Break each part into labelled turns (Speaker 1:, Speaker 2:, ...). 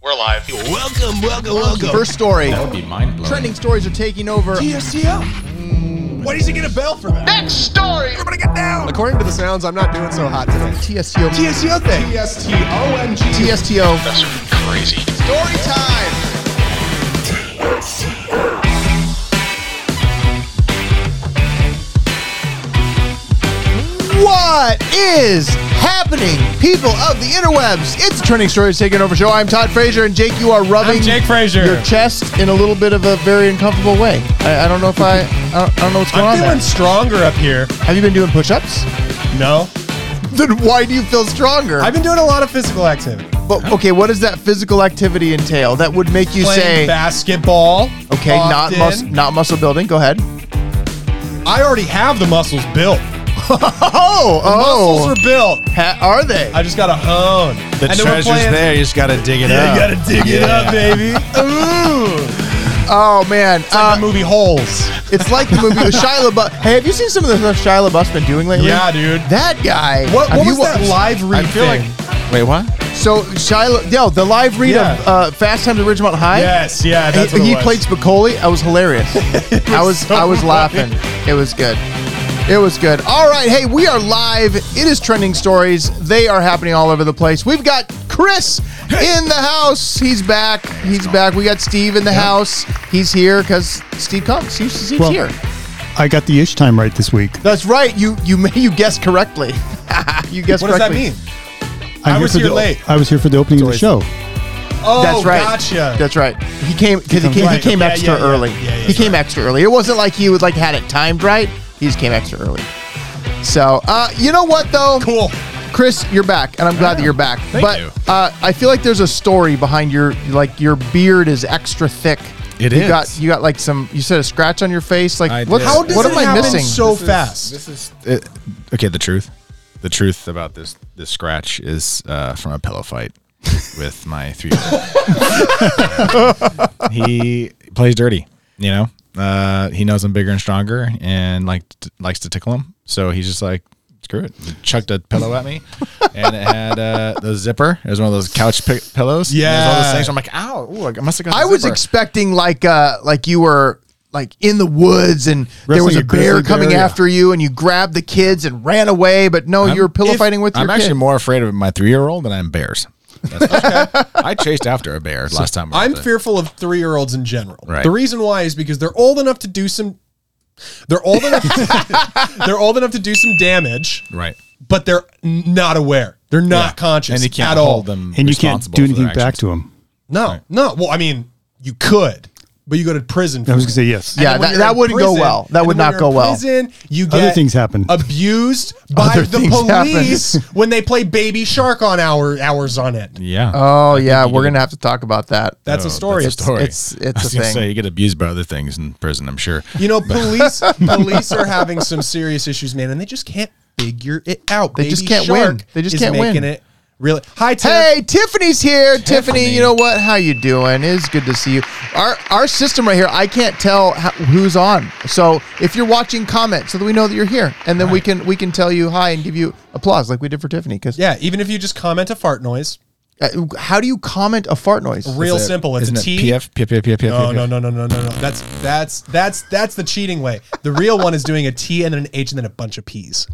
Speaker 1: We're live.
Speaker 2: Welcome, welcome, welcome.
Speaker 3: First story.
Speaker 4: That would be mind blowing.
Speaker 3: Trending stories are taking over.
Speaker 2: Why does Mm. he get a bell for that?
Speaker 1: Next story.
Speaker 2: Everybody get down.
Speaker 3: According to the sounds, I'm not doing so hot today. TSTO.
Speaker 2: TSTO thing. TSTOMG.
Speaker 3: TSTO.
Speaker 1: That's crazy.
Speaker 3: Story time. What is happening, people of the interwebs? It's the Trending Stories Taking Over show. I'm Todd Frazier, and Jake, you are rubbing
Speaker 5: I'm Jake Frazier.
Speaker 3: your chest in a little bit of a very uncomfortable way. I, I don't know if I, I don't, I don't know what's going
Speaker 5: I'm
Speaker 3: on there.
Speaker 5: feeling stronger up here.
Speaker 3: Have you been doing push-ups?
Speaker 5: No,
Speaker 3: Then why do you feel stronger?
Speaker 5: I've been doing a lot of physical activity.
Speaker 3: But okay, what does that physical activity entail that would make you
Speaker 5: Playing
Speaker 3: say,
Speaker 5: basketball.
Speaker 3: okay, not
Speaker 5: often.
Speaker 3: mus- not muscle building? Go ahead.
Speaker 5: I already have the muscles built.
Speaker 3: Oh, oh,
Speaker 5: Muscles are built.
Speaker 3: Ha- are they?
Speaker 5: I just gotta hone.
Speaker 2: The
Speaker 5: then we're
Speaker 2: treasure's
Speaker 5: playing-
Speaker 2: there. You just got to dig it
Speaker 5: Yeah,
Speaker 2: up.
Speaker 5: you gotta dig it up, baby. Ooh,
Speaker 3: oh man,
Speaker 5: the
Speaker 3: uh,
Speaker 5: movie holes.
Speaker 3: it's like the movie with Shia LaBeouf. Hey, have you seen some of the stuff Shia LaBeouf's been doing lately?
Speaker 5: Yeah, dude.
Speaker 3: That guy.
Speaker 5: What,
Speaker 3: have
Speaker 5: what
Speaker 3: you
Speaker 5: was that
Speaker 3: watched-
Speaker 5: live read
Speaker 2: I feel
Speaker 5: thing?
Speaker 2: like. Wait, what?
Speaker 3: So Shia, La- yo, the live read
Speaker 5: Yeah.
Speaker 3: of uh, Fast Times at Ridgemont High.
Speaker 5: yes, yeah,
Speaker 3: He,
Speaker 5: that's what it
Speaker 3: he
Speaker 5: was.
Speaker 3: played Spicoli. I was hilarious. I was
Speaker 5: so
Speaker 3: I was
Speaker 5: funny.
Speaker 3: laughing. It was good. It was good. All right, hey, we are live. It is trending stories. They are happening all over the place. We've got Chris in the house. He's back. He's back. We got Steve in the house. He's here because Steve comes. He's, he's
Speaker 6: Well-
Speaker 3: here.
Speaker 6: I got the ish time right this week.
Speaker 3: That's right. You you you guessed correctly. you guessed
Speaker 5: What does that
Speaker 3: correctly.
Speaker 5: mean?
Speaker 6: I'm
Speaker 5: I was
Speaker 6: for
Speaker 5: here
Speaker 6: the,
Speaker 5: late.
Speaker 6: I was here for the opening of the show.
Speaker 5: Oh,
Speaker 3: That's right.
Speaker 5: Gotcha.
Speaker 3: That's right. He came because he
Speaker 6: comes
Speaker 3: came, he
Speaker 5: right.
Speaker 3: came
Speaker 5: Yeah,
Speaker 3: extra
Speaker 5: yeah, yeah.
Speaker 3: early.
Speaker 5: Yeah, yeah,
Speaker 3: he came extra early. It wasn't like he would like had it timed right. He just came extra early. So uh, you know what though,
Speaker 5: cool.
Speaker 3: Chris, you're back, and I'm glad that you're back.
Speaker 2: Thank
Speaker 3: but
Speaker 2: you.
Speaker 3: Uh, I feel like there's a story behind your like your beard is extra thick.
Speaker 2: It
Speaker 3: you
Speaker 2: is.
Speaker 3: Got, you got like some. You said a scratch on your face.
Speaker 2: I
Speaker 3: Like what?
Speaker 2: did.
Speaker 5: How does
Speaker 3: what
Speaker 5: it
Speaker 3: am I
Speaker 5: happen
Speaker 3: missing?
Speaker 5: so fast?
Speaker 2: This is it, okay. The truth, the truth about this this scratch is uh, from a pillow fight with my three. he plays dirty, you know. Uh, he knows I'm bigger and stronger, and like t- likes to tickle him. So he's just like, screw it. He chucked a pillow at me, and it had uh, the zipper. It was one of those couch pi- pillows. And there's all
Speaker 5: Yeah.
Speaker 2: those things. I'm like, ow, ooh, I must have got.
Speaker 3: I
Speaker 2: the
Speaker 3: was
Speaker 2: zipper."
Speaker 3: expecting like uh like you were like in the woods and there
Speaker 6: Wrestling
Speaker 3: was a
Speaker 6: a grizzly
Speaker 3: bear coming
Speaker 6: bear, yeah.
Speaker 3: after you and you grabbed the kids and ran away, but no, you were pillow
Speaker 5: if-
Speaker 3: fighting with
Speaker 2: I'm
Speaker 3: your
Speaker 2: actually
Speaker 3: kid.
Speaker 2: more afraid of my three year old than I am bears. That's- I chased after a bear last time. we were
Speaker 5: I'm
Speaker 2: at the-
Speaker 5: fearful of three year olds in general.
Speaker 2: Right.
Speaker 5: The reason why is because they're old enough to do some. They're old enough. they're old enough to do some damage,
Speaker 2: Right.
Speaker 5: but they're n- not aware. They're not conscious
Speaker 2: And you can't
Speaker 5: at all.
Speaker 2: hold them.
Speaker 6: And you can't do anything back to him.
Speaker 5: No, no. Well, I mean, you could, but you go to prison. For
Speaker 6: I
Speaker 5: it.
Speaker 6: was going to say yes.
Speaker 3: Yeah,
Speaker 5: And when
Speaker 3: that-
Speaker 5: you're
Speaker 3: that
Speaker 5: in
Speaker 3: wouldn't go well. That
Speaker 5: and
Speaker 3: would
Speaker 5: when
Speaker 3: not
Speaker 5: you're
Speaker 3: go
Speaker 5: in
Speaker 3: well.
Speaker 5: Prison, you get
Speaker 6: Other things happen.
Speaker 5: Abused by
Speaker 3: Other
Speaker 5: the
Speaker 3: things happen.
Speaker 5: police when they play Baby Shark on hour hours on end.
Speaker 2: Yeah. Oh,
Speaker 3: Oh yeah, we're gonna have to talk about that.
Speaker 5: That's a story.
Speaker 2: That's a story.
Speaker 3: it's- it's
Speaker 2: I was
Speaker 3: a
Speaker 2: gonna
Speaker 3: thing.
Speaker 2: Say, you get abused by other things in prison, I'm sure.
Speaker 5: You know, police police are having some serious issues, man, and they just can't figure it out.
Speaker 3: They just can't win. They just
Speaker 5: is
Speaker 3: can't win.
Speaker 5: making It really hi, Tiff.
Speaker 3: Hey, Tiffany's here. Tiffany,
Speaker 2: Tiffany.
Speaker 3: you know what? How you doing? It's good to see you. Our our system right here, I can't tell how, who's on. So if you're watching, comment so that we know that you're here, and then we can we can tell you hi and give you applause like we did for Tiffany. Because
Speaker 5: Yeah, even if you just comment a fart noise,
Speaker 3: Uh, how do you comment a fart noise?
Speaker 5: real simple. It's
Speaker 2: Isn't
Speaker 5: a
Speaker 2: it
Speaker 5: T.
Speaker 2: PF? PF, PF, PF, PF,
Speaker 5: No, no, no, no, no, no, no. That's that's that's that's the cheating way. The real one is doing a T and then an H and then a bunch of P's.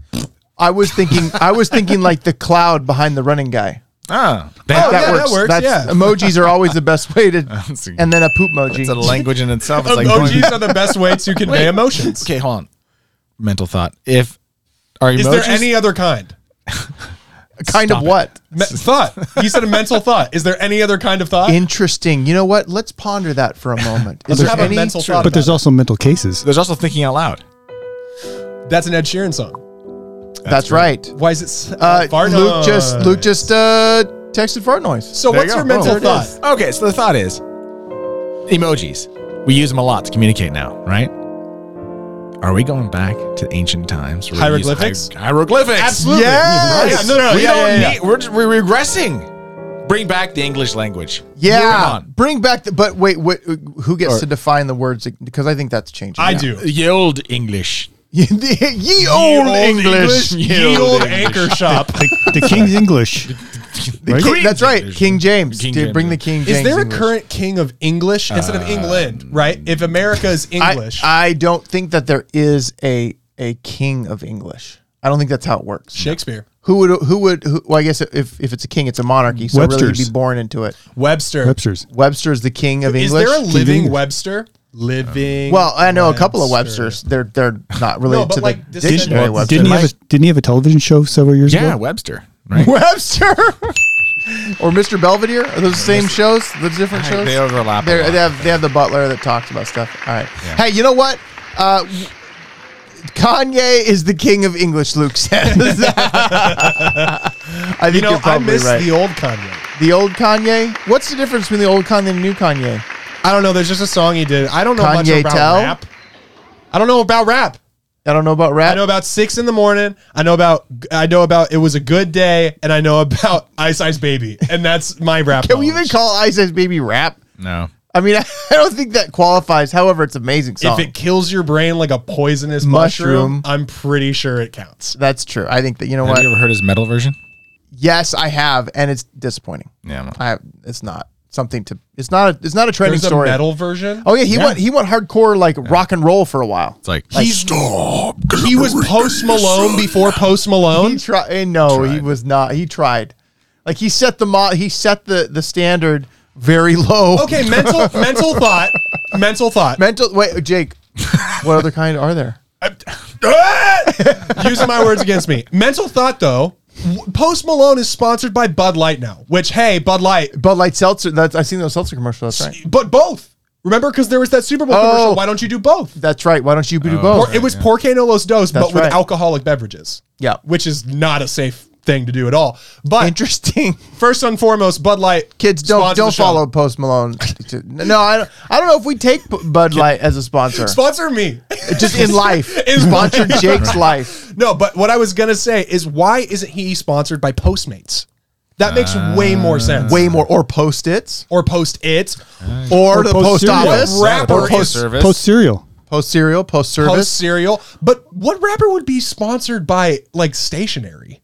Speaker 3: I was thinking, I was thinking like the cloud behind the running guy.
Speaker 2: Ah,
Speaker 5: Oh,
Speaker 2: that,
Speaker 5: yeah, that works, yeah.
Speaker 3: Emojis are always the best way to,
Speaker 2: That's a-
Speaker 3: and then a poop emoji.
Speaker 2: that's a language in itself. It's like going-
Speaker 5: Emojis Oh, are the best way to convey emotions.
Speaker 2: okay, hold on. Mental thought. If are emojis?
Speaker 5: Is there any other kind?
Speaker 3: kind of what?
Speaker 5: Me- thought. You said a mental thought. Is there any other kind of thought?
Speaker 3: Interesting. You know what? Let's ponder that for a moment. Is
Speaker 5: Let's
Speaker 3: there
Speaker 5: have a
Speaker 3: any?
Speaker 5: mental thought.
Speaker 6: But there's
Speaker 5: about
Speaker 6: also mental cases.
Speaker 2: There's also thinking out loud.
Speaker 5: it. that's an Ed Sheeran song.
Speaker 3: That's right.
Speaker 5: Why is it s-
Speaker 3: Uh,
Speaker 5: fart
Speaker 3: Luke just
Speaker 5: noise?
Speaker 3: Luke just uh, texted fart noise.
Speaker 5: So
Speaker 2: There
Speaker 5: what's
Speaker 2: you
Speaker 5: your
Speaker 2: go.
Speaker 5: mental
Speaker 2: Boom.
Speaker 5: thought?
Speaker 2: Okay, so the thought is emojis. We use them a lot to communicate now, right? Are we going back to ancient times? where we used
Speaker 5: Hieroglyphics?
Speaker 2: hi- hieroglyphics.
Speaker 5: Absolutely.
Speaker 2: Yes.
Speaker 5: Yeah, no, no,
Speaker 2: we
Speaker 5: yeah,
Speaker 2: don't
Speaker 5: yeah, yeah.
Speaker 2: need. We're, just, we're regressing. Bring back the English language. Moving
Speaker 3: Yeah,
Speaker 2: on.
Speaker 3: bring back the. But wait, wait who gets
Speaker 2: Or-
Speaker 3: to define the words? Because I think that's changing.
Speaker 5: I
Speaker 3: now.
Speaker 5: do.
Speaker 2: Ye old English.
Speaker 3: Ye old, English.
Speaker 2: Ye
Speaker 5: Ye old anchor shop.
Speaker 6: The, the King's English.
Speaker 3: The
Speaker 6: Right?
Speaker 3: king- that's right, King James.
Speaker 2: King
Speaker 3: Dude,
Speaker 2: James.
Speaker 3: bring the King James.
Speaker 5: Is there a
Speaker 3: English. Uh,
Speaker 5: current king of English instead of England, right? If America is
Speaker 3: I-
Speaker 5: English.
Speaker 3: I, don't think that there is a a king of English. I don't think that's how it works.
Speaker 5: Shakespeare.
Speaker 3: Who would who would who, well? I guess if, if it's a king, it's a monarchy. So really, he'd
Speaker 6: Webster's.
Speaker 3: be born into it.
Speaker 5: Webster.
Speaker 6: Webster's.
Speaker 3: Webster's the king of
Speaker 5: Is
Speaker 3: English.
Speaker 5: there a living
Speaker 6: English.
Speaker 5: Webster? Living.
Speaker 3: well, I know a couple of
Speaker 5: Webster.
Speaker 3: Websters. They're they're not related
Speaker 5: but
Speaker 3: to
Speaker 5: like,
Speaker 3: the
Speaker 5: this isn't-
Speaker 3: dictionary
Speaker 5: Well,
Speaker 3: Webster.
Speaker 6: Didn't he, have a, didn't he have a television show several years
Speaker 2: Yeah,
Speaker 6: ago?
Speaker 2: Webster. Right.
Speaker 3: Webster or Mr. Belvedere? Are those the same shows? The different
Speaker 2: I-
Speaker 3: shows?
Speaker 2: they overlap a
Speaker 3: They're-
Speaker 2: lot.
Speaker 3: They have they have the butler that talks about stuff. All right. Hey, you know what? Uh, w- Kanye is the king of English. Luke says. I think
Speaker 5: You
Speaker 3: you
Speaker 5: know,
Speaker 3: are
Speaker 5: I
Speaker 3: probably
Speaker 5: miss
Speaker 3: right.
Speaker 5: the old Kanye.
Speaker 3: The old Kanye. What's the difference between the old Kanye and the new Kanye?
Speaker 5: I don't know. There's just a song he did. I don't know much
Speaker 3: Kanye
Speaker 5: about
Speaker 3: Tell?
Speaker 5: rap. I don't know about rap.
Speaker 3: I don't know about
Speaker 5: I
Speaker 3: rap.
Speaker 5: know about six in the morning. I know about I know about it was a good day, and I know about Ice Ice Baby, and that's my rap.
Speaker 3: Can we even
Speaker 5: knowledge.
Speaker 3: call Ice Ice Baby rap?
Speaker 2: No.
Speaker 3: I mean, I don't think that qualifies. However, it's an amazing song.
Speaker 5: if it kills your brain like a poisonous
Speaker 3: Mushroom.
Speaker 5: mushroom, I'm pretty sure it counts.
Speaker 3: That's true. I think that you know
Speaker 2: Have
Speaker 3: what.
Speaker 2: you ever heard his metal version?
Speaker 3: Yes, I have, and it's disappointing.
Speaker 2: Yeah, well.
Speaker 3: I it's not something to. It's not. A, it's not a trending
Speaker 5: There's a
Speaker 3: story.
Speaker 5: metal version.
Speaker 3: Oh yeah, he went. He went hardcore like rock and roll for a while.
Speaker 2: It's like,
Speaker 5: He's- He was Post Malone before Post
Speaker 3: He
Speaker 5: Malone.
Speaker 3: tried. No, he was not. He tried. Like he set the mo- He set the the standard very low.
Speaker 5: Okay, mental mental thought, mental thought.
Speaker 3: Mental. Wait, Jake. what other kind are there?
Speaker 5: Using my words against me. Mental thought though. w- Post Malone is sponsored by Bud Light now, which hey, Bud Light,
Speaker 3: Bud Light seltzer. That's I've seen those seltzer commercials. That's right.
Speaker 5: but both. Remember, because there was that Super Bowl
Speaker 3: Oh.
Speaker 5: commercial. Why don't you do both?
Speaker 3: That's right. Why don't you do
Speaker 5: Or
Speaker 3: both?
Speaker 5: it was Porque no los dos,
Speaker 3: That's
Speaker 5: but with
Speaker 3: right.
Speaker 5: alcoholic beverages.
Speaker 3: Yeah.
Speaker 5: which is not a safe thing to do at all. But
Speaker 3: Interesting.
Speaker 5: first and foremost, Bud Light
Speaker 3: Kids, don't
Speaker 5: sponsors the
Speaker 3: don't
Speaker 5: show.
Speaker 3: follow Post Malone. No, I don't. I don't know if we take B- Bud Light as a sponsor.
Speaker 5: Sponsor me.
Speaker 3: Just in life,
Speaker 5: In
Speaker 3: sponsor Jake's life.
Speaker 5: no, but what I was gonna say is, why isn't he sponsored by Postmates? That makes way more sense.
Speaker 3: Way more or post its
Speaker 5: or Post It,
Speaker 3: or,
Speaker 6: Or
Speaker 3: the
Speaker 6: Post
Speaker 3: post,
Speaker 6: Cereal.
Speaker 3: office,
Speaker 5: What rapper
Speaker 3: or
Speaker 5: is-
Speaker 3: post,
Speaker 2: service.
Speaker 6: Post cereal.
Speaker 3: post cereal, post
Speaker 5: Post
Speaker 3: service.
Speaker 5: Cereal. But what rapper would be sponsored by like stationery?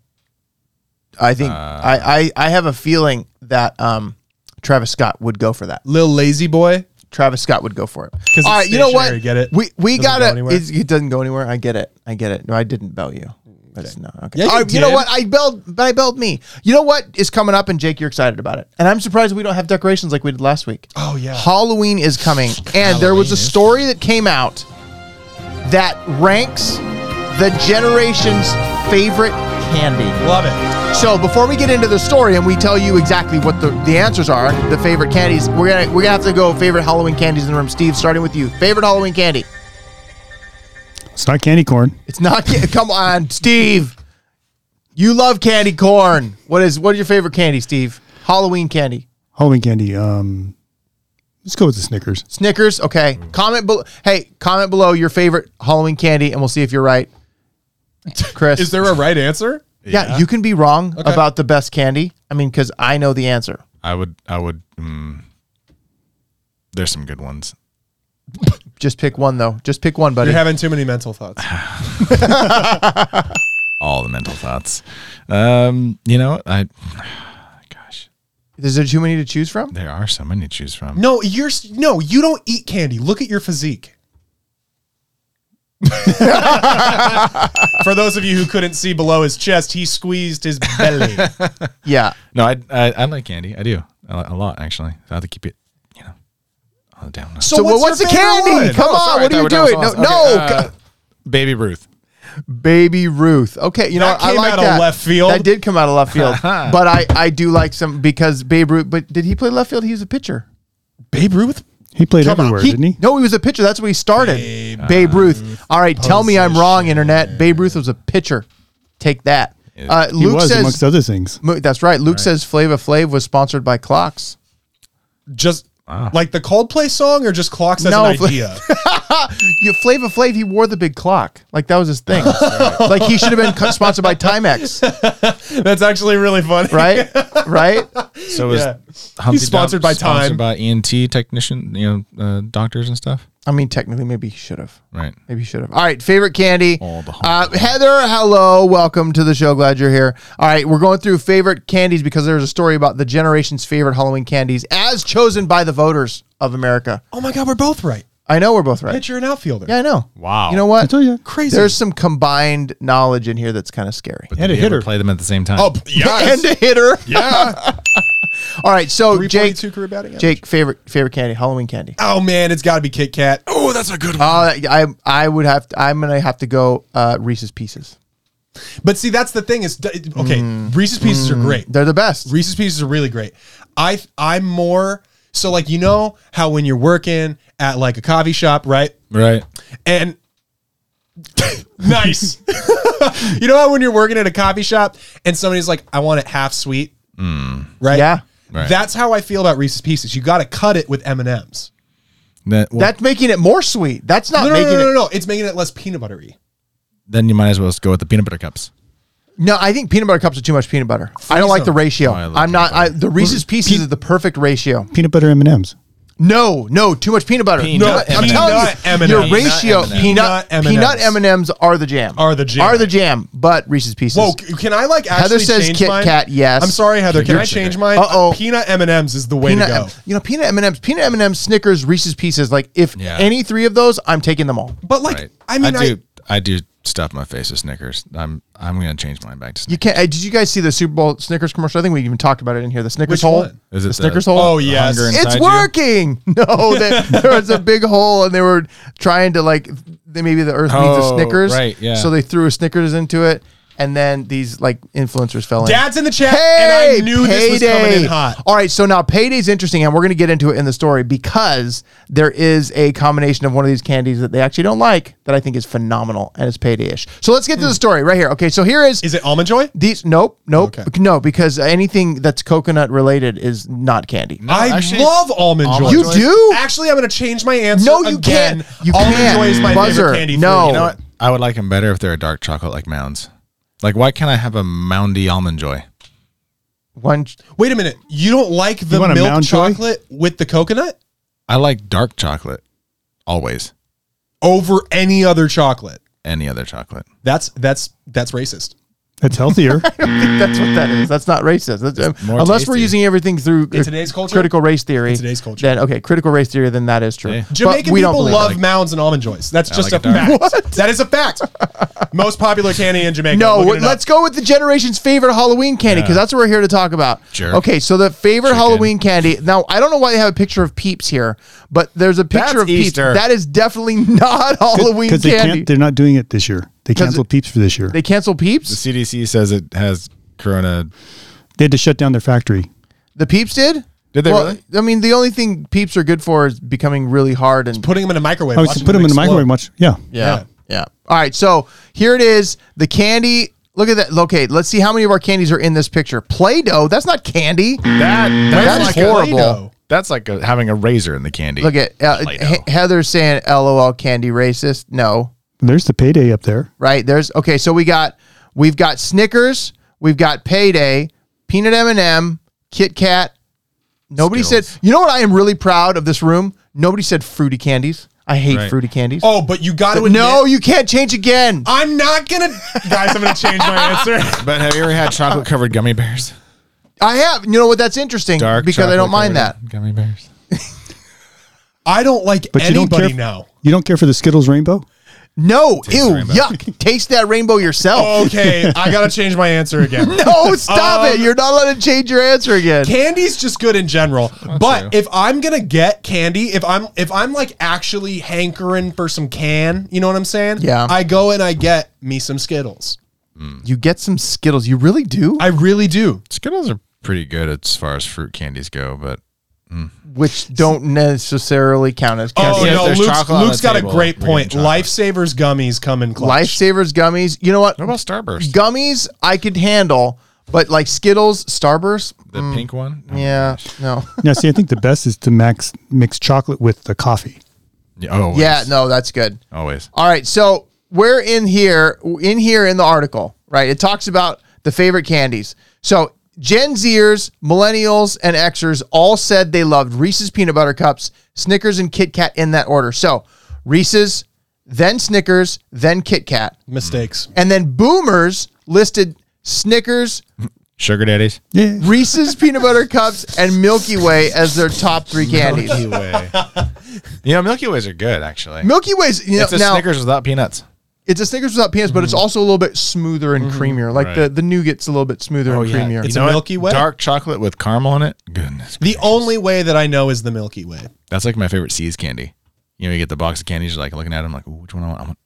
Speaker 3: I think I, I I have a feeling that um Travis Scott would go for that.
Speaker 5: Lil Lazy Boy.
Speaker 3: Travis Scott would go for it.
Speaker 5: 'Cause
Speaker 3: All
Speaker 5: it's
Speaker 3: right, you know what?
Speaker 5: stationary, get it?
Speaker 3: We we
Speaker 5: Doesn't go
Speaker 3: gotta.
Speaker 5: anywhere.
Speaker 3: it's, it doesn't go anywhere. I get it. I get it. No, I didn't bell you. That's not okay.
Speaker 5: Yeah, you
Speaker 3: All right, know
Speaker 5: did.
Speaker 3: what? I belled, but I belled me. You know what is coming up, and Jake, you're excited about it, and I'm surprised we don't have decorations like we did last week.
Speaker 5: Oh, yeah.
Speaker 3: Halloween is coming, and there was a story that came out that ranks the generation's favorite candy.
Speaker 5: Love it.
Speaker 3: So before we get into the story and we tell you exactly what the, the answers are, the favorite candies, we're gonna we're gonna have to go favorite Halloween candies in the room. Steve, starting with you, favorite Halloween candy.
Speaker 6: It's not candy corn.
Speaker 3: It's not ca- come on, Steve. You love candy corn. What is what are your favorite candy, Steve? Halloween candy.
Speaker 6: Halloween candy. Um, let's go with the Snickers.
Speaker 3: Snickers. Okay. Comment below. Hey, comment below your favorite Halloween candy, and we'll see if you're right. Chris,
Speaker 5: Is there a right answer?
Speaker 3: yeah, you can be wrong about the best candy. I mean, because I know the answer.
Speaker 2: I would, I would, mm, there's some good ones.
Speaker 3: Just pick one though. Just pick one, buddy.
Speaker 5: You're having too many mental thoughts.
Speaker 2: All the mental thoughts. Um, you know, I, gosh,
Speaker 3: is there too many to choose from?
Speaker 2: there are so many to choose from.
Speaker 5: No, you're s- no, you don't eat candy. Look at your physique. For those of you who couldn't see below his chest, he squeezed his belly.
Speaker 3: Yeah.
Speaker 2: No, I, I, I like candy. I do I li- a lot actually. I have to keep it, you know, on the down. low.
Speaker 3: So, what's, the
Speaker 5: your favorite
Speaker 3: candy?
Speaker 5: one?
Speaker 3: Come
Speaker 2: Oh,
Speaker 3: on,
Speaker 2: sorry,
Speaker 3: what
Speaker 2: I
Speaker 3: are you
Speaker 2: thought we
Speaker 3: doing?
Speaker 2: were
Speaker 3: No,
Speaker 2: doing
Speaker 3: no,
Speaker 2: something else. uh, Baby Ruth.
Speaker 3: Baby Ruth. Okay, you know
Speaker 5: That
Speaker 3: what? I
Speaker 5: came
Speaker 3: like
Speaker 5: out of
Speaker 3: that.
Speaker 5: left field. Uh-huh.
Speaker 3: That did come out of left field, but I I do like some because Babe Ruth. But did he play left field? He was a pitcher.
Speaker 5: Babe Ruth.
Speaker 6: He played
Speaker 5: Come on,
Speaker 6: everywhere,
Speaker 3: He-
Speaker 6: didn't he?
Speaker 3: No, he was a pitcher. That's where he started. Babe, Ruth. All right, tell me I'm wrong, internet. Babe Ruth was a pitcher. Take that. Uh,
Speaker 6: He
Speaker 3: Luke
Speaker 6: was, amongst
Speaker 3: says.
Speaker 6: other things.
Speaker 3: Mo- That's right. Luke says Flava Flav was sponsored by Clocks.
Speaker 5: Just like the Coldplay song, or just clocks as
Speaker 3: No,
Speaker 5: an
Speaker 3: but-
Speaker 5: idea.
Speaker 3: you Flava Flav, he wore the big clock. Like that was his thing. like he should have been co- sponsored by Timex,
Speaker 5: That's actually really funny.
Speaker 3: right? Right?
Speaker 2: So is
Speaker 5: Yeah.
Speaker 2: Humpty
Speaker 5: He's sponsored
Speaker 2: Dump
Speaker 5: by
Speaker 2: sponsored
Speaker 5: Time.
Speaker 2: by ENT technician, you know, uh, doctors and stuff.
Speaker 3: I mean, technically, maybe he should have.
Speaker 2: Right.
Speaker 3: Maybe you should have. All right, favorite candy.
Speaker 2: All the
Speaker 3: uh, Heather, hello, welcome to the show. Glad you're here. All right, we're going through favorite candies because there's a story about the generation's favorite Halloween candies as chosen by the voters of America.
Speaker 5: Oh my God, we're both right.
Speaker 3: I know we're both right.
Speaker 5: Pitcher and outfielder.
Speaker 3: Yeah, I know.
Speaker 2: Wow.
Speaker 3: You know what?
Speaker 6: I tell you.
Speaker 5: Crazy.
Speaker 3: There's some combined knowledge in here that's kind of scary.
Speaker 2: But
Speaker 6: And
Speaker 2: did
Speaker 6: a
Speaker 2: you ever
Speaker 6: hitter.
Speaker 2: Play them at the same time.
Speaker 5: oh, yes.
Speaker 3: And a hitter.
Speaker 5: yeah.
Speaker 3: All right, so Jake,
Speaker 5: 342 career batting average.
Speaker 3: Jake, favorite favorite candy, Halloween candy.
Speaker 5: Oh man, it's got to be Kit Kat.
Speaker 2: oh, that's a good one.
Speaker 3: Uh, I I would have to, I'm gonna have to go uh, Reese's Pieces.
Speaker 5: But see, that's the thing is, d- okay, Reese's Pieces are great.
Speaker 3: They're the best.
Speaker 5: Reese's Pieces are really great. I I'm more so like you know how when you're working at like a coffee shop, right?
Speaker 2: Right.
Speaker 5: And nice. you know how when you're working at a coffee shop and somebody's like, "I want it half sweet," right?
Speaker 3: Yeah.
Speaker 2: Mm. Right.
Speaker 5: That's how I feel about Reese's Pieces. You got to cut it with M and M's.
Speaker 2: That, well,
Speaker 3: That's making it more sweet. That's not
Speaker 5: No, no, no,
Speaker 3: making
Speaker 5: no,
Speaker 3: it
Speaker 5: no, no. It's making it less peanut buttery.
Speaker 2: then you might as well just go with the peanut butter cups.
Speaker 3: No, I think peanut butter cups are too much peanut butter. I don't like the
Speaker 5: Oh,
Speaker 3: ratio.
Speaker 2: I love
Speaker 3: I'm not. I,
Speaker 2: peanut
Speaker 3: the Reese's Pieces is the perfect ratio.
Speaker 6: Peanut butter M&M's.
Speaker 3: No, no, too much peanut butter.
Speaker 2: Peanut
Speaker 3: no, I'm
Speaker 2: M&Ms.
Speaker 3: telling you,
Speaker 5: Peanut M&Ms.
Speaker 3: your
Speaker 5: Peanut
Speaker 3: ratio
Speaker 2: M&Ms.
Speaker 3: peanut
Speaker 5: Peanut
Speaker 3: peanut
Speaker 5: M&Ms.
Speaker 3: M and M's are the jam.
Speaker 5: Are the jam.
Speaker 3: Are the jam. But Reese's Pieces.
Speaker 5: Whoa, c- can I like actually
Speaker 3: Heather says
Speaker 5: change
Speaker 3: Kit
Speaker 5: mine?
Speaker 3: Kat, yes.
Speaker 5: I'm sorry, Heather. Can
Speaker 2: You're
Speaker 5: I
Speaker 2: chicken.
Speaker 5: change mine?
Speaker 3: Uh-oh.
Speaker 5: Peanut M and M's is the way
Speaker 3: Peanut
Speaker 5: to go.
Speaker 3: M- you know peanut M and M's, peanut M and M's, Snickers, Reese's Pieces. Like if
Speaker 2: Yeah.
Speaker 3: any three of those, I'm taking them all.
Speaker 5: But like,
Speaker 2: right.
Speaker 5: I mean, I,
Speaker 2: do. I, do stuff my face with Snickers. I'm I'm gonna change mine back to.
Speaker 3: You
Speaker 2: Snickers.
Speaker 3: can't. Uh, did you guys see the Super Bowl Snickers commercial? I think we even talked about it in here. The Snickers
Speaker 5: Which
Speaker 3: hole.
Speaker 5: one?
Speaker 2: Is
Speaker 3: the,
Speaker 2: it the-
Speaker 3: Snickers hole?
Speaker 5: Oh, yes.
Speaker 2: Hunger
Speaker 5: It's
Speaker 2: inside
Speaker 3: It's
Speaker 2: you?
Speaker 3: working. No, they, there was a big hole, and they were trying to like they, maybe the Earth needs a
Speaker 2: Oh,
Speaker 3: Snickers,
Speaker 2: right, yeah.
Speaker 3: So they threw a Snickers into it, and then these like influencers fell in.
Speaker 5: Dad's in the chat,
Speaker 3: Hey,
Speaker 5: and I knew
Speaker 3: payday.
Speaker 5: this was coming in hot.
Speaker 3: All right, so now payday's interesting, and we're going to get into it in the story because there is a combination of one of these candies that they actually don't like that I think is phenomenal and it's payday-ish. So let's get
Speaker 5: Hmm.
Speaker 3: to the story right here. Okay, so here is
Speaker 5: Is it almond joy?
Speaker 3: these. Nope, nope,
Speaker 5: Okay.
Speaker 3: no, because anything that's coconut related is not candy.
Speaker 5: I
Speaker 2: actually-
Speaker 5: love almond,
Speaker 2: Almond
Speaker 5: joy.
Speaker 3: You joy- do?
Speaker 5: Actually, I'm going to change my answer.
Speaker 3: No, you
Speaker 5: again.
Speaker 3: can't. You
Speaker 5: almond
Speaker 3: can't.
Speaker 5: joy is my
Speaker 3: Buzzer.
Speaker 5: favorite candy.
Speaker 3: No.
Speaker 5: fruit.
Speaker 2: You know what? I would like them better if they're a dark chocolate like Mounds. Like, why can't I have a Moundy almond joy?
Speaker 3: One
Speaker 5: Wait a minute. You don't like the
Speaker 6: want a
Speaker 5: milk
Speaker 6: Mound Joy?
Speaker 5: chocolate with the coconut
Speaker 2: I like dark chocolate, always.
Speaker 5: over any other chocolate?
Speaker 2: Any other chocolate?
Speaker 5: That's that's that's racist.
Speaker 6: That's healthier.
Speaker 3: That's what that is. That's not racist. That's, um,
Speaker 2: more
Speaker 3: unless we're
Speaker 2: tasty.
Speaker 3: using everything through uh,
Speaker 5: today's culture?
Speaker 3: critical race theory.
Speaker 5: today's culture.
Speaker 3: Then okay, critical race theory. Then that is true.
Speaker 2: Yeah.
Speaker 3: But
Speaker 5: Jamaican
Speaker 3: we don't
Speaker 5: people
Speaker 3: believe
Speaker 5: love
Speaker 3: it.
Speaker 5: mounds and almond joys. That's just
Speaker 2: like
Speaker 5: a
Speaker 2: it dark.
Speaker 5: fact. That is a fact. Most popular candy in Jamaica.
Speaker 3: No,
Speaker 5: Look it
Speaker 3: what-
Speaker 5: up.
Speaker 3: let's go with the generation's favorite Halloween candy because that's what we're here to talk about.
Speaker 2: Jerk.
Speaker 3: Okay, so the favorite
Speaker 2: Chicken.
Speaker 3: Halloween candy. Now I don't know why they have a picture of Peeps here, but there's a picture
Speaker 2: That's
Speaker 3: of Peeps.
Speaker 2: Easter.
Speaker 3: That is definitely not Halloween
Speaker 6: Because they
Speaker 3: candy.
Speaker 6: can't,
Speaker 3: They,
Speaker 6: they're not doing it this year. They canceled Peeps for this year. They,
Speaker 3: cancel
Speaker 2: The
Speaker 3: Peeps.
Speaker 2: CDC says it has corona.
Speaker 6: had to shut down their factory.
Speaker 3: The Peeps did.
Speaker 2: Did they really?
Speaker 3: I mean, the only thing Peeps are good for is becoming really hard and
Speaker 5: putting them in a microwave.
Speaker 6: I was
Speaker 5: watching
Speaker 6: Oh, put them in the
Speaker 5: explode.
Speaker 6: microwave and watch. Yeah.
Speaker 3: Yeah. Yeah. All right. So here it is. The candy. Look at that. Okay. Let's see how many of our candies are in this picture. Play Doh. That's not candy.
Speaker 2: That
Speaker 3: That is
Speaker 2: like
Speaker 5: a-
Speaker 3: horrible.
Speaker 5: Play-Doh.
Speaker 2: that's like a, having a razor in the candy.
Speaker 3: Look at uh,
Speaker 2: Play-Doh.
Speaker 3: He- Heather's saying LOL candy racist. No.
Speaker 6: There's the payday up there.
Speaker 3: Right. There's okay. So we got we've got Snickers. We've got Payday. Peanut M and M. Kit Kat. Nobody said.
Speaker 2: Skittles.
Speaker 3: You know what? I am really proud of this room. Nobody said fruity candies. I hate
Speaker 2: Right.
Speaker 3: fruity candies.
Speaker 5: Oh, but you got to admit,
Speaker 3: no, you can't change again.
Speaker 5: I'm not gonna, guys. I'm gonna change my answer.
Speaker 2: But have you ever had chocolate covered gummy bears?
Speaker 3: I have. You know what? That's interesting
Speaker 2: Dark
Speaker 3: because I don't mind that.
Speaker 2: chocolate-covered Gummy bears.
Speaker 5: I don't like
Speaker 6: But you don't
Speaker 5: anybody
Speaker 6: care.
Speaker 5: now.
Speaker 6: You don't care for the Skittles rainbow?
Speaker 3: No,
Speaker 2: the
Speaker 3: ew,
Speaker 2: rainbow.
Speaker 3: yuck. Taste that rainbow yourself.
Speaker 5: Okay, I gotta change my answer again.
Speaker 3: No, stop it.
Speaker 5: Oh, Um,
Speaker 3: You're not allowed to change your answer again.
Speaker 5: Candy's just good in general, but
Speaker 2: true.
Speaker 5: if I'm gonna get candy, if I'm if I'm like actually hankering for some can, you know what I'm saying?
Speaker 3: Yeah.
Speaker 5: I go and I get me some Skittles.
Speaker 3: You get some Skittles. You really do?
Speaker 5: I really do.
Speaker 2: Skittles are pretty good as far as fruit candies go, but
Speaker 3: Which don't necessarily count as
Speaker 5: Oh
Speaker 3: candy.
Speaker 2: yes,
Speaker 5: no,
Speaker 2: there's
Speaker 5: Luke's,
Speaker 2: chocolate on
Speaker 5: Luke's
Speaker 2: the
Speaker 5: got a
Speaker 2: table.
Speaker 5: great
Speaker 2: We're getting
Speaker 5: point.
Speaker 2: chocolate.
Speaker 5: Lifesavers gummies come in clutch.
Speaker 3: Lifesavers gummies. You know what?
Speaker 2: what about Starburst?
Speaker 3: Gummies I could handle, but like Skittles, Starburst,
Speaker 2: the pink one?
Speaker 3: yeah, no.
Speaker 6: Now, see, I think the best is to max mix chocolate with the coffee.
Speaker 2: Oh
Speaker 3: Yeah, no, that's good.
Speaker 2: always.
Speaker 3: All right, so we're in here, in here in the article, right? It talks about the favorite candies. So Gen Zers, millennials, and Xers all said they loved Reese's peanut butter cups, Snickers, and Kit Kat in that order. So Reese's, then Snickers, then Kit Kat,
Speaker 5: Mistakes.
Speaker 3: and then Boomers listed Snickers,
Speaker 2: Sugar daddies.
Speaker 6: Yeah.
Speaker 3: Reese's peanut butter cups, and Milky Way as their top three candies. Milky,
Speaker 2: Way. you know, Milky Ways are good actually.
Speaker 3: Way's you know,
Speaker 2: it's a
Speaker 3: now
Speaker 2: Snickers without peanuts.
Speaker 3: it's a Snickers without peanuts, but it's
Speaker 5: Mm-hmm.
Speaker 3: also a little bit smoother and creamier. Like the
Speaker 2: Right.
Speaker 3: the nougat's a little bit smoother and creamier.
Speaker 5: Oh, It's a
Speaker 2: what?
Speaker 5: Milky Way.
Speaker 2: Dark chocolate with caramel in it. Goodness.
Speaker 5: The only way that I know is the Milky Way.
Speaker 2: That's like my favorite C's candy. You know, you get the box of candies, you're like looking at them, like, Ooh, which one I want? I want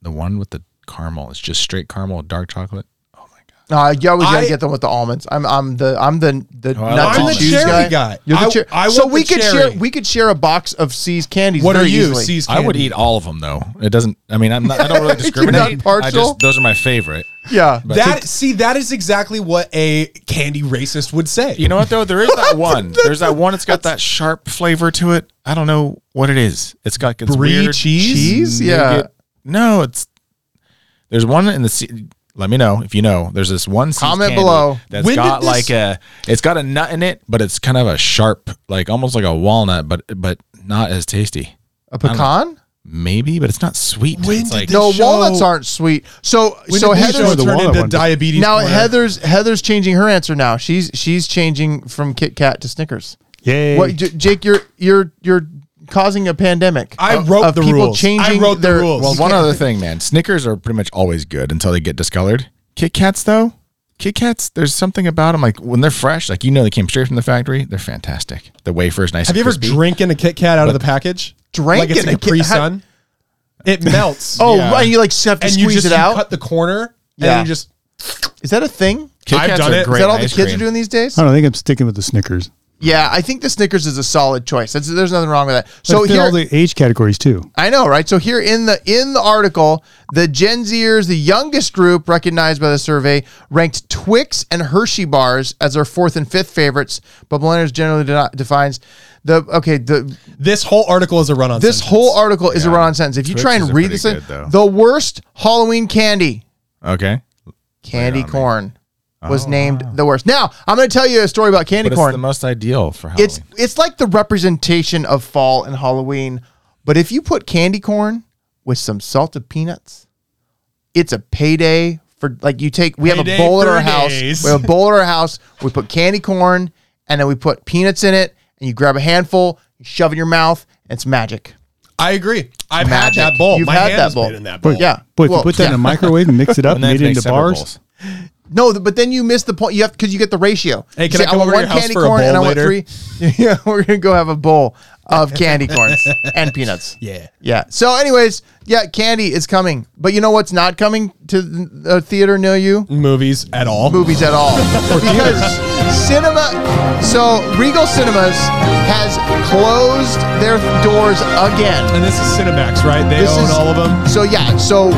Speaker 2: the one with the caramel. It's just straight caramel, dark chocolate. Oh my god!
Speaker 3: No, you always gotta
Speaker 5: I-
Speaker 3: get them with the almonds. I'm I'm the I'm the the
Speaker 2: Oh,
Speaker 3: nuts
Speaker 2: I like
Speaker 3: and
Speaker 2: almonds.
Speaker 3: cheese
Speaker 5: I'm the
Speaker 3: guy.
Speaker 5: cherry guy.
Speaker 3: You're the
Speaker 5: I-
Speaker 3: cherry.
Speaker 5: I
Speaker 3: so
Speaker 5: want
Speaker 3: we
Speaker 5: the
Speaker 3: could
Speaker 5: cherry.
Speaker 3: share we could share a box of C's candies.
Speaker 5: What
Speaker 3: very
Speaker 5: are you?
Speaker 3: Easily.
Speaker 5: C's
Speaker 2: I would
Speaker 5: candy.
Speaker 2: eat all of them though. It doesn't. I mean, I'm not. I don't really
Speaker 3: not
Speaker 2: discriminate. I
Speaker 3: partial?
Speaker 2: just those are my favorite.
Speaker 3: Yeah.
Speaker 5: That see, that is exactly what a candy racist would say.
Speaker 2: You know what though? There is that one. There's that one. It's got that sharp flavor to it. I don't know what it is. It's got it's
Speaker 5: Brie
Speaker 2: weird
Speaker 5: cheese?
Speaker 3: Cheese? Yeah.
Speaker 2: nougat- No, it's there's one in the. C- Let me know if you know. There's this one. C's
Speaker 3: Comment
Speaker 2: candy
Speaker 3: below.
Speaker 2: That's
Speaker 5: When did
Speaker 2: got
Speaker 5: this-
Speaker 2: like a. It's got a nut in it, but it's kind of a sharp, like almost like a walnut, but but not as tasty.
Speaker 3: A pecan?
Speaker 2: Maybe, but it's not sweet.
Speaker 5: When
Speaker 2: it's
Speaker 5: did
Speaker 2: like
Speaker 5: this-
Speaker 3: No,
Speaker 5: show-
Speaker 3: walnuts aren't sweet. So
Speaker 5: When
Speaker 3: so
Speaker 5: did this
Speaker 3: Heather's
Speaker 5: show
Speaker 6: the
Speaker 5: turn
Speaker 6: walnut
Speaker 5: into
Speaker 6: one?
Speaker 5: diabetes?
Speaker 3: now
Speaker 5: corner?
Speaker 3: Heather's Heather's changing her answer now. She's she's changing from Kit Kat to Snickers.
Speaker 6: Yay.
Speaker 3: What J- Jake, you're you're you're causing a pandemic.
Speaker 5: I
Speaker 3: of-
Speaker 5: wrote
Speaker 3: of
Speaker 5: the
Speaker 3: people
Speaker 5: rules. I
Speaker 3: Changing
Speaker 5: wrote the
Speaker 3: their,
Speaker 5: rules.
Speaker 2: Well,
Speaker 5: You
Speaker 2: one other thing, man. Snickers are pretty much always good until they get discolored. Kit Kats, though, Kit Kats, there's something about them. Like when they're fresh, like you know, they came straight from the factory. They're fantastic. The wafer's nice.
Speaker 5: Have
Speaker 2: and
Speaker 5: you ever
Speaker 2: crispy.
Speaker 5: drinking a Kit Kat out of the package?
Speaker 3: Drank
Speaker 5: like it's
Speaker 3: in
Speaker 5: a
Speaker 3: a Kit-
Speaker 5: Capri
Speaker 3: how-
Speaker 5: Sun. It melts.
Speaker 3: Oh,
Speaker 2: Yeah.
Speaker 3: right. You like have to
Speaker 5: and you
Speaker 3: squeeze
Speaker 5: just
Speaker 3: it
Speaker 5: you
Speaker 3: out.
Speaker 5: cut the corner.
Speaker 3: Yeah.
Speaker 5: And you just
Speaker 3: Is that a thing?
Speaker 2: Kit
Speaker 5: I've
Speaker 2: Kats
Speaker 5: done
Speaker 2: are
Speaker 5: it. Is
Speaker 2: great
Speaker 3: Is that all
Speaker 2: in
Speaker 3: the
Speaker 2: ice
Speaker 3: kids are
Speaker 2: cream.
Speaker 3: doing these days?
Speaker 6: I don't know, I think I'm sticking with the Snickers.
Speaker 3: Yeah, I think the Snickers is a solid choice. That's, there's nothing wrong with that.
Speaker 6: So
Speaker 3: So
Speaker 6: fit all
Speaker 3: here,
Speaker 6: the age categories too.
Speaker 3: I know, right? So here in the in the article, the Gen Zers, the youngest group recognized by the survey, ranked Twix and Hershey bars as their fourth and fifth favorites. But millennials generally do not defines the okay. The
Speaker 5: this whole article is a run on
Speaker 3: this
Speaker 5: sentence.
Speaker 3: whole article is a run on sentence. If you try
Speaker 2: Twixes
Speaker 3: and
Speaker 2: are
Speaker 3: read
Speaker 2: pretty
Speaker 3: this, thing,
Speaker 2: good, though.
Speaker 3: the worst Halloween candy,
Speaker 2: Okay.
Speaker 3: candy corn, was named the worst. Now I'm going to tell you a story about candy
Speaker 2: But it's
Speaker 3: corn.
Speaker 2: the most ideal for Halloween.
Speaker 3: It's it's like the representation of fall and Halloween, but if you put candy corn with some salted peanuts, it's a payday for like you take. We have a
Speaker 5: Payday
Speaker 3: bowl at our
Speaker 5: for
Speaker 3: house.
Speaker 5: days.
Speaker 3: We have a bowl at our house. We put candy corn and then we put peanuts in it, and you grab a handful, you shove it in your mouth, and it's magic.
Speaker 5: I agree. I've
Speaker 3: Magic.
Speaker 5: had that bowl.
Speaker 3: You've
Speaker 5: My
Speaker 3: had
Speaker 5: hand
Speaker 3: that
Speaker 5: was
Speaker 3: bowl.
Speaker 5: made in that bowl.
Speaker 6: But
Speaker 3: Yeah.
Speaker 6: But if
Speaker 3: Well,
Speaker 6: you put that in
Speaker 3: yeah.
Speaker 6: a microwave and mix it up and
Speaker 2: they
Speaker 6: made
Speaker 2: make
Speaker 6: it into
Speaker 2: several
Speaker 6: bars.
Speaker 2: bowls.
Speaker 3: No, th- but then you miss the point. You have because you get the ratio.
Speaker 5: Hey,
Speaker 3: You "Oh,
Speaker 5: can I come
Speaker 3: want
Speaker 5: over to your house for a bowl
Speaker 3: and I
Speaker 5: later?"
Speaker 3: want three. Yeah, we're gonna go have a bowl of candy corns and peanuts.
Speaker 5: Yeah.
Speaker 3: yeah. So, anyways, yeah, candy is coming, but you know what's not coming to a theater near you?
Speaker 5: Mm. Movies at all.
Speaker 3: Movies at all because cinema. So Regal Cinemas has closed their doors again.
Speaker 5: And this is Cinemax, right? They
Speaker 3: This
Speaker 5: own
Speaker 3: is-
Speaker 5: all of them.
Speaker 3: So yeah, so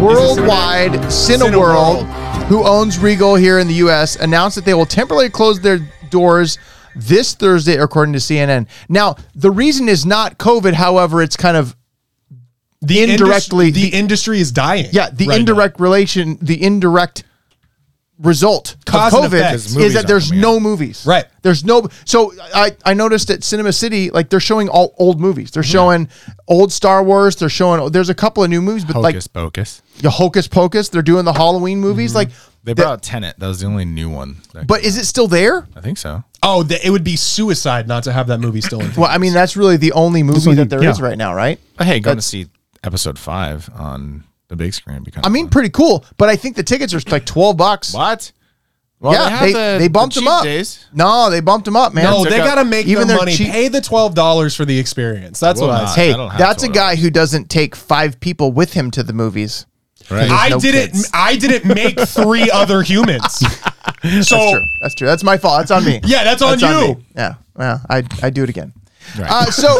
Speaker 3: worldwide Cineworld,
Speaker 5: Cineworld.
Speaker 3: who owns Regal here in the U.S., announced that they will temporarily close their doors this Thursday, according to CNN. Now, the reason is not COVID. However, it's kind of
Speaker 5: The indus-
Speaker 3: indirectly-
Speaker 5: the, industry is dying.
Speaker 3: yeah, the
Speaker 5: right now.
Speaker 3: indirect relation, the indirect result
Speaker 5: Cause
Speaker 3: of
Speaker 5: and
Speaker 3: COVID
Speaker 5: effect.
Speaker 3: is,
Speaker 2: Movies
Speaker 3: that
Speaker 2: aren't
Speaker 3: there's
Speaker 2: coming
Speaker 3: no movies.
Speaker 5: Right.
Speaker 3: There's no. So I I noticed at Cinema City, like they're showing all old movies. They're showing old Star Wars. They're showing. There's a couple of new movies, but like
Speaker 2: Hocus pocus.
Speaker 3: the Hocus Pocus. They're doing the Halloween
Speaker 5: Mm-hmm.
Speaker 3: movies. Like
Speaker 2: They
Speaker 3: that-
Speaker 2: brought out Tenet. That was the only new one. that-
Speaker 3: but is it still there?
Speaker 2: I think so.
Speaker 5: Oh, the, it would be suicide not to have that movie still in.
Speaker 3: Well, I mean, that's really the only movie
Speaker 6: one-
Speaker 3: that there is
Speaker 6: yeah.
Speaker 3: right now, right?
Speaker 2: But hey, going to see episode five on the big screen. Because
Speaker 3: I mean, pretty cool. But I think the tickets are like twelve bucks.
Speaker 2: what? Well,
Speaker 3: yeah,
Speaker 2: had
Speaker 3: they,
Speaker 2: the-
Speaker 3: they
Speaker 2: the
Speaker 3: bumped them
Speaker 2: cheat
Speaker 3: up.
Speaker 2: days.
Speaker 3: No, they bumped them up, man.
Speaker 5: no,
Speaker 2: took
Speaker 5: they
Speaker 2: out-
Speaker 5: got to make
Speaker 3: even
Speaker 5: their
Speaker 3: their
Speaker 5: money.
Speaker 3: cheap-
Speaker 5: Pay the twelve dollars for the experience. That's
Speaker 2: Will
Speaker 5: what I
Speaker 2: not.
Speaker 5: say.
Speaker 3: Hey,
Speaker 2: I don't have
Speaker 3: that's a
Speaker 2: $12.
Speaker 3: guy who doesn't take five people with him to the movies.
Speaker 2: Right.
Speaker 5: I
Speaker 3: no
Speaker 5: didn't.
Speaker 3: kids.
Speaker 5: I didn't make three other humans. So
Speaker 3: True. That's true. That's my fault. That's on me.
Speaker 5: Oh. yeah, that's,
Speaker 3: That's
Speaker 5: on
Speaker 3: on
Speaker 5: you.
Speaker 3: me. Yeah. Well, I I do it again.
Speaker 2: Right.
Speaker 3: Uh, so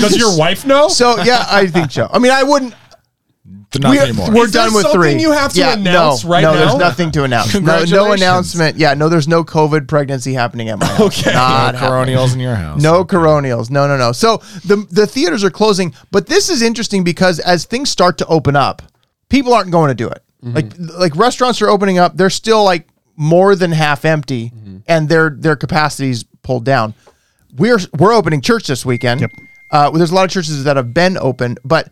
Speaker 5: Does your wife know?
Speaker 3: so yeah, I think so. I mean, I wouldn't.
Speaker 2: not
Speaker 3: We're,
Speaker 2: anymore.
Speaker 3: we're
Speaker 5: Is there
Speaker 3: done with
Speaker 5: something
Speaker 3: three.
Speaker 5: you have to announce
Speaker 3: no,
Speaker 5: right
Speaker 3: no,
Speaker 5: now?
Speaker 3: there's nothing to announce. No, no
Speaker 5: Congratulations.
Speaker 3: announcement. Yeah, no, there's no COVID pregnancy happening at my house.
Speaker 5: Okay.
Speaker 3: Not
Speaker 2: no
Speaker 3: happening.
Speaker 2: coronials in your house.
Speaker 3: No coronials. No, no, no. So the the theaters are closing, but this is interesting because as things start to open up, people aren't going to do it.
Speaker 2: Mm-hmm.
Speaker 3: Like like restaurants are opening up, they're still like more than half empty
Speaker 2: Mm-hmm.
Speaker 3: and their their capacity's pulled down. We're we're opening church this weekend.
Speaker 6: Yep.
Speaker 3: Uh, well, there's a lot of churches that have been open, but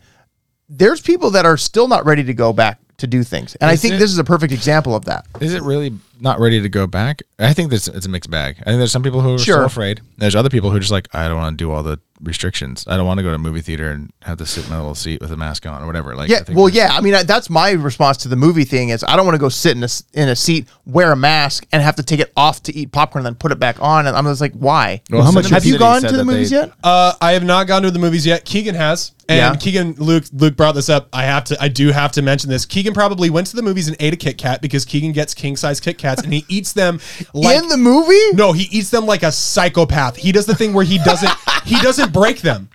Speaker 3: there's people that are still not ready to go back to do things. And I
Speaker 2: Is
Speaker 3: think
Speaker 2: it-
Speaker 3: this is a perfect example of that.
Speaker 2: Is it really not ready to go back? I think that's it's a mixed bag. I think there's some people who are
Speaker 3: Sure.
Speaker 2: still afraid. There's other people who are just like, I don't want to do all the restrictions. I don't want to go to a movie theater and have to sit in my little seat with a mask on or whatever. Like, I
Speaker 3: Yeah,
Speaker 2: think
Speaker 3: well,
Speaker 2: there's-
Speaker 3: yeah. I mean, I, that's my response to the movie thing is I don't want to go sit in a s- in a seat, wear a mask, and have to take it off to eat popcorn, and then put it back on. And I'm just like, why?
Speaker 2: Well,
Speaker 6: how much-
Speaker 2: Cinema
Speaker 3: have you
Speaker 2: City
Speaker 3: gone
Speaker 2: said
Speaker 3: to the
Speaker 2: that
Speaker 3: movies
Speaker 2: they-
Speaker 3: yet?
Speaker 5: Uh, I have not gone to the movies yet. Keegan has, and
Speaker 3: Yeah.
Speaker 5: Keegan Luke Luke brought this up. I have to, I do have to mention this. Keegan probably went to the movies and ate a Kit Kat because Keegan gets king size Kit Kats and he eats them like
Speaker 3: in the movie?
Speaker 5: no, he eats them like a psychopath. He does the thing where he doesn't he doesn't break them.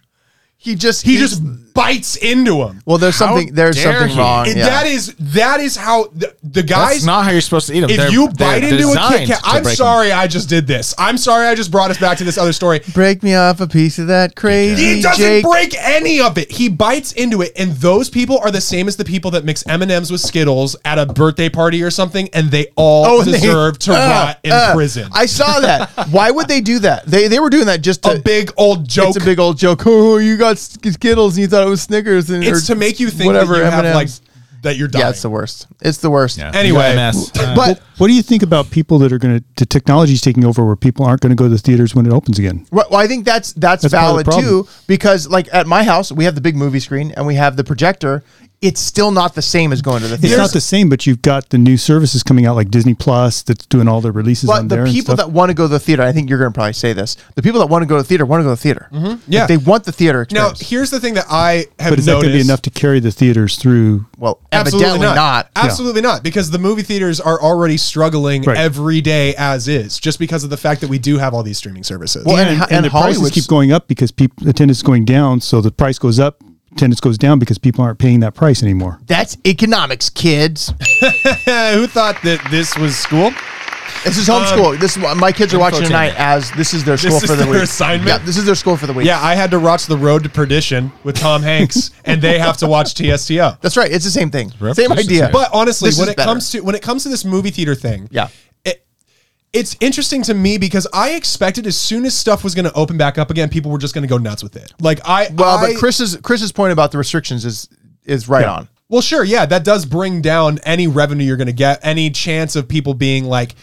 Speaker 3: he just
Speaker 5: He
Speaker 3: eats-
Speaker 5: just bites into them.
Speaker 3: well, there's something there's
Speaker 2: dare
Speaker 3: something
Speaker 2: he?
Speaker 3: wrong.
Speaker 5: And
Speaker 3: yeah.
Speaker 5: That is that is how the, the
Speaker 2: That's
Speaker 5: guys.
Speaker 2: not how you're supposed to eat them.
Speaker 5: if
Speaker 2: They're-
Speaker 5: you
Speaker 2: they're
Speaker 5: bite into a Kit
Speaker 2: designed
Speaker 5: Kat,
Speaker 2: to
Speaker 5: I'm
Speaker 2: break 'em.
Speaker 5: sorry, I just did this. I'm sorry, I just brought us back to this other story.
Speaker 3: Break me off a piece of that crazy
Speaker 5: He doesn't
Speaker 3: Jake.
Speaker 5: break any of it. He bites into it, and those people are the same as the people that mix M and M's with Skittles at a birthday party or something, and they all
Speaker 3: Oh, and they-
Speaker 5: deserve to
Speaker 3: Uh,
Speaker 5: rot in
Speaker 3: uh,
Speaker 5: prison.
Speaker 3: I saw that. why would they do that? They they were doing that just to.
Speaker 5: a big old joke.
Speaker 3: it's a big old joke. Oh, you got Skittles and you thought it was Snickers. And,
Speaker 5: It's
Speaker 3: or
Speaker 5: to make you think
Speaker 3: whatever
Speaker 5: that you have
Speaker 3: M&Ms.
Speaker 5: like that you're dying.
Speaker 3: Yeah, it's the worst. It's the worst.
Speaker 2: Yeah.
Speaker 5: Anyway.
Speaker 2: MS.
Speaker 3: But
Speaker 6: What do you think about people that are going to the technology's taking over where people aren't going to go to the theaters when it opens again?
Speaker 3: Right, Well, I think that's that's,
Speaker 6: That's part of the
Speaker 3: valid
Speaker 6: problem.
Speaker 3: too because like at my house we have the big movie screen and we have the projector. It's still not the same as going to the
Speaker 6: It's
Speaker 3: theater.
Speaker 6: not the same, but you've got the new services coming out like Disney Plus that's doing all their releases on
Speaker 3: But
Speaker 6: there.
Speaker 3: the people
Speaker 6: and stuff.
Speaker 3: that want to go to the theater, I think you're going to probably say this. The people that want to go to the theater want to go to the theater.
Speaker 5: Mm-hmm. Yeah.
Speaker 3: Like, they want the theater
Speaker 5: now,
Speaker 3: experience.
Speaker 5: here's the thing that I have
Speaker 6: but is that going to
Speaker 5: noticed.
Speaker 6: be enough to carry the theaters through?
Speaker 3: well, evidently not.
Speaker 5: Absolutely not, because the movie theaters are already struggling
Speaker 6: Right.
Speaker 5: every day as is, just because of the fact that we do have all these streaming services.
Speaker 3: Well, and,
Speaker 6: and,
Speaker 3: ho-
Speaker 6: and
Speaker 3: and
Speaker 6: the prices
Speaker 3: Hollywood's-
Speaker 6: keep going up because people attendance is going down, so the price goes up, attendance goes down because people aren't paying that price anymore.
Speaker 3: That's economics, kids.
Speaker 5: Who thought that this was school?
Speaker 3: This is homeschool. this is what my kids are watching tonight as this is their school
Speaker 5: is
Speaker 3: for the
Speaker 5: their
Speaker 3: week.
Speaker 5: assignment?
Speaker 3: Yeah, this is their school for the week.
Speaker 5: Yeah, I had to watch The Road to Perdition with Tom Hanks, and they have to watch TSTO.
Speaker 3: That's right. It's the same thing. Same
Speaker 2: repetition.
Speaker 3: idea.
Speaker 5: But honestly,
Speaker 3: This
Speaker 5: when
Speaker 3: is
Speaker 5: it
Speaker 3: better.
Speaker 5: comes to when it comes to this movie theater thing,
Speaker 3: Yeah.
Speaker 5: it, it's interesting to me because I expected as soon as stuff was going to open back up again, people were just going to go nuts with it. Like I,
Speaker 3: well,
Speaker 5: I-
Speaker 3: but Chris's Chris's point about the restrictions is is right on.
Speaker 5: Well, sure, yeah, that does bring down any revenue you're going to get, any chance of people being like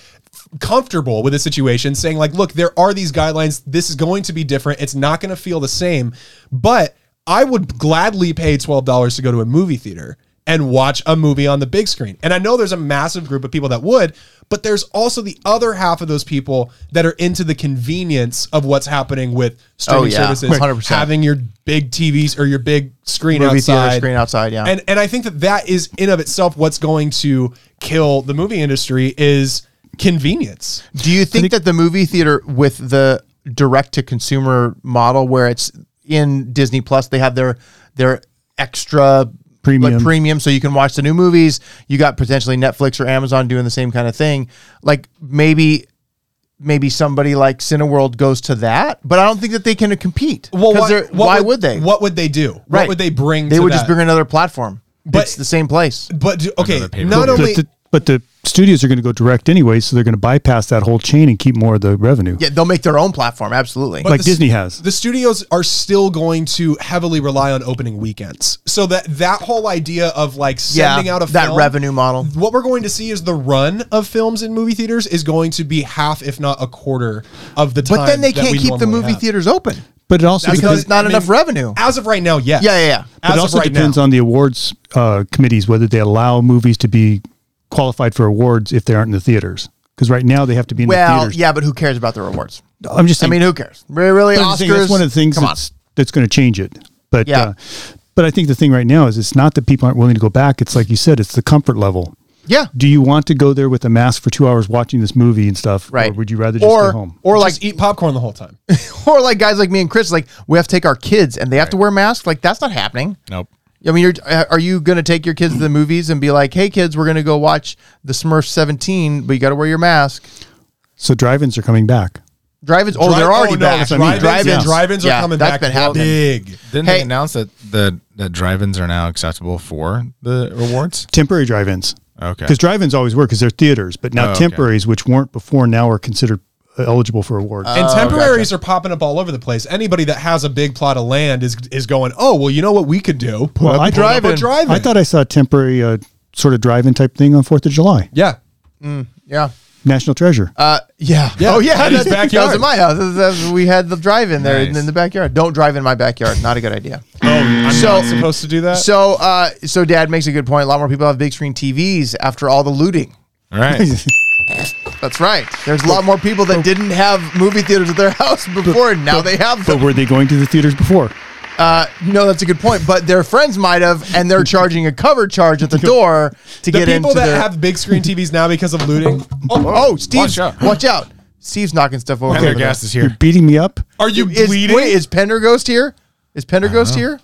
Speaker 5: comfortable with a situation, saying like, "Look, there are these guidelines. This is going to be different. It's not going to feel the same." But I would gladly pay twelve dollars to go to a movie theater and watch a movie on the big screen. And I know there's a massive group of people that would, but there's also the other half of those people that are into the convenience of what's happening with streaming
Speaker 3: Oh, yeah.
Speaker 5: services,
Speaker 3: 100%.
Speaker 5: having your big TVs or your big screen
Speaker 3: Movie theater
Speaker 5: outside,
Speaker 3: screen outside, yeah.
Speaker 5: and and I think that that is in of itself what's going to kill the movie industry is convenience.
Speaker 3: Do you think, that the movie theater with the direct to consumer model where it's in Disney Plus, they have their their extra
Speaker 6: Premium.
Speaker 3: like premium so you can watch the new movies. You got potentially Netflix or Amazon doing the same kind of thing. Like maybe maybe somebody like Cineworld goes to that, but I don't think that they can compete.
Speaker 5: Well,
Speaker 3: 'Cause
Speaker 5: what,
Speaker 3: they're-
Speaker 5: what
Speaker 3: why would, they?
Speaker 5: What would they do? What would they bring?
Speaker 3: They
Speaker 5: to
Speaker 3: would
Speaker 5: that?
Speaker 3: just bring another platform.
Speaker 5: But-
Speaker 3: it's the same place.
Speaker 5: But do- okay,
Speaker 2: Another paper.
Speaker 5: not
Speaker 6: But
Speaker 5: only
Speaker 6: the, but the studios are going to go direct anyway, so they're going to bypass that whole chain and keep more of the revenue.
Speaker 3: Yeah, they'll make their own platform. Absolutely.
Speaker 6: like
Speaker 5: the-
Speaker 6: Disney has.
Speaker 5: the studios are still going to heavily rely on opening weekends. So that that whole idea of like sending out a
Speaker 3: that
Speaker 5: film-
Speaker 3: revenue model.
Speaker 5: What we're going to see is the run of films in movie theaters is going to be half, if not a quarter, of the time.
Speaker 3: But then they
Speaker 5: that
Speaker 3: can't
Speaker 5: we
Speaker 3: keep the
Speaker 5: normally
Speaker 3: movie
Speaker 5: have.
Speaker 3: theaters open
Speaker 6: but it also
Speaker 3: because
Speaker 6: depends,
Speaker 3: it's not enough revenue.
Speaker 5: As of right now, yes.
Speaker 3: Yeah, yeah, yeah.
Speaker 5: As
Speaker 6: but it
Speaker 5: of
Speaker 6: also
Speaker 5: right
Speaker 6: depends
Speaker 5: now.
Speaker 6: on the awards uh, committees whether they allow movies to be qualified for awards if they aren't in the theaters. Because right now they have to be in the
Speaker 3: Well,
Speaker 6: theaters.
Speaker 3: yeah, but who cares about the rewards?
Speaker 6: I'm just
Speaker 3: I
Speaker 6: saying.
Speaker 3: mean, who cares? Really, really
Speaker 6: But I'm just saying
Speaker 3: Oscars.
Speaker 6: that's one of the things
Speaker 3: Come on.
Speaker 6: that's that's going to change it. But
Speaker 3: Yeah.
Speaker 6: uh, but I think the thing right now is it's not that people aren't willing to go back. It's like you said, it's the comfort level.
Speaker 3: Yeah.
Speaker 6: Do you want to go there with a mask for two hours watching this movie and stuff?
Speaker 3: Right.
Speaker 6: Or would you rather just
Speaker 3: or,
Speaker 6: go home?
Speaker 3: Or like,
Speaker 5: Just eat popcorn the whole time.
Speaker 3: or like guys like me and Chris, like we have to take our kids and they have to wear masks. Like that's not happening.
Speaker 2: Nope.
Speaker 3: I mean, you're, uh, are you going to take your kids to the movies and be like, "Hey, kids, we're going to go watch the Smurf 17, but you got to wear your mask."
Speaker 6: So drive-ins are coming back.
Speaker 3: Drive-ins. Oh, they're already back.
Speaker 6: what I mean.
Speaker 5: Drive-ins, drive-ins,
Speaker 6: Drive-ins.
Speaker 5: drive-ins are
Speaker 3: Yeah,
Speaker 5: coming
Speaker 3: that's
Speaker 5: back
Speaker 3: been happening.
Speaker 5: big.
Speaker 2: Didn't
Speaker 3: Hey.
Speaker 2: they announce that the that drive-ins are now acceptable for the rewards?
Speaker 6: Temporary drive-ins.
Speaker 2: Okay.
Speaker 6: Because drive-ins always were because they're theaters, but now
Speaker 2: Oh, okay.
Speaker 6: temporaries, which weren't before, now are considered uh, eligible for awards.
Speaker 3: Oh,
Speaker 5: And temporaries are popping up all over the place. Anybody that has a big plot of land is is going, oh, well, you know what we could do? Put
Speaker 6: Well, I-
Speaker 5: put up a
Speaker 6: drive-in.
Speaker 5: drive-in.
Speaker 6: I thought I saw a temporary uh, sort of drive-in type thing on Fourth of July.
Speaker 5: yeah.
Speaker 3: Yeah.
Speaker 6: National Treasure.
Speaker 3: Uh, yeah.
Speaker 5: Yeah,
Speaker 3: Oh, yeah.
Speaker 5: Eddie's
Speaker 3: That's, That was
Speaker 5: backyard.
Speaker 3: in my house. That was- we had the drive-in there in,
Speaker 2: Nice.
Speaker 3: in the backyard. Don't drive in my backyard. Not a good idea.
Speaker 5: Oh, I'm
Speaker 3: So-
Speaker 5: not supposed to do that?
Speaker 3: So, uh, so Dad makes a good point. A lot more people have big screen TVs after all the looting.
Speaker 2: All right.
Speaker 3: That's right. There's a lot more people that didn't have movie theaters at their house before, and now they have
Speaker 6: But
Speaker 3: them.
Speaker 6: were Oh, they going to the theaters before?
Speaker 3: Uh, no, that's a good point. But their friends might have, and they're charging a cover charge at the door to
Speaker 5: the
Speaker 3: get into
Speaker 5: people that
Speaker 3: their.
Speaker 5: have big screen TVs now because of looting,
Speaker 3: oh, Steve! Watch
Speaker 2: Watch
Speaker 3: out!
Speaker 2: out.
Speaker 3: Steve's knocking stuff over. over there.
Speaker 2: Pendergast is
Speaker 6: You're
Speaker 2: here.
Speaker 6: beating me up.
Speaker 5: are you
Speaker 3: Is,
Speaker 5: bleeding? Uh-huh.
Speaker 3: wait, is Penderghost here? Is Penderghost here?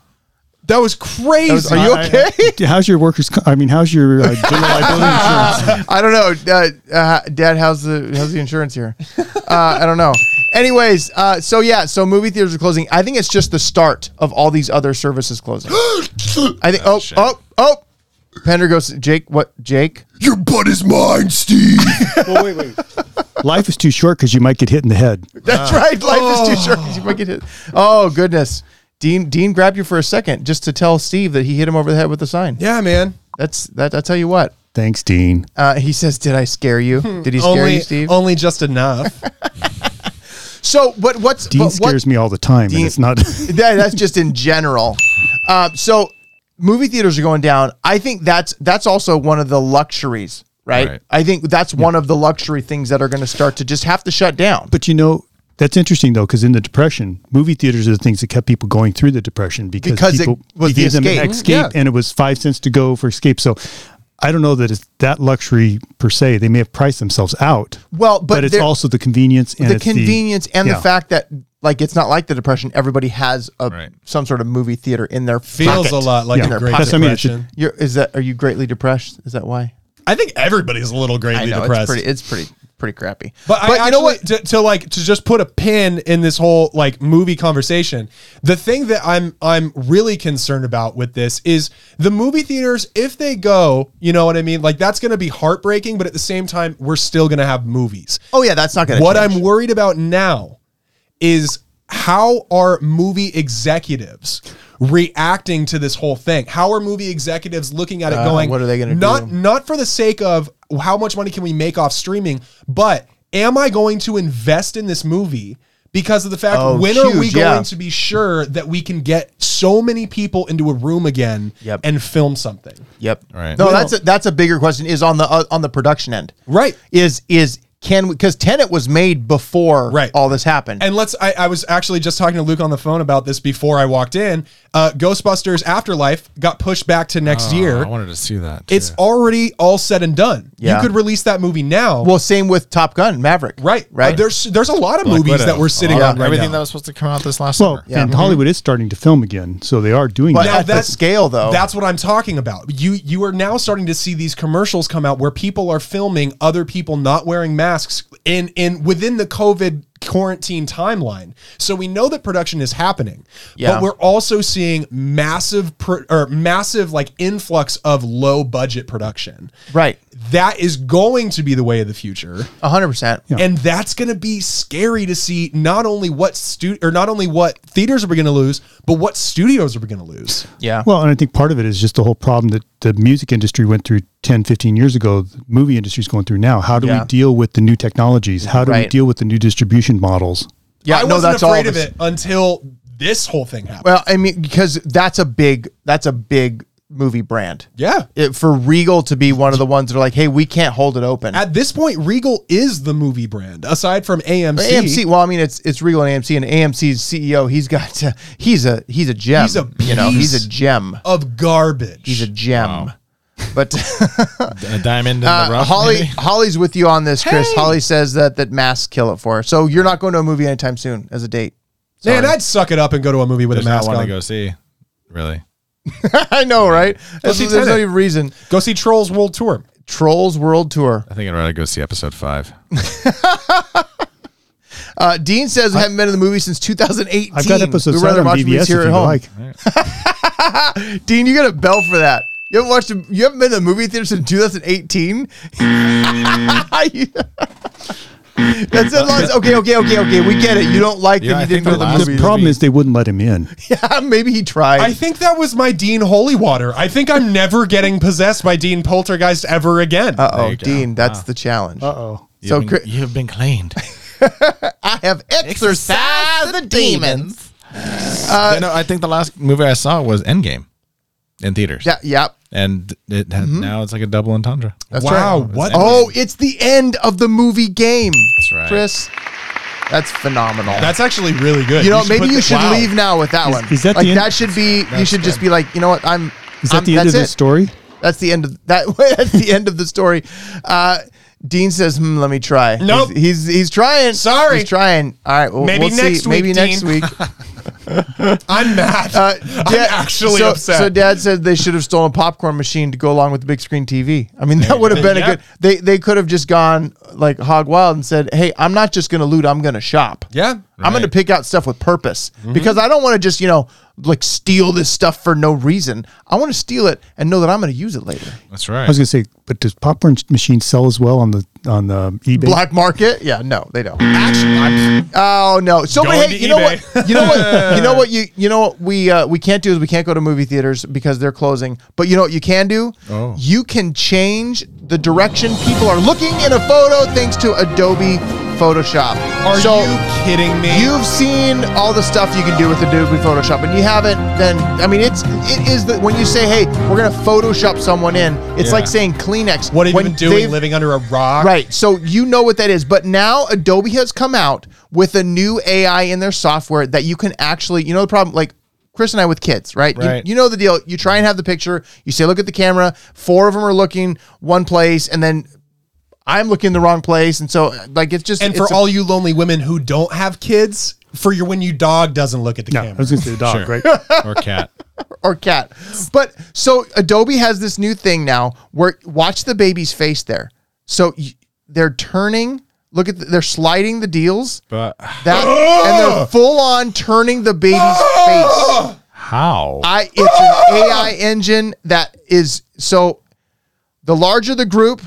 Speaker 5: that was crazy.
Speaker 3: Are you okay?
Speaker 6: How's your workers? co- I mean, how's your uh, general liability insurance?
Speaker 3: I don't know, uh, uh, Dad. How's the how's the insurance here? Uh, I don't know. Anyways, uh, so yeah, so movie theaters are closing. I think it's just the start of all these other services closing. I think. Oh,
Speaker 2: shit.
Speaker 3: oh, oh. Penderghost, Jake. What, Jake?
Speaker 5: Your butt is mine, Steve.
Speaker 6: Life is too short because you might get hit in the head.
Speaker 3: That's right. Life is too short. You might get hit. Oh goodness. Dean, Dean grabbed you for a second just to tell Steve that he hit him over the head with a sign.
Speaker 5: yeah, man.
Speaker 3: That's that. I tell you what.
Speaker 6: Thanks, Dean.
Speaker 3: Uh, he says, "Did I scare you? Did he scare you,
Speaker 5: Only,
Speaker 3: Steve?"
Speaker 5: only just enough.
Speaker 3: so, but what's
Speaker 6: Dean
Speaker 3: but what,
Speaker 6: scares me all the time,
Speaker 3: Dean-
Speaker 6: and it's not.
Speaker 3: that, that's just in general. Uh, so movie theaters are going down. I think that's that's also one of the luxuries, right?
Speaker 2: Right.
Speaker 3: I think that's one of the luxury things that are going to start to just have to shut down.
Speaker 6: but you know, that's interesting though, because in the depression, movie theaters are the things that kept people going through the depression because,
Speaker 3: Because it
Speaker 6: people,
Speaker 3: was
Speaker 6: you
Speaker 3: the
Speaker 6: gave them
Speaker 3: escape.
Speaker 6: an escape,
Speaker 5: Yeah.
Speaker 6: and it was five cents to go for escape. So. I don't know that it's that luxury per se. They may have priced themselves out.
Speaker 3: Well, but
Speaker 6: it's
Speaker 3: there-
Speaker 6: also the convenience and
Speaker 3: the
Speaker 6: it's
Speaker 3: convenience and
Speaker 6: yeah.
Speaker 3: the fact that like it's not like the depression. Everybody has a
Speaker 2: Right.
Speaker 3: some sort of movie theater in their
Speaker 5: Feels
Speaker 3: pocket.
Speaker 5: a lot like
Speaker 6: Yeah.
Speaker 5: a great
Speaker 6: That's what I mean, it's-
Speaker 5: depression. I,
Speaker 3: You're, is that are you greatly depressed? Is that why?
Speaker 5: think everybody's a little greatly depressed.
Speaker 3: it's pretty. It's pretty pretty crappy.
Speaker 5: But, I you know what? To, to like to just put a pin in this whole like movie conversation, the thing that I'm I'm really concerned about with this is the movie theaters. If they go, you know what I mean. Like that's going to be heartbreaking, but at the same time, we're still going to have movies.
Speaker 3: Oh yeah, that's not going to.
Speaker 5: What I'm worried about now is how are movie executives reacting to this whole thing? How are movie executives looking at it going,
Speaker 3: Uh, what are they gonna
Speaker 5: not,
Speaker 3: do?
Speaker 5: Not for the sake of how much money can we make off streaming, but am I going to invest in this movie? Because of the fact,
Speaker 3: Oh,
Speaker 5: when are we
Speaker 3: huge,
Speaker 5: going
Speaker 3: yeah.
Speaker 5: to be sure that we can get so many people into a room again
Speaker 3: Yep.
Speaker 5: and film something?
Speaker 3: Yep.
Speaker 2: Right.
Speaker 3: No, that's a, that's a bigger question. Is on the uh, on the production end,
Speaker 5: Right.
Speaker 3: Is is can because Tenet was made before
Speaker 5: Right.
Speaker 3: all this happened.
Speaker 5: And let's, I, I was actually just talking to Luke on the phone about this before I walked in. Uh, Ghostbusters Afterlife got pushed back to next
Speaker 2: Oh, I
Speaker 5: year.
Speaker 2: wanted to see that. too.
Speaker 5: It's already all said and done.
Speaker 3: Yeah.
Speaker 5: You could release that movie now.
Speaker 3: well, same with Top Gun, Maverick.
Speaker 5: right,
Speaker 3: Right.
Speaker 5: Uh, there's there's a lot of movies
Speaker 2: Widow.
Speaker 5: that we're sitting
Speaker 2: Uh,
Speaker 5: on right
Speaker 2: everything
Speaker 5: now.
Speaker 2: that was supposed to come out this last
Speaker 6: Well,
Speaker 2: summer.
Speaker 3: Yeah. Mm-hmm.
Speaker 6: and Hollywood is starting to film again, so they are doing
Speaker 3: but
Speaker 5: Now
Speaker 3: at that
Speaker 5: that's-
Speaker 3: scale, though,
Speaker 5: That's what I'm talking about. You you are now starting to see these commercials come out where people are filming other people not wearing masks in in within the COVID quarantine timeline. So we know that production is happening,
Speaker 3: Yeah.
Speaker 5: but we're also seeing massive pro, or massive like influx of low budget production.
Speaker 3: right,
Speaker 5: That is going to be the way of the future.
Speaker 3: hundred percent.
Speaker 5: And that's going to be scary to see not only what stu- or not only what theaters are we going to lose, but what studios are we going to lose.
Speaker 3: Yeah.
Speaker 6: Well, and I think part of it is just the whole problem that the music industry went through 10, 15 years ago, the movie industry is going through now. How do
Speaker 3: Yeah.
Speaker 6: we deal with the new technologies? How do we
Speaker 3: Right.
Speaker 6: deal with the new distribution models?
Speaker 3: yeah.
Speaker 5: I
Speaker 3: no,
Speaker 5: wasn't
Speaker 3: that's all
Speaker 5: afraid
Speaker 3: of
Speaker 5: of
Speaker 3: us.
Speaker 5: it until this whole thing happened.
Speaker 3: Well, I mean, because that's a big that's a big movie brand.
Speaker 5: yeah.
Speaker 3: It, for Regal to be one of the ones that are like, hey, we can't hold it open.
Speaker 5: At this point, Regal is the movie brand aside from AMC.
Speaker 3: AMC. Well, I mean, it's it's Regal and AMC, and AMC's CEO. He's got uh, he's a he's a gem.
Speaker 5: He's a
Speaker 3: you know he's
Speaker 5: piece
Speaker 3: a gem.
Speaker 5: of garbage.
Speaker 3: He's a gem. But
Speaker 2: A diamond in the
Speaker 3: uh,
Speaker 2: rough.
Speaker 3: Holly
Speaker 2: maybe?
Speaker 3: Holly's with you on this, Chris. Holly says that that masks kill it for her. So you're not going to a movie anytime soon as a date.
Speaker 5: Man, I'd suck it up and go to a movie with
Speaker 2: There's
Speaker 5: a
Speaker 2: not
Speaker 5: mask
Speaker 2: one to
Speaker 5: on.
Speaker 2: go see. Really.
Speaker 3: I know, right? There's,
Speaker 5: see
Speaker 3: there's no
Speaker 5: Tenet.
Speaker 3: even reason.
Speaker 5: Go see Trolls World Tour.
Speaker 3: Trolls World Tour.
Speaker 2: I think I'd rather go see episode five.
Speaker 3: Uh, Dean says I haven't been in the movie since 2018.
Speaker 6: I've got episode
Speaker 3: We'd
Speaker 6: seven
Speaker 3: rather
Speaker 6: on
Speaker 3: watch movies
Speaker 6: DVS if
Speaker 3: here
Speaker 6: you
Speaker 3: at home.
Speaker 6: like.
Speaker 3: Dean, you got a bell for that. You haven't watched. A, you haven't been to the movie theater since 2018. That's it. Lars. Okay, okay, okay, okay. We get it. You don't like
Speaker 2: Yeah,
Speaker 3: that
Speaker 2: I
Speaker 3: he didn't
Speaker 2: think
Speaker 3: go to the
Speaker 2: the last-
Speaker 3: movie.
Speaker 6: The problem is they wouldn't let him in.
Speaker 3: yeah, maybe he tried.
Speaker 5: I think that was my Dean Holywater. I think I'm never getting possessed by Dean Poltergeist ever again.
Speaker 3: uh
Speaker 2: There
Speaker 3: oh,
Speaker 2: you go. Ah.
Speaker 3: Dean, that's the challenge.
Speaker 6: oh.
Speaker 2: You've
Speaker 3: So
Speaker 2: been-
Speaker 3: Chris-
Speaker 2: you've been cleaned.
Speaker 3: I have exercised the demons.
Speaker 2: Yeah, no, I think the last movie I saw was Endgame in theaters.
Speaker 3: Yeah, yep.
Speaker 2: And it had, now it's like a double entendre.
Speaker 3: That's
Speaker 5: wow,
Speaker 3: right.
Speaker 5: what?
Speaker 3: Oh, it's the end of the movie game. That's
Speaker 2: right.
Speaker 3: Chris. That's phenomenal.
Speaker 5: that's actually really good.
Speaker 3: you know,
Speaker 5: put
Speaker 3: maybe you
Speaker 5: the-
Speaker 3: should
Speaker 5: wow.
Speaker 3: leave now with that
Speaker 6: Is-
Speaker 3: one.
Speaker 6: is that
Speaker 3: like
Speaker 6: the end?
Speaker 3: that should be? you should just be like, you know what? I'm.
Speaker 6: Is that
Speaker 3: I'm-
Speaker 6: the end
Speaker 3: Um, that's
Speaker 6: of the
Speaker 3: it.
Speaker 6: story?
Speaker 3: That's the end of that. that's the end of the story. Uh, Dean says, hmm, "Let me try."
Speaker 5: Nope.
Speaker 3: He's he's, he's trying.
Speaker 5: Sorry.
Speaker 3: He's trying. All right. Well,
Speaker 5: Maybe
Speaker 3: we'll see.
Speaker 5: next week,
Speaker 3: Maybe next
Speaker 5: Dean.
Speaker 3: week.
Speaker 5: I'm mad.
Speaker 3: Uh,
Speaker 5: I'm actually
Speaker 3: so,
Speaker 5: upset.
Speaker 3: So dad said they should have stolen a popcorn machine to go along with the big screen TV. I mean, that would have been a
Speaker 5: Yeah.
Speaker 3: good. They they could have just gone like hog wild and said, "Hey, I'm not just going to loot. I'm going to shop.
Speaker 5: Yeah.
Speaker 3: I'm going to
Speaker 2: Right.
Speaker 3: pick out stuff with purpose because I don't want to just you know like steal this stuff for no reason. I want to steal it and know that I'm going to use it later.
Speaker 2: That's right.
Speaker 6: I was going to say, but does popcorn machines sell as well on the on the eBay?
Speaker 3: Black market? Yeah, no, they don't.
Speaker 5: Actually, I'm-
Speaker 3: Oh no! So, but
Speaker 5: Going
Speaker 3: hey,
Speaker 5: to
Speaker 3: you know what? You know what? You know what? You you know what we uh, we can't do is we can't go to movie theaters because they're closing. But you know what you can do?
Speaker 2: Oh.
Speaker 3: You can change the direction people are looking in a photo thanks to Adobe Photoshop.
Speaker 5: are
Speaker 3: so
Speaker 5: you kidding me?
Speaker 3: You've seen all the stuff you can do with Adobe Photoshop, and you haven't. Then I mean, it's it is that when you say, "Hey, we're gonna Photoshop someone in," it's
Speaker 2: Yeah.
Speaker 3: like saying Kleenex.
Speaker 5: what have
Speaker 3: When
Speaker 5: you been doing?
Speaker 3: they've-
Speaker 5: Living under a rock?
Speaker 3: Right. So you know what that is. But now Adobe has come out with a new AI in their software that you can actually, you know, the problem, like, Chris and I with kids, right? You-
Speaker 2: Right.
Speaker 3: You, know the deal. You try and have the picture. You say, look at the camera. Four of them are looking one place, and then I'm looking the wrong place. And so, like, it's just.
Speaker 5: And
Speaker 3: it's
Speaker 5: for
Speaker 3: a-
Speaker 5: all you lonely women who don't have kids, for your when your dog doesn't look at the
Speaker 6: No, I
Speaker 5: camera.
Speaker 6: was going to say the dog,
Speaker 2: Sure.
Speaker 6: right?
Speaker 2: or cat.
Speaker 3: or cat. But so Adobe has this new thing now where watch the baby's face there. So y- they're turning. Look at the, they're sliding the deals.
Speaker 2: But
Speaker 3: That and they're full on turning the baby's face.
Speaker 2: how?
Speaker 3: I it's an AI engine that is so the larger the group,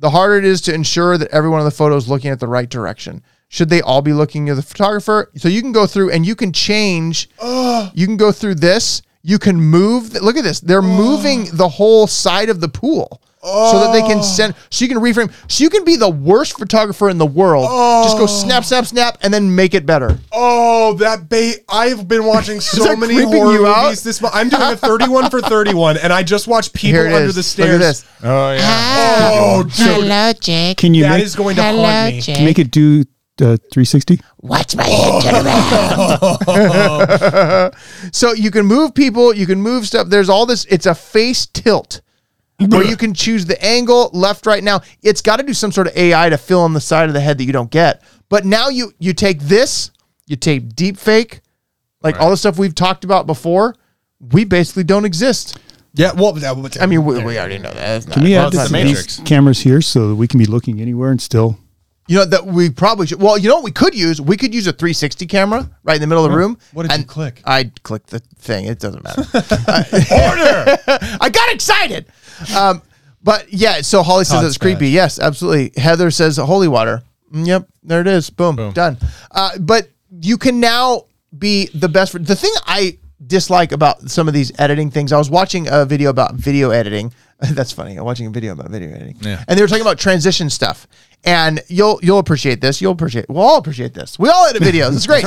Speaker 3: the harder it is to ensure that every one of the photos looking at the right direction. Should they all be looking at the photographer? So you can go through and you can change. You can go through this. You can move. th- Look at this. They're moving the whole side of the pool so that they can send. So you can reframe. So you can be the worst photographer in the world. Just go snap, snap, snap, and then make it better.
Speaker 5: Oh, that bait! I've been watching so
Speaker 3: that
Speaker 5: many
Speaker 3: creeping
Speaker 5: horror
Speaker 3: you out?
Speaker 5: movies this month. I'm doing a 31 for 31, and I just watched People
Speaker 3: Here it
Speaker 5: Under
Speaker 3: is.
Speaker 5: the Stairs.
Speaker 3: Look at this.
Speaker 2: Oh yeah.
Speaker 5: Oh, dude,
Speaker 1: Hello, Jake.
Speaker 6: Can you
Speaker 5: that
Speaker 6: make,
Speaker 5: is going to
Speaker 1: Hello,
Speaker 5: haunt me.
Speaker 1: Jake.
Speaker 6: make it do uh, 360?
Speaker 1: Watch my head turn around.
Speaker 3: So you can move people, you can move stuff. There's all this. It's a face tilt where you can choose the angle, left, right. Now it's got to do some sort of AI to fill in the side of the head that you don't get. But now you you take this, you take deep fake, like all the stuff we've talked about before. We basically don't exist.
Speaker 5: Yeah, well, that, was-
Speaker 3: I mean, we, we already know that.
Speaker 6: Can we
Speaker 2: Well,
Speaker 6: add
Speaker 2: it's
Speaker 6: this
Speaker 2: the
Speaker 6: to
Speaker 2: Matrix.
Speaker 6: these cameras here so that we can be looking anywhere and still?
Speaker 3: You know that we probably should. Well, you know what we could use? We could use a 360 camera right in the middle of the room.
Speaker 5: What did you
Speaker 3: and
Speaker 5: click?
Speaker 3: I clicked the thing. It doesn't matter. Order. I got excited. Um, but yeah, so Holly says
Speaker 5: Todd's
Speaker 3: it's creepy.
Speaker 5: bad.
Speaker 3: Yes, absolutely. Heather says holy water. Mm, Yep, there it is. Boom, done. Uh, but you can now be the best. For, the thing I dislike about some of these editing things, I was watching a video about video editing. That's funny. I'm watching a video about video editing.
Speaker 2: Yeah.
Speaker 3: And they were talking about transition stuff. And you'll you'll appreciate this. You'll appreciate. We'll all appreciate this. We all edit videos. It's great.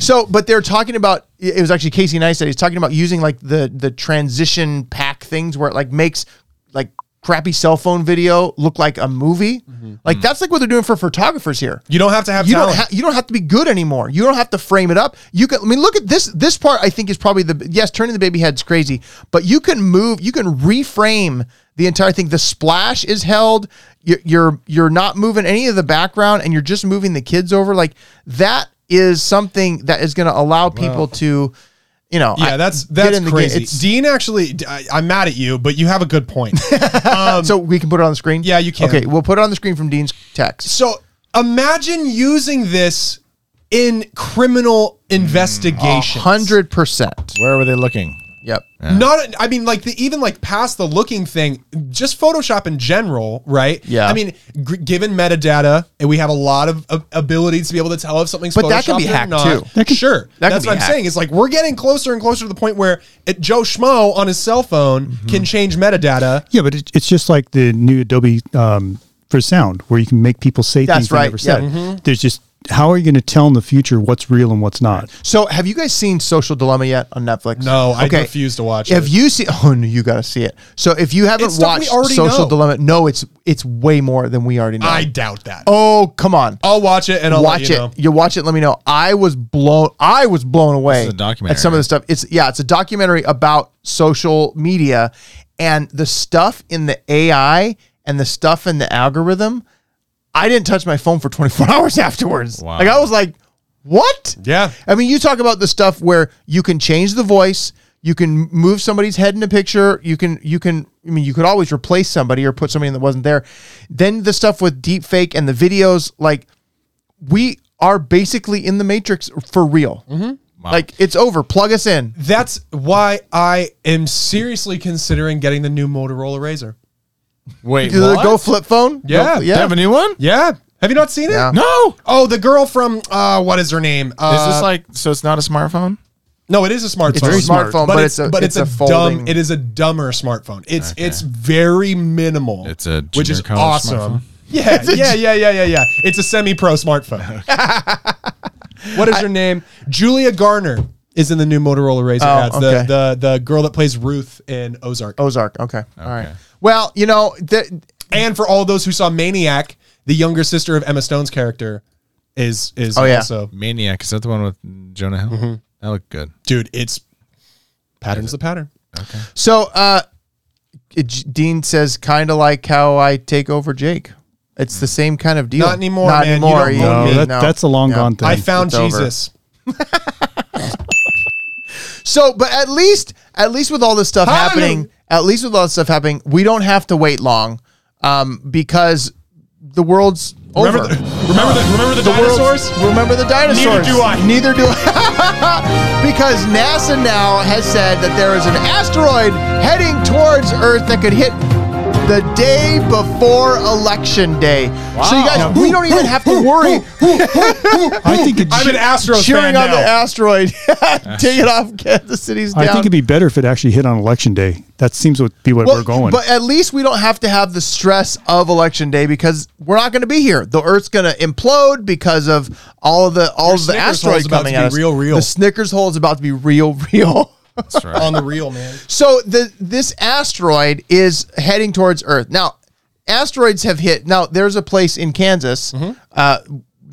Speaker 3: So, but they're talking about. It was actually Casey Neistat. He's talking about using like the the transition pack things where it like makes like crappy cell phone video look like a movie. Like that's like what they're doing for photographers here.
Speaker 5: Mm-hmm. you don't have to have
Speaker 3: You don't
Speaker 5: talent.
Speaker 3: ha- you don't have to be good anymore. You don't have to frame it up. You can I mean look at this this part I think is probably the yes, turning the baby head's crazy, but you can move, you can reframe the entire thing. The splash is held. You're you're, you're not moving any of the background and you're just moving the kids over like that is something that is going to allow people to You know,
Speaker 5: Yeah,
Speaker 3: I-
Speaker 5: that's
Speaker 3: get
Speaker 5: that's
Speaker 3: in the game.
Speaker 5: crazy.
Speaker 3: It's-
Speaker 5: Dean actually, I, I'm mad at you, but you have a good point.
Speaker 3: so we can put it on the screen.
Speaker 5: Yeah, you can.
Speaker 3: Okay, we'll put it on the screen from Dean's text.
Speaker 5: So imagine using this in criminal investigation.
Speaker 3: Mm, Hundred percent.
Speaker 2: Where were they looking?
Speaker 3: Yep.
Speaker 5: Not, I mean, like the even like past the looking thing, just Photoshop in general, right?
Speaker 3: Yeah.
Speaker 5: I mean, g- given metadata, and we have a lot of uh, ability to be able to tell if something's
Speaker 3: But
Speaker 5: photoshopped
Speaker 3: that can be
Speaker 5: or
Speaker 3: hacked,
Speaker 5: not.
Speaker 3: too.
Speaker 6: That can-
Speaker 5: sure,
Speaker 3: that can
Speaker 5: that's
Speaker 3: be
Speaker 5: what I'm
Speaker 3: hacked.
Speaker 5: saying. Is like we're getting closer and closer to the point where it, Joe Schmo on his cell phone
Speaker 3: Mm-hmm.
Speaker 5: can change metadata.
Speaker 6: Yeah, but it, it's just like the new Adobe um, for sound, where you can make people say
Speaker 3: That's
Speaker 6: things they
Speaker 3: right,
Speaker 6: never
Speaker 3: yeah. Mm-hmm.
Speaker 6: said. There's just how are you going to tell in the future what's real and what's not?
Speaker 3: So, have you guys seen Social Dilemma yet on Netflix?
Speaker 5: No, I refuse to watch
Speaker 3: If
Speaker 5: it.
Speaker 3: you see, oh no, you got to see it. So, if you haven't
Speaker 5: It's stuff we
Speaker 3: watched
Speaker 5: already
Speaker 3: Social
Speaker 5: know.
Speaker 3: Dilemma, no, it's it's way more than we already know.
Speaker 5: I doubt that.
Speaker 3: oh, come on,
Speaker 5: I'll watch it and I'll
Speaker 3: watch
Speaker 5: let you
Speaker 3: it.
Speaker 5: Know.
Speaker 3: You watch it. Let me know. I was blown. I was blown away.
Speaker 2: is a documentary.
Speaker 3: At some of the stuff. It's yeah. It's a documentary about social media and the stuff in the AI and the stuff in the algorithm. I didn't touch my phone for 24 hours afterwards.
Speaker 2: Wow.
Speaker 3: Like I was like, what?
Speaker 5: Yeah.
Speaker 3: I mean, you talk about the stuff where you can change the voice, you can move somebody's head in a picture, you can you can I mean, you could always replace somebody or put somebody in that wasn't there. Then the stuff with deep fake and the videos, like we are basically in the matrix for real. Like it's over. Plug us in.
Speaker 5: That's why I am seriously considering getting the new Motorola Razor.
Speaker 2: Wait,
Speaker 3: Do the
Speaker 2: what?
Speaker 3: Go flip phone.
Speaker 5: Yeah.
Speaker 3: Go-
Speaker 2: They
Speaker 3: yeah.
Speaker 2: have a new one?
Speaker 5: Yeah. Have you not seen it?
Speaker 3: Yeah.
Speaker 2: No.
Speaker 5: Oh, the girl from uh, what is her name?
Speaker 2: Is
Speaker 5: Uh,
Speaker 2: this like so? It's not a smartphone.
Speaker 5: no, it is a smartphone.
Speaker 3: very smart. smartphone, but it's a-
Speaker 5: but
Speaker 3: it's
Speaker 5: it's,
Speaker 3: a
Speaker 5: a, dumb.
Speaker 3: folding-
Speaker 5: It is a dumber smartphone. It's it's very minimal.
Speaker 2: It's a
Speaker 5: which is
Speaker 2: junior college smartphone?
Speaker 5: awesome. Yeah, yeah, yeah, yeah, yeah, yeah. It's a semi-pro smartphone. what is her name? Julia Garner is in the new Motorola Razr ads.
Speaker 3: Oh, okay. Oh.
Speaker 5: The, the the girl that plays Ruth in Ozark.
Speaker 3: Ozark. Okay. All right. Well, you know, the,
Speaker 5: And for all those who saw Maniac, the younger sister of Emma Stone's character is is
Speaker 3: Oh, yeah.
Speaker 5: also
Speaker 2: Maniac. Is that the one with Jonah Hill?
Speaker 3: Mm-hmm.
Speaker 2: That looked good.
Speaker 5: dude. It's pattern's the pattern.
Speaker 3: So, uh, it, Dean says, kind of like how I take over Jake. It's the same kind of deal.
Speaker 5: Not anymore, man. You don't
Speaker 3: You-
Speaker 5: own
Speaker 6: No,
Speaker 5: me.
Speaker 6: that, that's a long
Speaker 3: Yeah.
Speaker 6: gone thing.
Speaker 5: I found
Speaker 3: it's over.
Speaker 5: Jesus.
Speaker 3: So, but at least, at least with all this stuff
Speaker 5: Hallelujah.
Speaker 3: happening, at least with all this stuff happening, we don't have to wait long, um, because the world's over.
Speaker 5: Remember, the, remember the remember the,
Speaker 3: world's-
Speaker 5: dinosaurs.
Speaker 3: Remember the dinosaurs.
Speaker 5: do I.
Speaker 3: Neither do I. because NASA now has said that there is an asteroid heading towards Earth that could hit the day before election day. So you guys,
Speaker 5: Now,
Speaker 3: we don't even have to worry
Speaker 6: I think it
Speaker 5: I'm an
Speaker 6: should-
Speaker 5: Astros fan
Speaker 3: cheering on
Speaker 5: now.
Speaker 3: the asteroid. Take it off Kansas City's down.
Speaker 6: I think it'd be better if it actually hit on election day. That seems to be what we're going.
Speaker 3: But at least we don't have to have the stress of election day because we're not going to be here. The Earth's going to implode because of all of the all of the
Speaker 5: Snickers hole's
Speaker 3: asteroids
Speaker 5: about
Speaker 3: coming
Speaker 5: to be
Speaker 3: at us.
Speaker 5: real, real.
Speaker 3: The Snickers hole is about to be real, real.
Speaker 2: That's right.
Speaker 5: on the real man.
Speaker 3: So the this asteroid is heading towards Earth. Now, asteroids have hit. Now, there's a place in Kansas
Speaker 5: Mm-hmm.
Speaker 3: uh,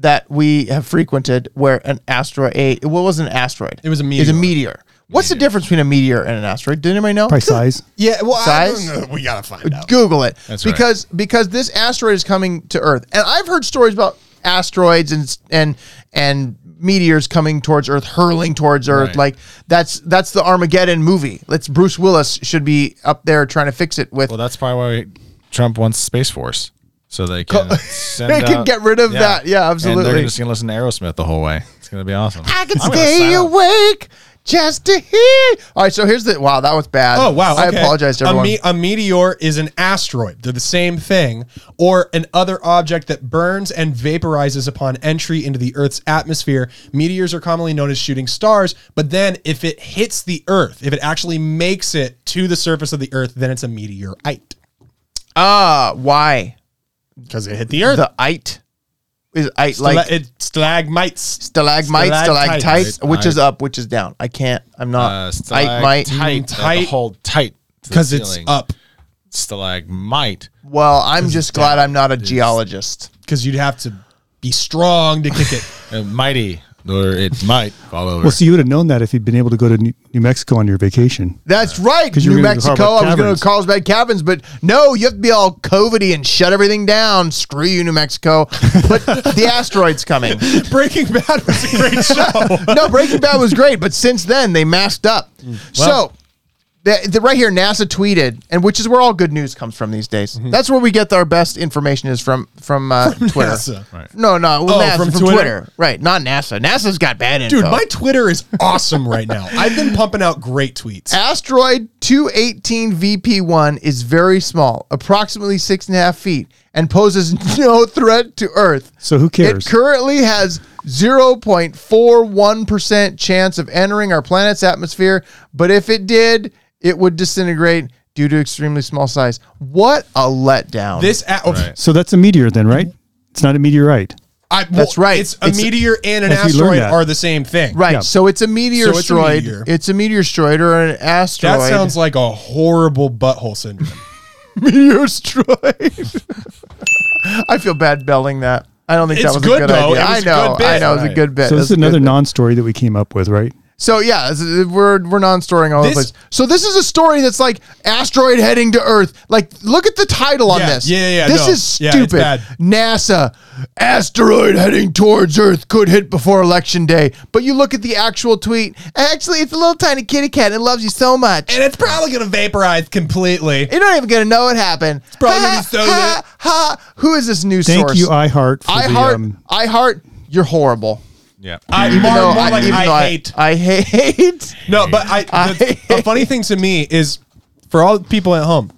Speaker 3: that we have frequented where an asteroid. A, what was an asteroid?
Speaker 5: It was a
Speaker 3: It's a
Speaker 5: meteor.
Speaker 3: meteor. What's the difference between a meteor and an asteroid? Did anybody know?
Speaker 6: By size,
Speaker 5: Yeah, well, I don't
Speaker 3: Size?
Speaker 5: know. we gotta find out.
Speaker 3: Google it
Speaker 2: That's right.
Speaker 3: because because this asteroid is coming to Earth, and I've heard stories about asteroids and and and meteors coming towards Earth, hurling towards Earth.
Speaker 2: Right.
Speaker 3: Like that's that's the Armageddon movie. Let's Bruce Willis should be up there trying to fix it with.
Speaker 2: Well, that's probably why Trump wants Space Force. So they can send
Speaker 3: They can
Speaker 2: out-
Speaker 3: get rid of that. Yeah,
Speaker 2: And they're
Speaker 3: absolutely.
Speaker 2: just gonna listen to Aerosmith the whole way. It's gonna be awesome.
Speaker 1: I can
Speaker 2: I'm gonna
Speaker 1: stay
Speaker 2: sign up.
Speaker 3: awake just to hear. All right, so here's the wow. That was bad.
Speaker 5: Oh wow!
Speaker 3: I
Speaker 5: okay.
Speaker 3: apologize to
Speaker 5: A
Speaker 3: everyone.
Speaker 5: me- A, meteor is an asteroid. They're the same thing, or an other object that burns and vaporizes upon entry into the Earth's atmosphere. Meteors are commonly known as shooting stars, but then if it hits the Earth, if it actually makes it to the surface of the Earth, then it's a meteorite
Speaker 3: Ah, why
Speaker 5: because it hit the Earth.
Speaker 3: the it is it like
Speaker 5: Stala- it stalagmites.
Speaker 3: stalagmites,
Speaker 5: Stalactites.
Speaker 3: stalactites, which is up, which is down. I can't. I'm
Speaker 2: Uh,
Speaker 3: not. I might.
Speaker 5: tight.
Speaker 2: stalactite. Tight. Hold tight. to the
Speaker 5: Because it's
Speaker 3: uh,
Speaker 2: ceiling.
Speaker 5: up.
Speaker 2: Stalagmite.
Speaker 3: Well, I'm just glad I'm not a geologist.
Speaker 5: Because you'd have to be strong to kick it.
Speaker 2: Uh, mighty. or it might fall over.
Speaker 6: Well, see, you would have known that if you'd been able to go to New New Mexico on your vacation.
Speaker 3: That's right.
Speaker 6: 'Cause you
Speaker 3: New
Speaker 6: were gonna go to
Speaker 3: Mexico. I was
Speaker 6: Carlsbad
Speaker 3: going to
Speaker 6: Caverns.
Speaker 3: Carlsbad Caverns, but no, you have to be all COVIDy and shut everything down. Screw you, New Mexico. But the asteroid's coming.
Speaker 5: Breaking Bad was a great show.
Speaker 3: No, Breaking Bad was great, but since then they masked up. so, the, the, right here, NASA tweeted, and which is where all good news comes from these days. That's where we get our best information is from from, uh, Twitter.
Speaker 5: NASA.
Speaker 2: Right.
Speaker 3: No, no, well,
Speaker 5: Oh,
Speaker 3: NASA,
Speaker 5: from
Speaker 3: from,
Speaker 5: Twitter?
Speaker 3: Twitter. right? Not NASA. NASA's got bad info.
Speaker 5: Dude, my Twitter is awesome right now. I've been pumping out great tweets.
Speaker 3: Asteroid 218 VP1 is very small, approximately six and a half feet, and poses no threat to Earth.
Speaker 6: So who cares?
Speaker 3: It currently has 0.41% chance of entering our planet's atmosphere, but if it did, it would disintegrate due to extremely small size. What a letdown.
Speaker 5: This a- oh,
Speaker 2: Right.
Speaker 6: so that's a meteor then, right?
Speaker 3: Mm-hmm.
Speaker 6: It's not a meteorite.
Speaker 5: I, well,
Speaker 3: That's right.
Speaker 5: It's a
Speaker 3: It's-
Speaker 5: meteor and an
Speaker 6: Yes, we
Speaker 5: asteroid
Speaker 6: learned that.
Speaker 5: are the same thing.
Speaker 3: right.
Speaker 6: yeah.
Speaker 3: So it's a meteor
Speaker 5: So it's a
Speaker 3: asteroid.
Speaker 5: meteor.
Speaker 3: It's a meteor asteroid or an asteroid.
Speaker 5: That sounds like a horrible butthole syndrome.
Speaker 3: meteor asteroid. I feel bad belling that. I don't think
Speaker 5: It's
Speaker 3: that was
Speaker 5: good,
Speaker 3: a good
Speaker 5: though.
Speaker 3: idea.
Speaker 5: It was
Speaker 3: I
Speaker 5: a
Speaker 3: know.
Speaker 5: good bit.
Speaker 3: I know. It was a
Speaker 5: Right.
Speaker 3: good bit.
Speaker 6: So
Speaker 3: It
Speaker 6: this
Speaker 3: was
Speaker 6: is
Speaker 3: a good
Speaker 6: another
Speaker 3: bit.
Speaker 6: non-story that we came up with, right?
Speaker 3: So yeah, this is- we're we're non-storing all
Speaker 5: This-
Speaker 3: over the place. So this is a story that's like asteroid heading to Earth. Like, look at the title on
Speaker 5: Yeah,
Speaker 3: this.
Speaker 5: yeah, yeah,
Speaker 3: This
Speaker 5: no.
Speaker 3: is
Speaker 5: Yeah, it's
Speaker 3: stupid.
Speaker 5: bad.
Speaker 3: NASA asteroid heading towards Earth could hit before election day. But you look at the actual tweet. Actually, it's a little tiny kitty cat. It loves you so much.
Speaker 5: and it's probably going to vaporize completely.
Speaker 3: You're not even gonna know it happened. It's
Speaker 5: probably gonna be so
Speaker 3: ha, ha, Who is this news
Speaker 6: Thank
Speaker 3: source?
Speaker 6: you, iHeart. For
Speaker 3: I
Speaker 6: the,
Speaker 3: heart.
Speaker 6: um,
Speaker 3: I heart. You're horrible.
Speaker 2: Yeah.
Speaker 5: I,
Speaker 3: Even
Speaker 5: more,
Speaker 3: though
Speaker 5: more like
Speaker 3: even
Speaker 5: I,
Speaker 3: though
Speaker 5: hate.
Speaker 3: I hate.
Speaker 5: no, but I, the,
Speaker 3: I-
Speaker 5: the funny thing to me is for all the people at home,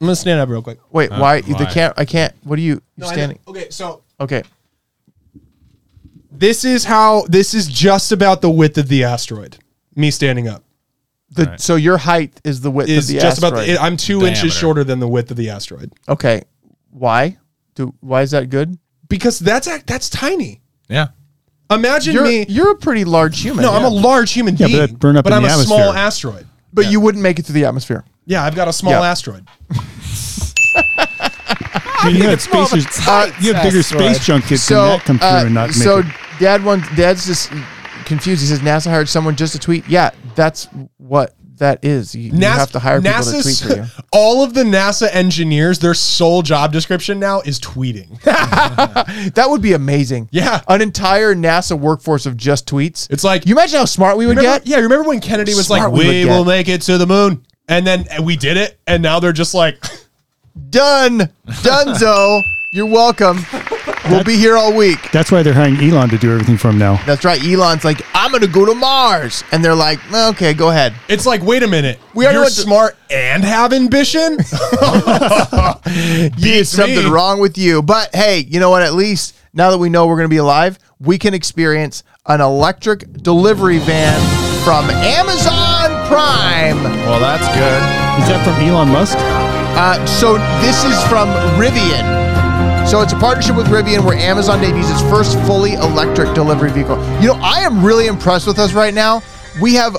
Speaker 5: I'm going to stand up real quick.
Speaker 3: Wait, why? The
Speaker 2: why?
Speaker 3: can't. I can't. What are you? You're standing.
Speaker 5: Okay, so
Speaker 3: Okay.
Speaker 5: this is how this is just about the width of the asteroid. Me standing up
Speaker 3: The, So your height is the width
Speaker 5: is
Speaker 3: of the
Speaker 5: just
Speaker 3: asteroid.
Speaker 5: about. The, I'm two inches
Speaker 2: Diameter.
Speaker 5: shorter than the width of the asteroid
Speaker 3: okay. Why? Do why is that good?
Speaker 5: because that's act- that's tiny.
Speaker 2: Yeah.
Speaker 5: Imagine
Speaker 3: You're
Speaker 5: me.
Speaker 3: you're a pretty large human.
Speaker 5: no, I'm a large human
Speaker 6: Yeah, but
Speaker 5: being,
Speaker 6: that'd burn up in
Speaker 5: I'm
Speaker 6: the
Speaker 5: a small
Speaker 6: atmosphere.
Speaker 5: asteroid.
Speaker 3: But you wouldn't make it through the atmosphere.
Speaker 5: Yeah, I've got a small
Speaker 3: Yeah.
Speaker 5: asteroid.
Speaker 6: I mean, you had space. Uh, you had bigger
Speaker 3: asteroid.
Speaker 6: space junk kids
Speaker 3: So
Speaker 6: than that come through
Speaker 3: uh,
Speaker 6: and not make
Speaker 3: so
Speaker 6: it.
Speaker 3: dad one dad's just confused. He says NASA hired someone just to tweet. Yeah, that's what that is. You, you
Speaker 5: Nas-
Speaker 3: have to hire
Speaker 5: NASA's-
Speaker 3: people to tweet for you.
Speaker 5: All of the NASA engineers, their sole job description now is tweeting.
Speaker 3: That would be amazing.
Speaker 5: Yeah.
Speaker 3: An entire NASA workforce of just tweets.
Speaker 5: It's like-
Speaker 3: you imagine how smart we would
Speaker 5: Remember-
Speaker 3: get.
Speaker 5: yeah, remember when Kennedy was
Speaker 3: Smart
Speaker 5: like,
Speaker 3: we would
Speaker 5: "We
Speaker 3: get."
Speaker 5: will make it to the moon," and then and we did it, and now they're just like,
Speaker 3: Done. Dunzo. You're welcome. We'll be here all week.
Speaker 6: That's why they're hiring Elon to do everything for them now.
Speaker 3: That's right. Elon's like, I'm gonna go to Mars, and they're like, okay, go ahead.
Speaker 5: "It's like, wait a minute,
Speaker 3: We already
Speaker 5: you're
Speaker 3: went to-
Speaker 5: smart and have ambition."
Speaker 3: There's something
Speaker 5: me.
Speaker 3: wrong with you. But hey, you know what? At least now that we know we're gonna be alive, we can experience an electric delivery van from Amazon Prime.
Speaker 2: Well, that's good.
Speaker 6: Is that from Elon Musk?
Speaker 3: Uh, so this is from Rivian. So it's a partnership with Rivian where Amazon debuts its first fully electric delivery vehicle. You know, I am really impressed with us right now. We have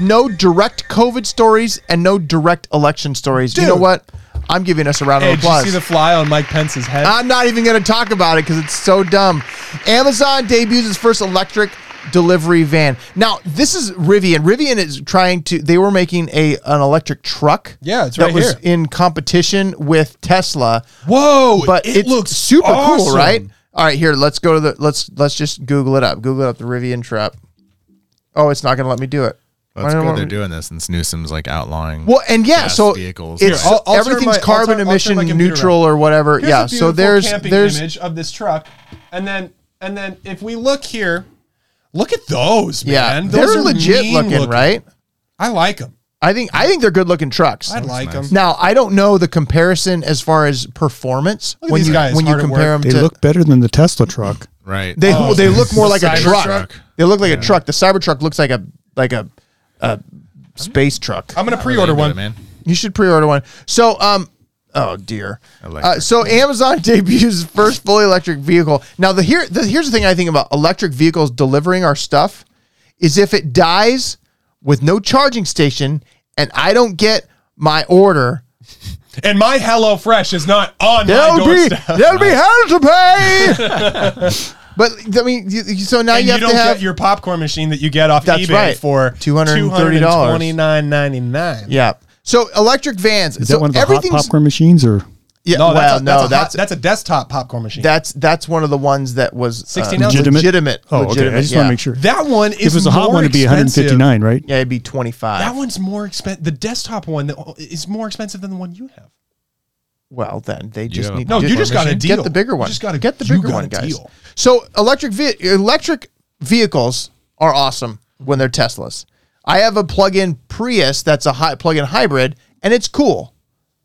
Speaker 3: no direct COVID stories and no direct election stories. You know
Speaker 5: Dude.
Speaker 3: what? I'm giving us a round
Speaker 5: hey,
Speaker 3: of
Speaker 5: did you
Speaker 3: applause.
Speaker 5: see the fly on Mike Pence's head?
Speaker 3: I'm not even going to talk about it because it's so dumb. Amazon debuts its first electric delivery van. Now, this is Rivian. Rivian is trying to. They were making a an electric truck.
Speaker 5: Yeah, it's right
Speaker 3: that was
Speaker 5: here.
Speaker 3: in competition with Tesla.
Speaker 5: Whoa!
Speaker 3: But
Speaker 5: it
Speaker 3: it's
Speaker 5: looks
Speaker 3: super cool,
Speaker 5: awesome.
Speaker 3: right? All right, here. Let's go to the. Let's let's just Google it up. Google up the Rivian truck. Oh, it's not going to let me do it. Why
Speaker 2: That's
Speaker 3: don't
Speaker 2: good
Speaker 3: it
Speaker 2: they're
Speaker 3: let me-
Speaker 2: doing this since Newsom's like outlawing.
Speaker 3: Well, and yeah,
Speaker 2: gas
Speaker 3: so
Speaker 2: vehicles.
Speaker 3: it's
Speaker 2: Here,
Speaker 5: I'll- I'll turn
Speaker 3: everything's
Speaker 5: my- I'll
Speaker 3: carbon
Speaker 5: turn- I'll turn my
Speaker 3: emission
Speaker 5: computer
Speaker 3: neutral
Speaker 5: on.
Speaker 3: or whatever.
Speaker 5: Here's
Speaker 3: yeah,
Speaker 5: a
Speaker 3: so
Speaker 5: beautiful
Speaker 3: there's
Speaker 5: camping
Speaker 3: there's
Speaker 5: image of this truck, and then and then if we look here, look at those,
Speaker 3: Yeah,
Speaker 5: man. Those
Speaker 3: they're
Speaker 5: are
Speaker 3: legit
Speaker 5: mean
Speaker 3: looking, right?
Speaker 5: I like them.
Speaker 3: I think I think they're good looking trucks.
Speaker 5: I like them.
Speaker 3: now I don't know the comparison as far as performance
Speaker 5: Look at
Speaker 3: when
Speaker 5: these
Speaker 3: you
Speaker 5: guys
Speaker 3: when you
Speaker 5: hard at
Speaker 3: compare
Speaker 5: work.
Speaker 3: them
Speaker 6: They
Speaker 3: to
Speaker 6: look better than the Tesla truck.
Speaker 2: right.
Speaker 3: they
Speaker 5: Oh,
Speaker 3: they look more like a
Speaker 5: Cybertruck.
Speaker 3: truck. They look like a truck. The Cybertruck looks like a like a a space truck.
Speaker 5: I'm gonna
Speaker 2: Really
Speaker 5: pre-order
Speaker 2: into
Speaker 5: one.
Speaker 2: it, man.
Speaker 3: You should pre-order one. So, um, oh dear. Uh,
Speaker 2: Electric.
Speaker 3: so Amazon debuts first fully electric vehicle. Now the here the, here's the thing I think about electric vehicles delivering our stuff is if it dies with no charging station and I don't get my order,
Speaker 5: And my HelloFresh is not on my
Speaker 3: there'll be
Speaker 5: doorstep.
Speaker 3: there'll be hell to pay. But I mean, you, you- so now
Speaker 5: and
Speaker 3: you
Speaker 5: you,
Speaker 3: have
Speaker 5: don't
Speaker 3: to have
Speaker 5: get your popcorn machine that you get off
Speaker 3: That's
Speaker 5: eBay
Speaker 3: right.
Speaker 5: for
Speaker 3: $230.
Speaker 5: $229.99.
Speaker 3: yeah. So electric vans.
Speaker 6: Is
Speaker 3: so
Speaker 6: that one of the hot
Speaker 3: everything's-
Speaker 6: popcorn machines or
Speaker 3: Yeah,
Speaker 5: No,
Speaker 3: well,
Speaker 5: that's a,
Speaker 3: no,
Speaker 5: that's, a hot-
Speaker 3: that's
Speaker 5: that's a desktop popcorn machine.
Speaker 3: that's that's one of the ones that was uh,
Speaker 5: 16 ounce?
Speaker 6: legitimate?
Speaker 3: Legitimate.
Speaker 6: Oh, okay.
Speaker 3: Legitimate,
Speaker 6: I just
Speaker 3: yeah.
Speaker 6: want to make sure.
Speaker 5: that one is
Speaker 6: if it was a hot
Speaker 5: more
Speaker 6: one, it'd be
Speaker 5: expensive.
Speaker 6: 159, right?
Speaker 3: Yeah, it'd be twenty five.
Speaker 5: That one's more expensive. The desktop one that is more expensive than the one you have.
Speaker 3: Well, then they just
Speaker 2: have a
Speaker 3: need.
Speaker 5: No,
Speaker 3: to
Speaker 5: you just got a deal.
Speaker 3: Get the bigger
Speaker 5: You
Speaker 3: one.
Speaker 5: just got a-
Speaker 3: get the
Speaker 5: you
Speaker 3: bigger
Speaker 5: got
Speaker 3: one,
Speaker 5: a
Speaker 3: guys.
Speaker 5: deal.
Speaker 3: So electric ve- electric vehicles are awesome when they're Teslas. I have a plug-in Prius that's a high plug-in hybrid, and it's cool.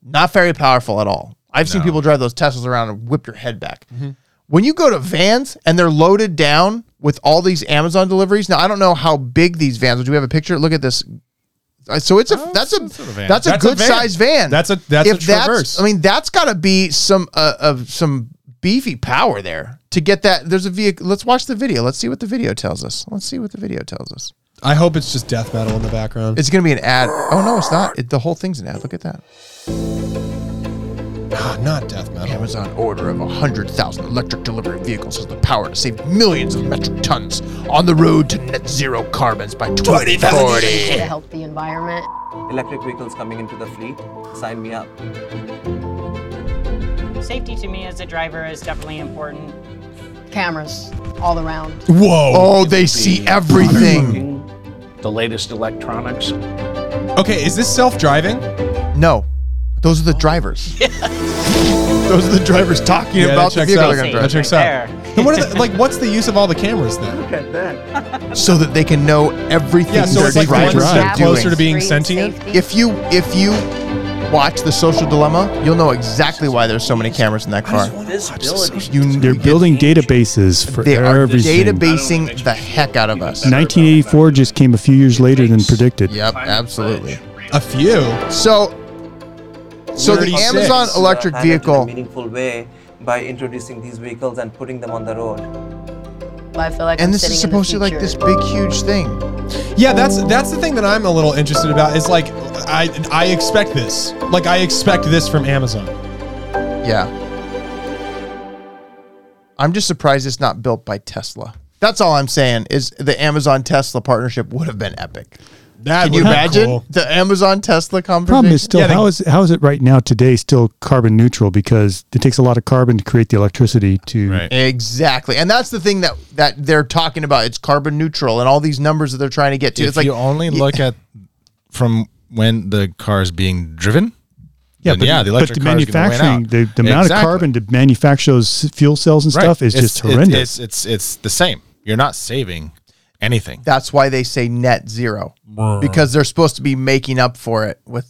Speaker 3: Not very powerful at all. I've seen people drive those Teslas around and whip your head back.
Speaker 5: Mm-hmm.
Speaker 3: When you go to vans and they're loaded down with all these Amazon deliveries. Now I don't know how big these vans. are. Do we have a picture? Look at this. Uh, So it's a that's a
Speaker 2: a van.
Speaker 3: that's a
Speaker 5: That's a
Speaker 3: good
Speaker 5: van.
Speaker 3: sized van.
Speaker 5: That's a- that's a Traverse.
Speaker 3: I mean, that's got to be some uh, of some beefy power there to get that. There's a vehicle. Let's watch the video. Let's see what the video tells us. Let's see what the video tells us.
Speaker 5: I hope it's just death metal in the background.
Speaker 3: It's going to be an ad. Oh no, it's not. It, the whole thing's an ad. Look at that.
Speaker 5: Ah, not death metal.
Speaker 3: Amazon order of 100,000 electric delivery vehicles has the power to save millions of metric tons on the road to net zero carbons by 2040.
Speaker 4: to help the environment.
Speaker 7: electric vehicles coming into the fleet, sign me up.
Speaker 8: Safety to me as a driver is definitely important.
Speaker 4: Cameras all around.
Speaker 5: Whoa.
Speaker 3: Oh, they see everything.
Speaker 9: the latest electronics.
Speaker 5: Okay, is this self-driving?
Speaker 3: No, those are the drivers. those are the drivers talking
Speaker 5: Yeah,
Speaker 3: about
Speaker 5: that checks
Speaker 3: the vehicle
Speaker 5: out.
Speaker 3: they're going to
Speaker 8: That
Speaker 5: That
Speaker 3: drive.
Speaker 5: checks out. And what are the, like, what's the use of all the cameras then?
Speaker 3: so that they can know everything
Speaker 5: Yeah, so
Speaker 3: their
Speaker 5: it's like
Speaker 3: drivers
Speaker 5: one
Speaker 3: are
Speaker 5: step
Speaker 3: doing.
Speaker 5: closer to being
Speaker 4: Street
Speaker 5: sentient.
Speaker 4: safety.
Speaker 3: if you if you watch the social dilemma, you'll know exactly why there's so many cameras in that car.
Speaker 7: This ability
Speaker 3: You
Speaker 6: They're building databases for
Speaker 3: They are
Speaker 6: everything.
Speaker 3: databasing the heck out of us.
Speaker 6: 1984 just came a few years later than predicted.
Speaker 3: Yep, absolutely.
Speaker 5: A few.
Speaker 3: So, so the
Speaker 5: 36.
Speaker 3: Amazon electric
Speaker 7: handled in a
Speaker 3: vehicle.
Speaker 7: meaningful way by introducing these vehicles and putting them on the road.
Speaker 4: I feel like I'm
Speaker 3: And this
Speaker 4: sitting
Speaker 3: is
Speaker 4: in the
Speaker 3: supposed to be like
Speaker 4: future.
Speaker 3: this big, huge thing.
Speaker 5: Yeah, that's that's the thing that I'm a little interested about. Is like, I I expect this. Like, I expect this from Amazon.
Speaker 3: Yeah. I'm just surprised it's not built by Tesla. That's all I'm saying is the Amazon Tesla partnership would have been epic.
Speaker 5: That
Speaker 3: Can you
Speaker 5: would've been
Speaker 3: imagine
Speaker 5: cool.
Speaker 3: the Amazon Tesla conversation?
Speaker 6: Problem is still
Speaker 5: Yeah, they-
Speaker 6: how is how is it right now today still carbon neutral because it takes a lot of carbon to create the electricity to
Speaker 2: Right.
Speaker 3: Exactly, and that's the thing that that they're talking about. It's carbon neutral, and all these numbers that they're trying to get to.
Speaker 2: if
Speaker 3: it's like
Speaker 2: you only look at from when the car is being driven, yeah, then yeah, the electric
Speaker 6: the
Speaker 2: car is gonna win
Speaker 6: manufacturing
Speaker 2: out.
Speaker 6: the, the amount of
Speaker 2: Exactly.
Speaker 6: carbon to manufacture those fuel cells and
Speaker 2: Right.
Speaker 6: stuff is
Speaker 2: It's-
Speaker 6: just
Speaker 2: it's-
Speaker 6: horrendous.
Speaker 2: It's, it's it's the same. You're not saving anything.
Speaker 3: that's why they say net zero because they're supposed to be making up for it with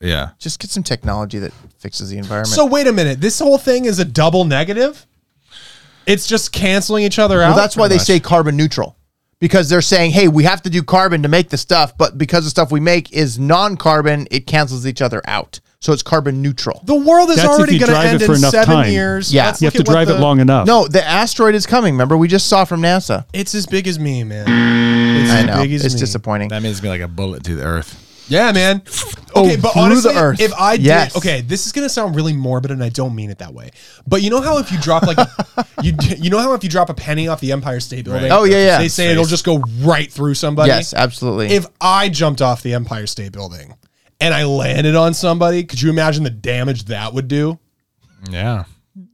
Speaker 2: Yeah.
Speaker 3: just get some technology that fixes the environment.
Speaker 5: So wait a minute. This whole thing is a double negative. It's just canceling each other out.
Speaker 3: Well, that's why
Speaker 5: pretty
Speaker 3: they
Speaker 5: much.
Speaker 3: say carbon neutral because they're saying, hey, we have to do carbon to make the stuff, but because the stuff we make is non carbon, it cancels each other out. So it's carbon neutral.
Speaker 5: the world is
Speaker 6: That's if
Speaker 5: already
Speaker 6: you
Speaker 5: going to
Speaker 6: drive
Speaker 5: end
Speaker 6: it for
Speaker 5: in
Speaker 6: enough
Speaker 5: seven
Speaker 6: time.
Speaker 5: years.
Speaker 3: Yeah.
Speaker 5: Let's
Speaker 6: you have to
Speaker 5: look at what
Speaker 6: drive it
Speaker 5: the-
Speaker 6: long enough.
Speaker 3: No, the asteroid is coming. Remember, we just saw from NASA.
Speaker 5: It's as big as me, man. It's
Speaker 3: I
Speaker 5: as
Speaker 3: know.
Speaker 5: big as
Speaker 3: It's
Speaker 5: me.
Speaker 3: disappointing.
Speaker 2: That means it's gonna be like a bullet to the earth.
Speaker 5: Yeah, man.
Speaker 3: Oh,
Speaker 5: Okay, but
Speaker 3: through the
Speaker 5: honestly,
Speaker 3: earth.
Speaker 5: if I did,
Speaker 3: Yes.
Speaker 5: okay, this is gonna sound really morbid, and I don't mean it that way. But you know how if you drop like, you you know how if you drop a penny off the Empire State Building,
Speaker 3: Oh, yeah, yeah.
Speaker 5: they say it'll just go right through somebody.
Speaker 3: Yes, absolutely.
Speaker 5: If I jumped off the Empire State Building and I landed on somebody, could you imagine the damage that would do?
Speaker 2: Yeah.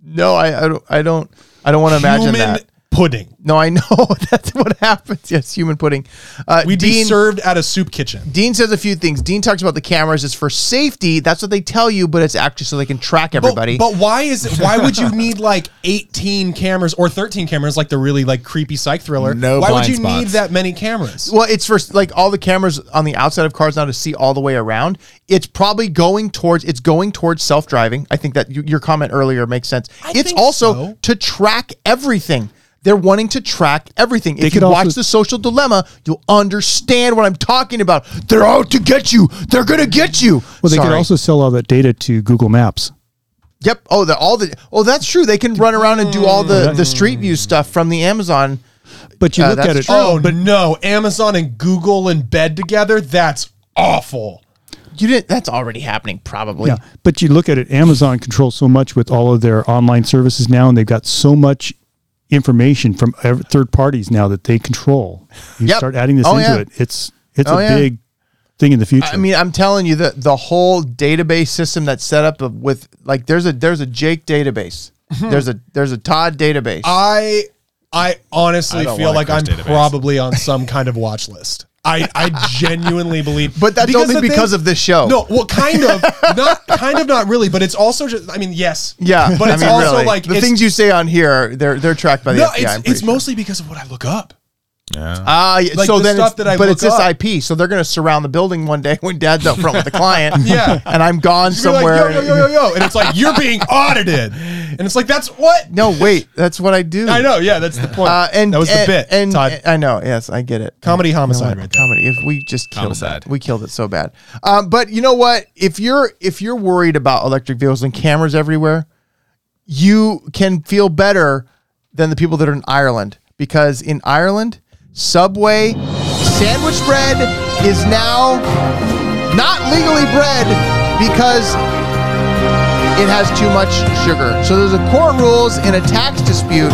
Speaker 3: no, I, I don't. I don't. I don't want to imagine
Speaker 5: Human
Speaker 3: that.
Speaker 5: pudding.
Speaker 3: No, I know that's what happens. Yes, human pudding. Uh,
Speaker 5: We'd be
Speaker 3: Dean-
Speaker 5: served at a soup kitchen.
Speaker 3: Dean says a few things. Dean talks about the cameras. It's for safety. That's what they tell you, but it's actually so they can track
Speaker 5: But-
Speaker 3: everybody.
Speaker 5: But, why is it? Why would you need like eighteen cameras or thirteen cameras, like the really like creepy psych thriller?
Speaker 2: No
Speaker 5: why would
Speaker 2: blind
Speaker 5: you need
Speaker 2: spots.
Speaker 5: that many cameras?
Speaker 3: Well, it's for like all the cameras on the outside of cars now to see all the way around. It's probably going towards it's going towards self driving. I think that you, your comment earlier makes sense. it's
Speaker 5: think
Speaker 3: also
Speaker 5: so.
Speaker 3: to track everything. They're wanting to track everything. if
Speaker 6: could
Speaker 3: you
Speaker 6: also-
Speaker 3: watch the social dilemma, you'll understand what I'm talking about. They're out to get you. They're gonna get you.
Speaker 6: well, they could
Speaker 3: Sorry.
Speaker 6: also sell all that data to Google Maps.
Speaker 3: Yep. Oh, the all the oh that's true. They can run around and do all
Speaker 6: Mm.
Speaker 3: the the street view stuff from the Amazon.
Speaker 6: But you
Speaker 3: Uh,
Speaker 6: look
Speaker 3: that's
Speaker 6: at it.
Speaker 3: true.
Speaker 5: oh no, Amazon and Google in bed together? That's awful.
Speaker 3: You didn't. That's already happening, probably.
Speaker 6: Yeah, but you look at it. Amazon controls so much with all of their online services now, and they've got so much information from ev- third parties now that they control. You
Speaker 3: Yep.
Speaker 6: start adding this
Speaker 3: Oh,
Speaker 6: into
Speaker 3: yeah.
Speaker 6: it. It's it's
Speaker 3: Oh,
Speaker 6: a
Speaker 3: yeah.
Speaker 6: big thing in the future.
Speaker 3: I mean, I'm telling you that the whole database system that's set up of- with like there's a there's a Jake database.
Speaker 5: Mm-hmm.
Speaker 3: there's a there's a Todd database.
Speaker 5: Uh, I I
Speaker 2: I
Speaker 5: honestly
Speaker 2: don't
Speaker 5: feel
Speaker 2: want
Speaker 5: like
Speaker 2: a
Speaker 5: I'm
Speaker 2: Chris database.
Speaker 5: probably on some kind of watch list. I, I genuinely believe,
Speaker 3: But that's only
Speaker 5: the
Speaker 3: because of this show.
Speaker 5: No, well, kind of, not kind of, not really. But it's also just, I mean, yes,
Speaker 3: yeah,
Speaker 5: But it's
Speaker 3: I mean,
Speaker 5: also
Speaker 3: really.
Speaker 5: like
Speaker 3: the
Speaker 5: it's-
Speaker 3: things you say on here are- they're they're tracked by the
Speaker 5: No,
Speaker 3: FBI. I'm
Speaker 5: it's,
Speaker 3: pretty
Speaker 5: it's
Speaker 3: sure.
Speaker 5: mostly because of what I look up.
Speaker 2: Yeah.
Speaker 3: Ah, yeah,
Speaker 5: Like
Speaker 3: so
Speaker 5: the
Speaker 3: then,
Speaker 5: stuff
Speaker 3: it's,
Speaker 5: that I
Speaker 3: but
Speaker 5: look
Speaker 3: it's this
Speaker 5: up.
Speaker 3: IP, so they're going to surround the building one day when Dad's up front with the client.
Speaker 5: Yeah.
Speaker 3: and I'm gone
Speaker 5: Just be like,
Speaker 3: somewhere.
Speaker 5: yo, yo, yo, yo, yo, and it's like you're being audited, and it's like that's what
Speaker 3: No, wait, that's what I do.
Speaker 5: I know. Yeah, that's the point.
Speaker 3: Uh, and
Speaker 5: that was
Speaker 3: and,
Speaker 5: the bit.
Speaker 3: And, uh,
Speaker 5: Todd.
Speaker 3: I know. Yes, I get it.
Speaker 5: Comedy
Speaker 3: You know
Speaker 5: homicide
Speaker 3: what?
Speaker 5: right there.
Speaker 3: Comedy. If we just killed
Speaker 2: Homicide.
Speaker 3: that, we killed it so bad. Um, but you know what? If you're if you're worried about electric vehicles and cameras everywhere, you can feel better than the people that are in Ireland because in Ireland, Subway sandwich bread is now not legally bread because it has too much sugar. So there's a court rules in a tax dispute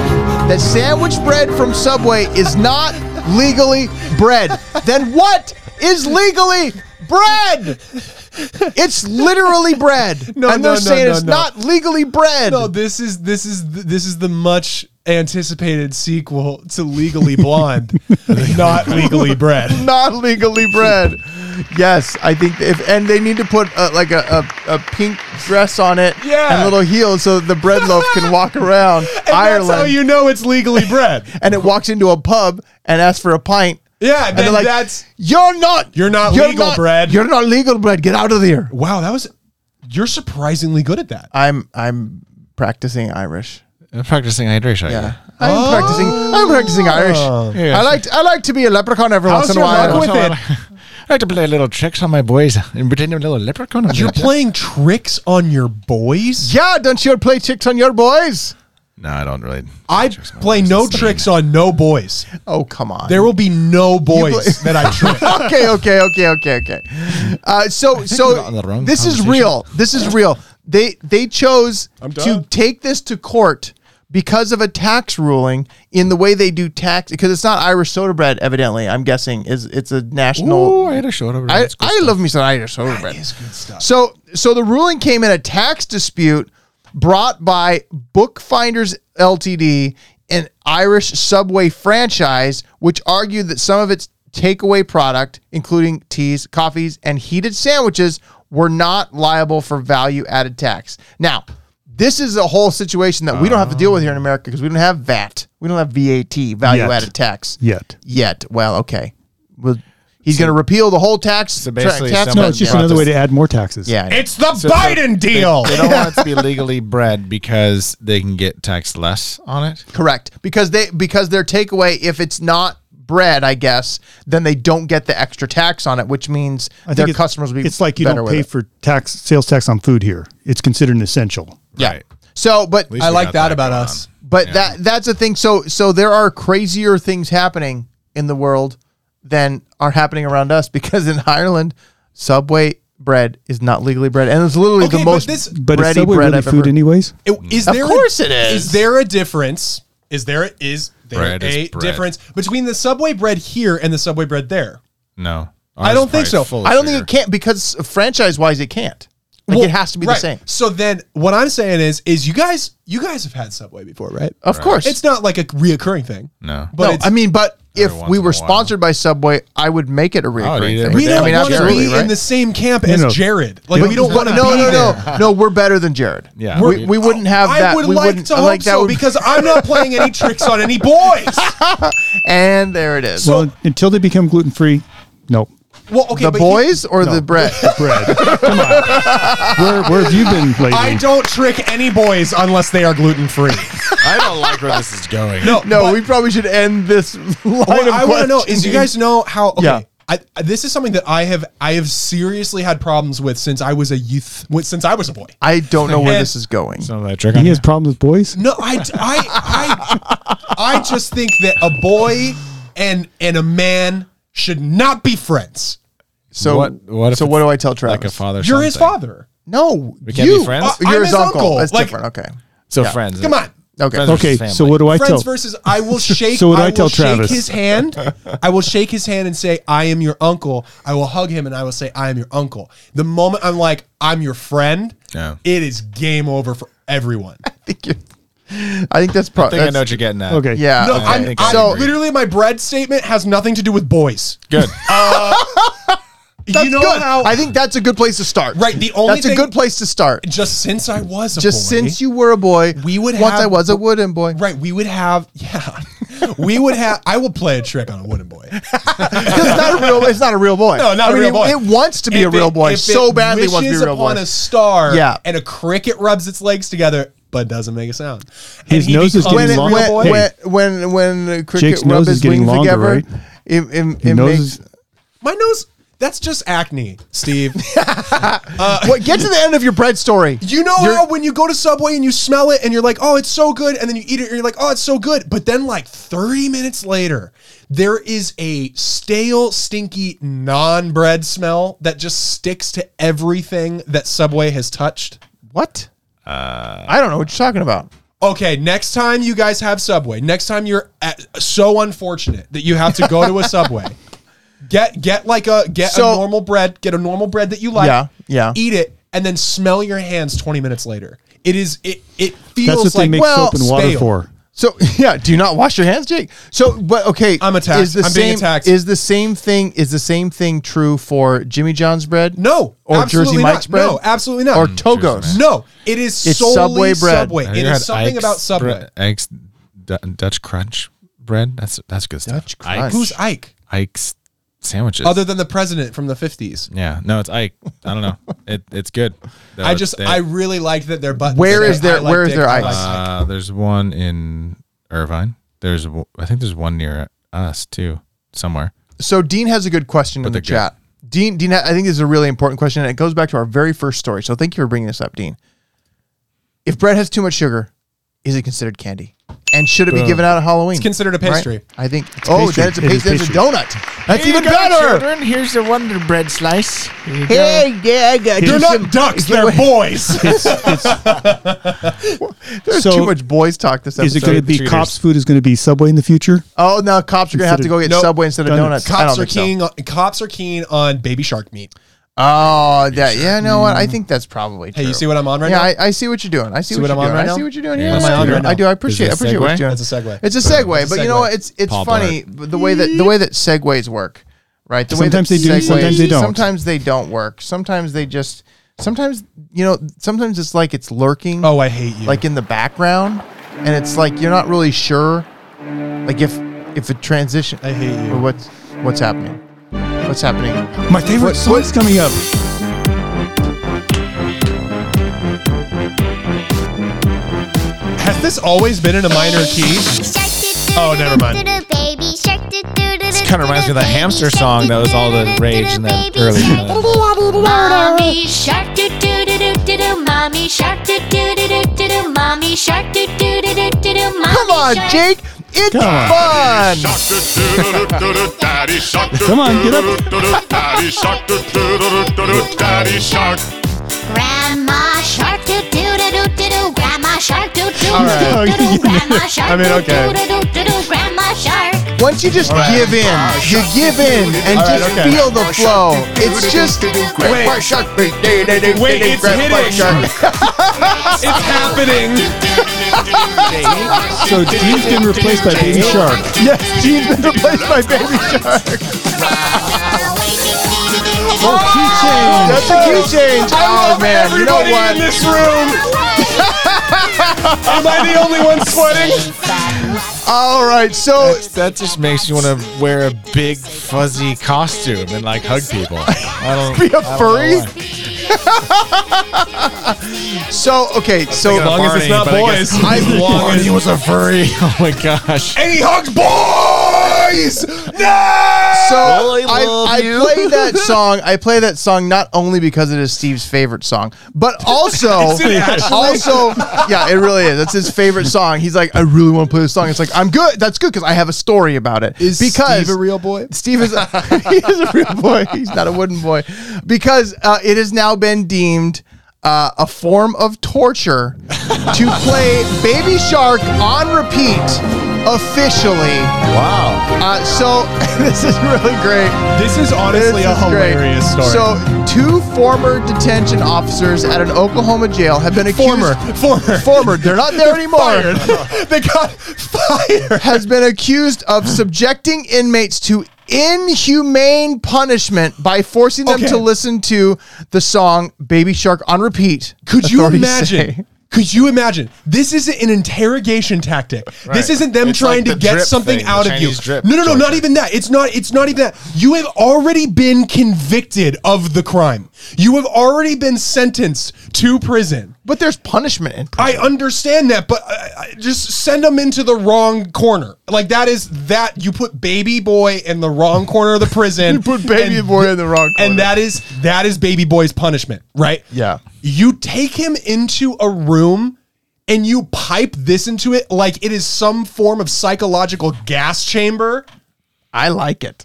Speaker 3: that sandwich bread from Subway is not legally bread. Then what is legally bread? It's literally bread.
Speaker 5: No,
Speaker 3: and they're
Speaker 5: no, no,
Speaker 3: saying
Speaker 5: no,
Speaker 3: it's
Speaker 5: no.
Speaker 3: not legally bread.
Speaker 5: No, this is this is th- this is the much anticipated sequel to Legally Blonde, not Legally Bred.
Speaker 3: not legally bread. Yes, I think if and they need to put uh like a, a, a pink dress on it
Speaker 5: Yeah.
Speaker 3: and little heels so that the bread loaf can walk around
Speaker 5: And
Speaker 3: Ireland.
Speaker 5: That's how you know it's Legally Bred.
Speaker 3: and it walks into a pub and asks for a pint.
Speaker 5: Yeah,
Speaker 3: And they're
Speaker 5: then
Speaker 3: like,
Speaker 5: that's
Speaker 3: You're not.
Speaker 5: You're not legal bread."
Speaker 3: You're not legal bread. Get out of there.
Speaker 5: wow. That was you're surprisingly good at that.
Speaker 3: I'm I'm practicing Irish.
Speaker 2: I'm practicing hydration.
Speaker 3: Yeah. I'm
Speaker 5: Oh.
Speaker 3: practicing. I'm practicing Irish.
Speaker 2: Yeah.
Speaker 3: I like I like to be a leprechaun every
Speaker 5: How's
Speaker 3: once in a
Speaker 5: your
Speaker 3: while.
Speaker 5: luck with it?
Speaker 2: I like to play little tricks on my boys and pretend I'm a little leprechaun. on
Speaker 5: You're
Speaker 2: them.
Speaker 5: playing tricks on your boys.
Speaker 3: Yeah, don't you play chicks on your boys?
Speaker 2: No, I don't really.
Speaker 5: I
Speaker 2: Tricks on
Speaker 5: play
Speaker 2: boys.
Speaker 5: no
Speaker 2: That's mean.
Speaker 5: tricks on no boys.
Speaker 3: Oh come on.
Speaker 5: There will be no boys that I trick.
Speaker 3: okay, okay, okay, okay, okay. Uh, so,
Speaker 2: we're on the
Speaker 3: so
Speaker 2: wrong
Speaker 3: this is
Speaker 2: conversation.
Speaker 3: real. This is real. They they chose to
Speaker 5: done.
Speaker 3: take this to court because of a tax ruling in the way they do tax because it's not Irish soda bread. Evidently, I'm guessing is it's a national.
Speaker 2: Ooh, I had a show over.
Speaker 3: I,
Speaker 2: That's good
Speaker 3: I
Speaker 2: stuff.
Speaker 3: love me some Irish soda bread. So so the ruling came in a tax dispute brought by Bookfinders Ltd, an Irish Subway franchise, which argued that some of its takeaway product, including teas, coffees, and heated sandwiches, were not liable for value added tax. Now, this is a whole situation that we don't have to deal with here in America because we don't have VAT. We don't have VAT, value added tax.
Speaker 6: Yet.
Speaker 3: Yet. Well, okay. Well, he's going to repeal the whole tax. So
Speaker 2: basically someone-
Speaker 6: No, it's just
Speaker 2: Yeah.
Speaker 6: another way to add more taxes.
Speaker 3: yeah.
Speaker 5: It's the Biden deal.
Speaker 2: They don't want it to be legally bred because they can get taxed less on it.
Speaker 3: Correct. Because they because their takeaway, if it's not bread, I guess, then they don't get the extra tax on it, which means
Speaker 6: I think
Speaker 3: their
Speaker 6: it's-
Speaker 3: customers will be
Speaker 6: It's like you
Speaker 3: better
Speaker 6: don't
Speaker 3: with
Speaker 6: pay
Speaker 3: it.
Speaker 6: for tax sales tax on food here. It's considered an essential.
Speaker 3: yeah.
Speaker 2: Right.
Speaker 3: So, but
Speaker 2: least
Speaker 5: I
Speaker 2: we
Speaker 5: like
Speaker 2: got
Speaker 5: that
Speaker 2: that
Speaker 5: about
Speaker 2: going
Speaker 5: us.
Speaker 2: on.
Speaker 3: but that that's the thing. So so there are crazier things happening in the world than are happening around us because in Ireland, Subway bread is not legally bread, and it's literally
Speaker 5: Okay,
Speaker 3: the
Speaker 5: but
Speaker 3: most
Speaker 5: this-
Speaker 6: But
Speaker 3: bready
Speaker 6: is Subway
Speaker 3: bread
Speaker 6: really
Speaker 3: I've
Speaker 6: food
Speaker 3: ever.
Speaker 6: anyways?
Speaker 5: It- Is
Speaker 3: Of
Speaker 5: there a-
Speaker 3: course it is.
Speaker 5: Is there a difference? Is there is there
Speaker 2: Bread is
Speaker 5: a
Speaker 2: bread.
Speaker 5: difference between the Subway bread here and the Subway bread there?
Speaker 2: No,
Speaker 5: I don't think so.
Speaker 3: I don't think it can't because franchise wise it can't. Like
Speaker 5: Well,
Speaker 3: it has to be
Speaker 5: right.
Speaker 3: the same.
Speaker 5: So then, what I'm saying is, is you guys, you guys have had Subway before, right?
Speaker 3: Of course,
Speaker 5: It's not like a reoccurring thing.
Speaker 2: No.
Speaker 5: but
Speaker 3: no,
Speaker 5: it's,
Speaker 3: I mean, but if
Speaker 2: once
Speaker 3: we
Speaker 2: in
Speaker 3: were
Speaker 2: a while.
Speaker 3: sponsored by Subway, I would make
Speaker 5: Oh,
Speaker 3: it a
Speaker 2: I'd eat
Speaker 3: recurring
Speaker 2: it
Speaker 3: thing.
Speaker 2: every
Speaker 5: we
Speaker 2: day.
Speaker 3: I
Speaker 5: don't
Speaker 3: mean,
Speaker 5: want to
Speaker 3: absolutely,
Speaker 5: be in
Speaker 3: right?
Speaker 5: the same camp
Speaker 6: No,
Speaker 5: as
Speaker 6: no.
Speaker 5: Jared. Like we don't want to.
Speaker 3: No,
Speaker 5: be
Speaker 3: no,
Speaker 5: there.
Speaker 3: no, no. We're better than Jared.
Speaker 2: Yeah.
Speaker 3: we, we wouldn't have
Speaker 5: I
Speaker 3: that.
Speaker 5: would
Speaker 3: we
Speaker 5: like
Speaker 3: wouldn't,
Speaker 5: to
Speaker 3: I
Speaker 5: hope
Speaker 3: like that
Speaker 5: so
Speaker 3: would-
Speaker 5: because I'm not playing any tricks on any boys.
Speaker 3: and there it is.
Speaker 6: well, until they become gluten free, nope.
Speaker 5: Well, okay,
Speaker 3: the
Speaker 5: but he-
Speaker 3: boys or the bread?
Speaker 6: Bread. Come on. Where, where have you been lately?
Speaker 5: I don't trick any boys unless they are gluten free.
Speaker 2: I don't like where this is going.
Speaker 5: No,
Speaker 3: no, we probably should end this line
Speaker 5: What
Speaker 3: of
Speaker 5: I want to know is you
Speaker 3: questioning.
Speaker 5: guys know how? Okay,
Speaker 3: Yeah.
Speaker 5: I, I- this is something that I have I have seriously had problems with since I was a youth with- since I was a boy.
Speaker 3: I don't know where
Speaker 5: And-
Speaker 3: this is going.
Speaker 2: Some of that trick on
Speaker 6: He
Speaker 2: you.
Speaker 6: has problems with boys.
Speaker 5: No, I I I, I just think that a boy and and a man should not be friends.
Speaker 3: So
Speaker 2: What- what if
Speaker 3: So what
Speaker 2: it's
Speaker 3: do I tell Travis?
Speaker 2: Like a father.
Speaker 5: You're his
Speaker 2: son thing.
Speaker 5: father.
Speaker 3: No,
Speaker 2: can't be
Speaker 3: you.
Speaker 2: friends?
Speaker 3: You're
Speaker 5: I'm
Speaker 3: his
Speaker 5: his
Speaker 3: uncle.
Speaker 5: uncle.
Speaker 3: That's
Speaker 5: Like-
Speaker 3: different. Okay.
Speaker 2: So friends.
Speaker 5: Come on.
Speaker 3: Okay.
Speaker 2: Friends
Speaker 6: Okay,
Speaker 2: versus
Speaker 6: so
Speaker 2: family.
Speaker 6: what do I
Speaker 5: Friends
Speaker 6: tell?
Speaker 5: versus I will shake.
Speaker 6: So what do
Speaker 5: I,
Speaker 6: I
Speaker 5: will
Speaker 6: tell
Speaker 5: shake
Speaker 6: Travis?
Speaker 5: his hand. I will shake his hand and say, "I am your uncle." I will hug him and I will say, "I am your uncle." The moment I'm like, "I'm your friend,"
Speaker 2: Yeah.
Speaker 5: it is game over for everyone.
Speaker 3: I think you're. I think that's
Speaker 2: I think I know
Speaker 3: probably.
Speaker 2: what you're getting at.
Speaker 6: okay,
Speaker 3: Yeah.
Speaker 5: No,
Speaker 3: okay.
Speaker 5: I'm,
Speaker 2: think
Speaker 5: I-
Speaker 2: I
Speaker 3: so
Speaker 2: agree.
Speaker 5: literally my bread statement has nothing to do with boys.
Speaker 2: Good.
Speaker 3: that's
Speaker 5: you know
Speaker 3: good.
Speaker 5: how
Speaker 3: I think that's a good place to start.
Speaker 5: Right, the only
Speaker 3: that's a
Speaker 5: thing-
Speaker 3: good place to start.
Speaker 5: just since I was a
Speaker 3: Just
Speaker 5: boy,
Speaker 3: since you were a boy,
Speaker 5: We would
Speaker 3: once
Speaker 5: have-
Speaker 3: I was a wooden boy.
Speaker 5: Right, we would have yeah, we would have. I will play a trick on a wooden boy.
Speaker 3: 'Cause it's not a real. It's not a real boy.
Speaker 5: No, not
Speaker 3: I
Speaker 5: a
Speaker 3: mean,
Speaker 5: real boy.
Speaker 3: It, it wants to be a
Speaker 5: If
Speaker 3: real
Speaker 5: it-
Speaker 3: boy
Speaker 5: if
Speaker 3: so
Speaker 5: it
Speaker 3: badly. Wants to be
Speaker 5: wishes
Speaker 3: a real boy.
Speaker 5: upon a star,
Speaker 3: Yeah.
Speaker 5: and a cricket rubs its legs together but doesn't make a sound. And
Speaker 6: His
Speaker 5: he
Speaker 6: nose is
Speaker 5: becomes
Speaker 6: getting
Speaker 3: when,
Speaker 5: a
Speaker 3: it,
Speaker 5: real
Speaker 6: longer.
Speaker 3: when,
Speaker 5: boy.
Speaker 6: Hey.
Speaker 3: when when when the cricket
Speaker 6: Jake's
Speaker 3: rub
Speaker 6: nose is
Speaker 3: his
Speaker 6: getting
Speaker 3: wings
Speaker 6: longer,
Speaker 3: together,
Speaker 6: right?
Speaker 3: it, it,
Speaker 6: He
Speaker 3: it
Speaker 6: knows
Speaker 3: makes
Speaker 6: his-
Speaker 5: My nose, that's just acne, Steve.
Speaker 3: What get to the end of your bread story.
Speaker 5: you know
Speaker 3: You're-
Speaker 5: how when you go to Subway and you smell it and you're like, oh, it's so good, and then you eat it and you're like, oh, it's so good, but then like 30 minutes later, there is a stale, stinky, non-bread smell that just sticks to everything that Subway has touched.
Speaker 3: What?
Speaker 5: Uh,
Speaker 3: I don't know what you're talking about.
Speaker 5: Okay, next time you guys have Subway, next time you're at, so unfortunate that you have to go to a Subway, get get like a get
Speaker 3: So-
Speaker 5: a normal bread, get a normal bread that you like,
Speaker 3: Yeah, yeah.
Speaker 5: eat it, and then smell your hands twenty minutes later. It is it it feels
Speaker 6: that's what
Speaker 5: like
Speaker 6: they make
Speaker 5: well,
Speaker 6: soap and water
Speaker 5: stale.
Speaker 6: for.
Speaker 3: So yeah, do you not wash your hands, Jake? So, but okay,
Speaker 5: I'm attacked.
Speaker 3: Is the
Speaker 5: I'm
Speaker 3: same,
Speaker 5: being attacked.
Speaker 3: Is the same thing? Is the same thing true for Jimmy John's bread?
Speaker 5: No,
Speaker 3: or
Speaker 5: absolutely
Speaker 3: Jersey
Speaker 5: not.
Speaker 3: Mike's bread?
Speaker 5: No, absolutely not.
Speaker 3: Or Togo's?
Speaker 5: no, it is
Speaker 3: It's
Speaker 5: solely Subway
Speaker 3: Subway bread.
Speaker 2: Have
Speaker 5: Subway.
Speaker 2: you
Speaker 5: It
Speaker 2: ever
Speaker 5: is
Speaker 2: had
Speaker 5: something
Speaker 2: Ike's
Speaker 5: about Subway.
Speaker 2: bre- Ike's D- Dutch Crunch bread. That's that's good stuff.
Speaker 3: Dutch Crunch.
Speaker 5: Who's Ike?
Speaker 2: Ike's sandwiches.
Speaker 5: Other than the president from the 50s.
Speaker 2: yeah, no, it's Ike. I don't know. It it's good.
Speaker 5: I just I really liked that their button.
Speaker 3: Where
Speaker 5: said,
Speaker 3: is their-
Speaker 5: I like
Speaker 3: where is
Speaker 5: dick,
Speaker 3: their
Speaker 5: I
Speaker 3: Ike?
Speaker 5: like
Speaker 2: uh, there's one in Irvine. There's w- I think there's one near us too somewhere.
Speaker 3: So Dean has a good question in the
Speaker 2: they're good.
Speaker 3: chat. Dean, Dean, I think this is a really important question, and it goes back to our very first story. So thank you for bringing this up, Dean. If bread has too much sugar, is it considered candy? And should it be given out at Halloween?
Speaker 5: It's considered a
Speaker 3: Right?
Speaker 5: pastry.
Speaker 3: I think. oh,
Speaker 6: pastry.
Speaker 3: that's a
Speaker 6: It is
Speaker 3: pastry. That's a
Speaker 6: pastry.
Speaker 3: donut. That's
Speaker 1: Here you
Speaker 3: even
Speaker 1: go,
Speaker 3: better.
Speaker 1: Children, here's the Wonder Bread slice. Here you go.
Speaker 3: Hey, yeah, I got
Speaker 5: They're
Speaker 3: you
Speaker 5: not
Speaker 3: some-
Speaker 5: ducks, they're boys.
Speaker 3: There's
Speaker 6: So-
Speaker 3: too much boys talk this episode.
Speaker 6: Is it going to be
Speaker 2: Cheaters.
Speaker 6: cops' food? Is going to be Subway in the future?
Speaker 3: oh no, cops are gonna have to go get
Speaker 5: Nope.
Speaker 3: Subway instead of donuts.
Speaker 6: Donuts.
Speaker 3: I don't
Speaker 5: cops are
Speaker 3: think so.
Speaker 5: keen. On, cops are keen on baby shark meat.
Speaker 3: Oh, that, yeah. You know what? I think that's probably. True.
Speaker 5: Hey, you see what I'm on right
Speaker 3: yeah,
Speaker 5: now?
Speaker 3: I, I see what you're doing. I see, what,
Speaker 5: what
Speaker 3: you're
Speaker 5: I'm on
Speaker 3: doing.
Speaker 5: right
Speaker 3: I see
Speaker 5: now?
Speaker 3: what you're doing.
Speaker 2: Yeah.
Speaker 3: Yeah,
Speaker 2: Am I on right
Speaker 3: I do.
Speaker 2: now?
Speaker 3: I appreciate. I
Speaker 2: Is it a
Speaker 3: appreciate what you're
Speaker 2: segue?
Speaker 3: doing.
Speaker 5: That's a segue.
Speaker 3: It's a segue,
Speaker 5: It's a
Speaker 3: but you
Speaker 5: segue.
Speaker 3: know what? It's it's
Speaker 2: Paul
Speaker 3: funny but the way that the way that segues work, right? The
Speaker 6: Sometimes
Speaker 3: way that
Speaker 6: they do, sometimes they don't.
Speaker 3: Sometimes they don't work. Sometimes they just. Sometimes you know. Sometimes it's like it's lurking,
Speaker 5: Oh, I hate you.
Speaker 3: like in the background, and it's like you're not really sure, like if if a transition.
Speaker 5: I hate you.
Speaker 3: Or what's what's happening? What's happening?
Speaker 6: My
Speaker 3: What-
Speaker 6: favorite song's coming up.
Speaker 5: has this always been in a minor key?
Speaker 10: Oh, never mind. This
Speaker 2: kinda reminds me of that hamster song that was all the rage in that early-
Speaker 10: Mommy shark doo doo doo doo doo doo. Mommy shark doo doo doo doo doo doo. Mommy shark doo doo doo doo doo doo. Mommy
Speaker 3: Come on,
Speaker 10: shark.
Speaker 3: Jake. It's fun.
Speaker 6: Come on, get up.
Speaker 10: Grandma shark doo doo doo doo doo doo. Grandma shark doo doo
Speaker 5: All
Speaker 10: doo
Speaker 5: right.
Speaker 10: doo doo. Grandma shark.
Speaker 5: I mean,
Speaker 10: doo
Speaker 5: okay.
Speaker 10: doo doo doo doo. Grandma shark.
Speaker 3: Once you just give in, you give in and
Speaker 5: All right,
Speaker 3: just
Speaker 5: okay.
Speaker 3: feel the flow. It's just wait,
Speaker 5: Wait, it's hitting. It's happening.
Speaker 6: So Dean's been replaced by Baby Shark.
Speaker 3: Yes, Gene's been replaced by Baby Shark. That's a key change. Oh man, you know
Speaker 5: Everybody in
Speaker 3: what?
Speaker 5: this room. Am I the only one sweating?
Speaker 3: All right, so
Speaker 2: That just makes you want to wear a big fuzzy costume and like hug people. I don't
Speaker 3: be a furry. So okay,
Speaker 5: As
Speaker 3: so
Speaker 5: long as it's
Speaker 2: Barney,
Speaker 5: not
Speaker 2: but I
Speaker 5: boys.
Speaker 2: guess-
Speaker 5: As long as
Speaker 2: He was a furry. Oh my gosh.
Speaker 5: and he hugs boys. No.
Speaker 3: So
Speaker 2: Well, I
Speaker 3: I,
Speaker 2: love
Speaker 3: I
Speaker 2: you.
Speaker 3: play that song. I play that song not only because it is Steve's favorite song, but also also yeah, it really is. That's his favorite song. He's like, I really want to play this song. It's like I'm good. That's good because I have a story about it.
Speaker 5: Is
Speaker 3: because
Speaker 5: Steve a real boy?
Speaker 3: Steve is a, he is a real boy. He's not a wooden boy because uh, it has now been deemed uh, a form of torture to play Baby Shark on repeat officially.
Speaker 2: Wow.
Speaker 3: Uh, so this is really great.
Speaker 5: This is honestly
Speaker 3: This
Speaker 5: a
Speaker 3: is great.
Speaker 5: hilarious story.
Speaker 3: So, two former detention officers at an Oklahoma jail have been accused.
Speaker 5: former, former,
Speaker 3: Former, they're not there anymore.
Speaker 5: Fired. they got fired.
Speaker 3: has been accused of subjecting inmates to inhumane punishment by forcing them
Speaker 5: Okay.
Speaker 3: to listen to the song Baby Shark on repeat.
Speaker 5: Could you
Speaker 3: Authorities
Speaker 5: imagine?
Speaker 3: say.
Speaker 5: Could you imagine? This isn't an interrogation tactic. This isn't them
Speaker 2: It's
Speaker 5: trying
Speaker 2: like the
Speaker 5: to get
Speaker 2: drip
Speaker 5: something
Speaker 2: thing, the
Speaker 5: out of you.
Speaker 2: Chinese drip
Speaker 5: no, no, no, not
Speaker 2: torture.
Speaker 5: even that. It's not it's not even that. You have already been convicted of the crime. You have already been sentenced to prison.
Speaker 3: But there's punishment in prison.
Speaker 5: I understand that, but uh, uh, just send them into the wrong corner. Like that is that you put baby boy in the wrong corner of the prison.
Speaker 3: You put baby boy in the wrong corner.
Speaker 5: and that is that is baby boy's punishment, right?
Speaker 3: Yeah.
Speaker 5: You take him into a room and you pipe this into it like it is some form of psychological gas chamber.
Speaker 3: I like it.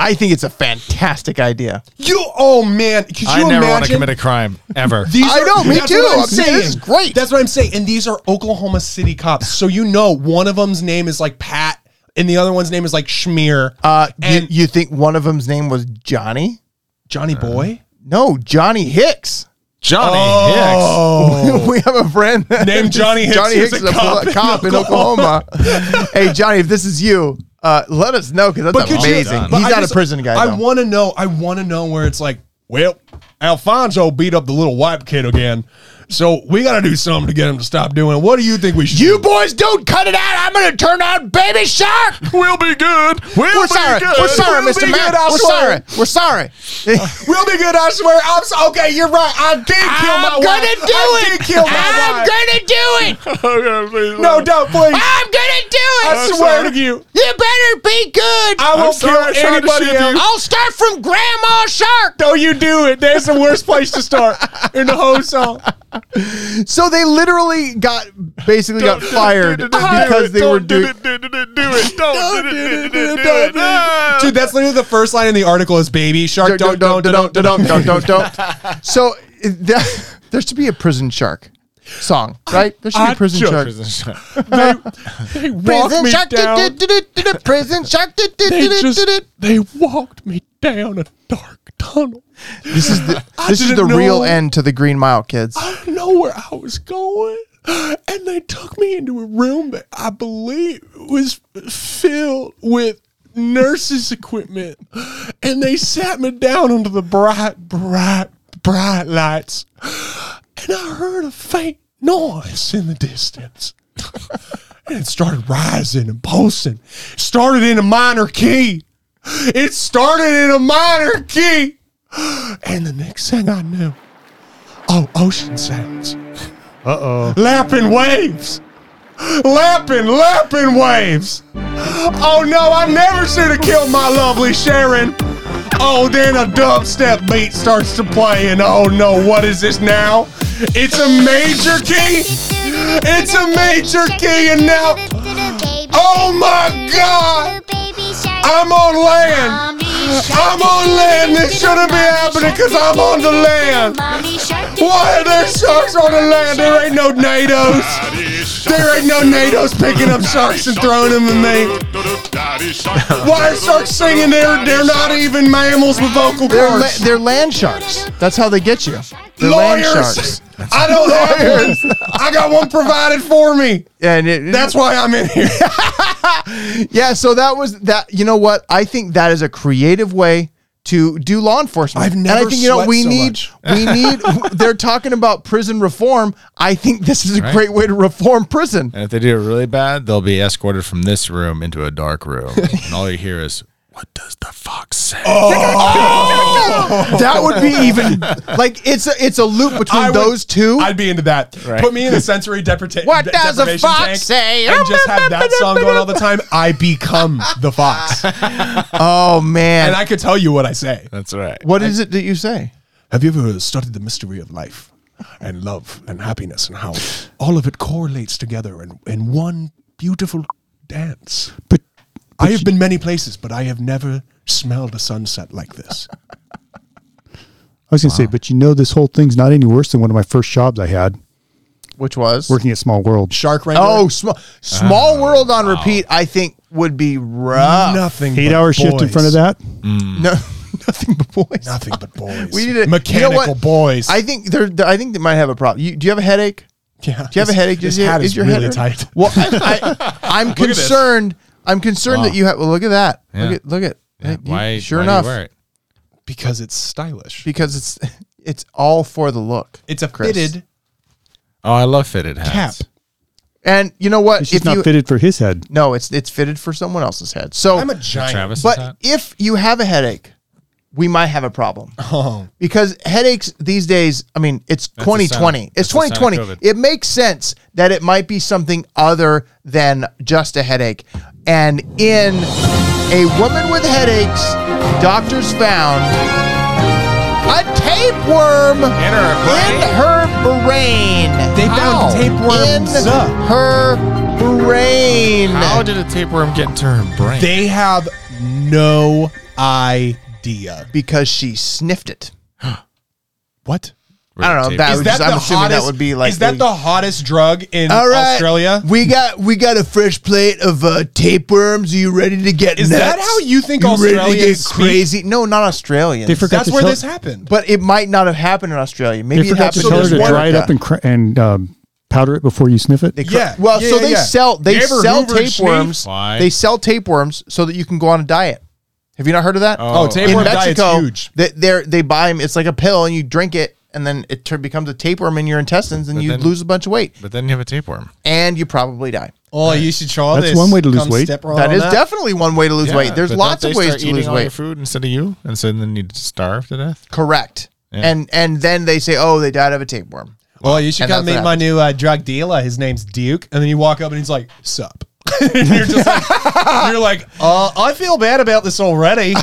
Speaker 3: I think it's a fantastic idea.
Speaker 5: You oh man, could you
Speaker 2: I never want to
Speaker 5: imagine?
Speaker 2: commit a crime ever.
Speaker 5: These
Speaker 3: I know, me
Speaker 5: that's
Speaker 3: too.
Speaker 5: what
Speaker 3: I'm saying, this is great.
Speaker 5: That's what I'm saying. And these are Oklahoma City cops. So you know one of them's name is like Pat and the other one's name is like Schmear.
Speaker 3: Uh,
Speaker 5: and
Speaker 3: you, you think one of them's name was Johnny?
Speaker 5: Johnny Boy?
Speaker 3: No, Johnny Hicks.
Speaker 2: Johnny
Speaker 3: Oh.
Speaker 2: Hicks.
Speaker 5: Oh.
Speaker 3: we have a friend
Speaker 5: Named Johnny Hicks,
Speaker 3: Johnny
Speaker 5: who's
Speaker 3: Hicks is
Speaker 5: a
Speaker 3: a
Speaker 5: cop
Speaker 3: pol- cop in Oklahoma. hey, Johnny, if this is you, uh, let us know because that's
Speaker 5: could you-
Speaker 3: amazing.
Speaker 5: but
Speaker 3: He's
Speaker 5: I
Speaker 3: not
Speaker 5: just-
Speaker 3: a prison guy.
Speaker 5: I
Speaker 3: though.
Speaker 5: want to know. I want to know where it's like. Well, Alfonso beat up the little white kid again, so we got to do something to get him to stop doing. it. What do you think we should?
Speaker 3: you
Speaker 5: do?
Speaker 3: boys don't cut it out. I'm going to turn on Baby Shark.
Speaker 2: We'll be good. We'll
Speaker 3: We're sorry. We're sorry,
Speaker 5: We'll
Speaker 3: Mr.
Speaker 5: be
Speaker 3: Matt.
Speaker 5: good, I
Speaker 3: We're sorry.
Speaker 5: swear.
Speaker 3: We're sorry.
Speaker 5: We'll be good. I swear. I'm so, okay. You're right. I did kill my
Speaker 3: I'm
Speaker 5: wife.
Speaker 3: going to do
Speaker 5: I
Speaker 3: it.
Speaker 5: Did kill my
Speaker 3: I'm
Speaker 5: wife.
Speaker 3: going to do it.
Speaker 2: Oh,
Speaker 5: no, don't please.
Speaker 3: I'm going to do it.
Speaker 5: I swear to you,
Speaker 3: You better be good.
Speaker 5: I won't
Speaker 2: sorry,
Speaker 5: kill
Speaker 2: I tried to
Speaker 5: anybody
Speaker 2: ship you.
Speaker 5: else.
Speaker 3: I'll start from Grandma Shark.
Speaker 5: Don't you do it. That's the worst place to start in the whole song.
Speaker 3: So they literally got basically got fired because they were doing.
Speaker 2: Do it. Don't do it. Do it. Ah.
Speaker 5: Dude, that's literally the first line in the article is baby shark. Don't don't don't don't don't.
Speaker 3: don't, don't, don't. So that, there should be a prison shark song, right? There should be a prison
Speaker 5: sure.
Speaker 3: shark.
Speaker 2: Prison shark.
Speaker 5: They walk me down.
Speaker 3: do-do-do-do-do, prison shark.
Speaker 5: They
Speaker 3: do-do-do-do-do.
Speaker 5: just they walked me down a dark tunnel.
Speaker 3: This is the, this is the
Speaker 5: didn't
Speaker 3: real
Speaker 5: know.
Speaker 3: end to the Green Mile, kids.
Speaker 5: I didn't know where I was going, and they took me into a room that I believe was filled with nurses' equipment, and they sat me down under the bright, bright, bright lights, and I heard a faint noise in the distance. and it started rising and pulsing. Started in a minor key. It started in a minor key. And the next thing I knew, oh, ocean sounds. Uh oh. Lapping waves. Lapping, lapping waves. Oh no, I never should have killed my lovely Sharon. Oh, then a dubstep beat starts to play, and oh no, what is this now? It's a major key. It's a major key, and now, oh my God, I'm on land. I'm on land. This shouldn't be happening because I'm on the land. Why are there sharks on the land? There ain't no NATOs. There ain't no NATOs picking up sharks and throwing them in me. Why are sharks singing? They're, they're not even mammals with vocal
Speaker 3: They're, la-
Speaker 5: cords.
Speaker 3: they're land sharks. That's how they get you. They're land sharks.
Speaker 5: Lawyers. I don't have one. I got one provided for me.
Speaker 3: And it,
Speaker 5: That's why I'm in here.
Speaker 3: yeah. So that was that. You know what? I think that is a creative way to do law enforcement.
Speaker 5: I've
Speaker 3: And
Speaker 5: never
Speaker 3: I think you know
Speaker 5: sweat
Speaker 3: we
Speaker 5: so
Speaker 3: need
Speaker 5: much.
Speaker 3: we need. They're talking about prison reform. I think this is a
Speaker 2: Right.
Speaker 3: great way to reform prison.
Speaker 2: And if they do it really bad, they'll be escorted from this room into a dark room. and all you hear is, what does the fox say?
Speaker 3: Oh. that would be even like it's a it's a loop between
Speaker 5: Oh. I would-
Speaker 3: those two.
Speaker 5: I'd be into that.
Speaker 2: Right.
Speaker 5: Put me in a sensory deprivation.
Speaker 3: What does a fox say?
Speaker 5: And just have that song going all the time. I become the fox,
Speaker 3: oh man,
Speaker 5: and I could tell you what I say.
Speaker 2: That's right.
Speaker 3: what is it that you say?
Speaker 5: Have you ever studied the mystery of life and love and happiness and how all of it correlates together in, in one beautiful dance?
Speaker 6: But
Speaker 5: I have been many places, but I have never smelled a sunset like this.
Speaker 6: I was going to say, but you know, this whole thing's not any worse than one of my first jobs I had
Speaker 3: which was
Speaker 6: working at Small World.
Speaker 5: Shark Wrangler.
Speaker 3: oh small small world on repeat. I think would be rough.
Speaker 5: nothing.
Speaker 6: Eight
Speaker 5: but
Speaker 6: hour shift in
Speaker 5: boys. Mm.
Speaker 6: front of that.
Speaker 3: No, nothing but boys.
Speaker 5: Nothing but boys.
Speaker 3: We need a,
Speaker 5: mechanical
Speaker 3: you know what?
Speaker 5: boys.
Speaker 3: I think they're, I think they might have a problem. You, do you have a headache?
Speaker 5: yeah,
Speaker 3: Do you have a
Speaker 5: his-
Speaker 3: headache?
Speaker 5: His
Speaker 3: Is your-
Speaker 5: hat
Speaker 3: is
Speaker 5: is
Speaker 3: your head
Speaker 5: really
Speaker 3: hurt?
Speaker 5: tight.
Speaker 3: Well, I, I, I'm
Speaker 2: this.
Speaker 3: concerned. I'm concerned that you have. Well, look at that.
Speaker 2: Yeah.
Speaker 3: Look at look at.
Speaker 2: Yeah,
Speaker 3: you-
Speaker 2: why?
Speaker 3: sure
Speaker 2: why do you
Speaker 3: enough,
Speaker 2: wear it?
Speaker 5: because it's stylish.
Speaker 3: because it's it's all for the look.
Speaker 5: It's a
Speaker 3: Chris.
Speaker 5: fitted
Speaker 2: Oh, I love fitted hats.
Speaker 5: cap.
Speaker 3: And you know what?
Speaker 6: It's just not fitted for his head.
Speaker 3: No, it's it's fitted for someone else's head. So
Speaker 5: I'm a giant.
Speaker 2: Travis.
Speaker 3: But
Speaker 2: hat.
Speaker 3: if you have a headache, we might have a problem
Speaker 5: Oh,
Speaker 3: because headaches these days. I mean, it's
Speaker 2: That's a sign.
Speaker 3: 2020.
Speaker 2: That's
Speaker 3: It's
Speaker 2: a sign of
Speaker 3: 2020.
Speaker 2: COVID.
Speaker 3: It makes sense that it might be something other than just a headache. And in a woman with headaches, doctors found a tapeworm
Speaker 2: In her brain?
Speaker 3: in her brain.
Speaker 5: They found tapeworms
Speaker 3: in
Speaker 5: up.
Speaker 3: her brain.
Speaker 2: How did a tapeworm get into her brain?
Speaker 5: they have no idea.
Speaker 3: Because she sniffed it.
Speaker 5: What?
Speaker 3: I don't know. That
Speaker 5: Is
Speaker 3: would
Speaker 5: that
Speaker 3: just,
Speaker 5: the
Speaker 3: I'm
Speaker 5: hottest?
Speaker 3: assuming that would be like.
Speaker 5: is that the hottest drug in
Speaker 3: All right,
Speaker 5: Australia?
Speaker 3: We got we got a fresh plate of uh, tapeworms. Are you ready to get?
Speaker 5: Is that
Speaker 3: nuts?
Speaker 5: how you think
Speaker 3: ready to get
Speaker 5: Australians speak?
Speaker 3: crazy? No, not Australians.
Speaker 6: They forgot
Speaker 5: That's
Speaker 6: to
Speaker 5: where
Speaker 6: tell-
Speaker 5: this happened.
Speaker 3: but it might not have happened in Australia. Maybe
Speaker 6: They
Speaker 3: it
Speaker 6: forgot to
Speaker 3: happened
Speaker 6: tell her
Speaker 3: in
Speaker 6: to
Speaker 3: America.
Speaker 6: dry it up and cr- and um, powder it before you sniff it.
Speaker 3: They cr-
Speaker 5: Yeah,
Speaker 3: Well,
Speaker 5: yeah,
Speaker 3: so
Speaker 5: yeah,
Speaker 3: they
Speaker 5: yeah.
Speaker 3: sell they
Speaker 5: You ever
Speaker 3: sell
Speaker 5: Hoover and Schneef?
Speaker 3: tapeworms.
Speaker 2: Why?
Speaker 3: They sell tapeworms so that you can go on a diet. Have you not heard of that?
Speaker 2: Oh,
Speaker 5: oh, tapeworm
Speaker 3: in Mexico,
Speaker 5: diet's huge.
Speaker 3: they they're- they buy them. It's like a pill, and you drink it, and then it tur- becomes a tapeworm in your intestines, and
Speaker 2: But
Speaker 3: you
Speaker 2: then-
Speaker 3: lose a bunch of weight,
Speaker 2: But then you have a tapeworm.
Speaker 3: and you probably die.
Speaker 5: Oh, you should try
Speaker 6: That's
Speaker 5: this.
Speaker 6: one way to lose
Speaker 5: Come
Speaker 6: weight.
Speaker 5: step right
Speaker 3: That
Speaker 5: on
Speaker 3: is definitely one way to lose weight. There's
Speaker 2: but
Speaker 3: lots
Speaker 2: don't
Speaker 3: of
Speaker 2: they
Speaker 3: ways
Speaker 2: start
Speaker 3: to
Speaker 2: eating
Speaker 3: lose
Speaker 2: all Your
Speaker 3: weight.
Speaker 2: food instead of you, and so then you starve to death.
Speaker 3: Correct.
Speaker 2: Yeah.
Speaker 3: And and then they say, oh, they died of a tapeworm.
Speaker 5: Oh, you should
Speaker 3: And
Speaker 5: come
Speaker 3: that's
Speaker 5: meet
Speaker 3: what
Speaker 5: my new uh, drug dealer. His name's Duke. And then you walk up and he's like, sup. and you're just like, you're like, uh, I feel bad about this already.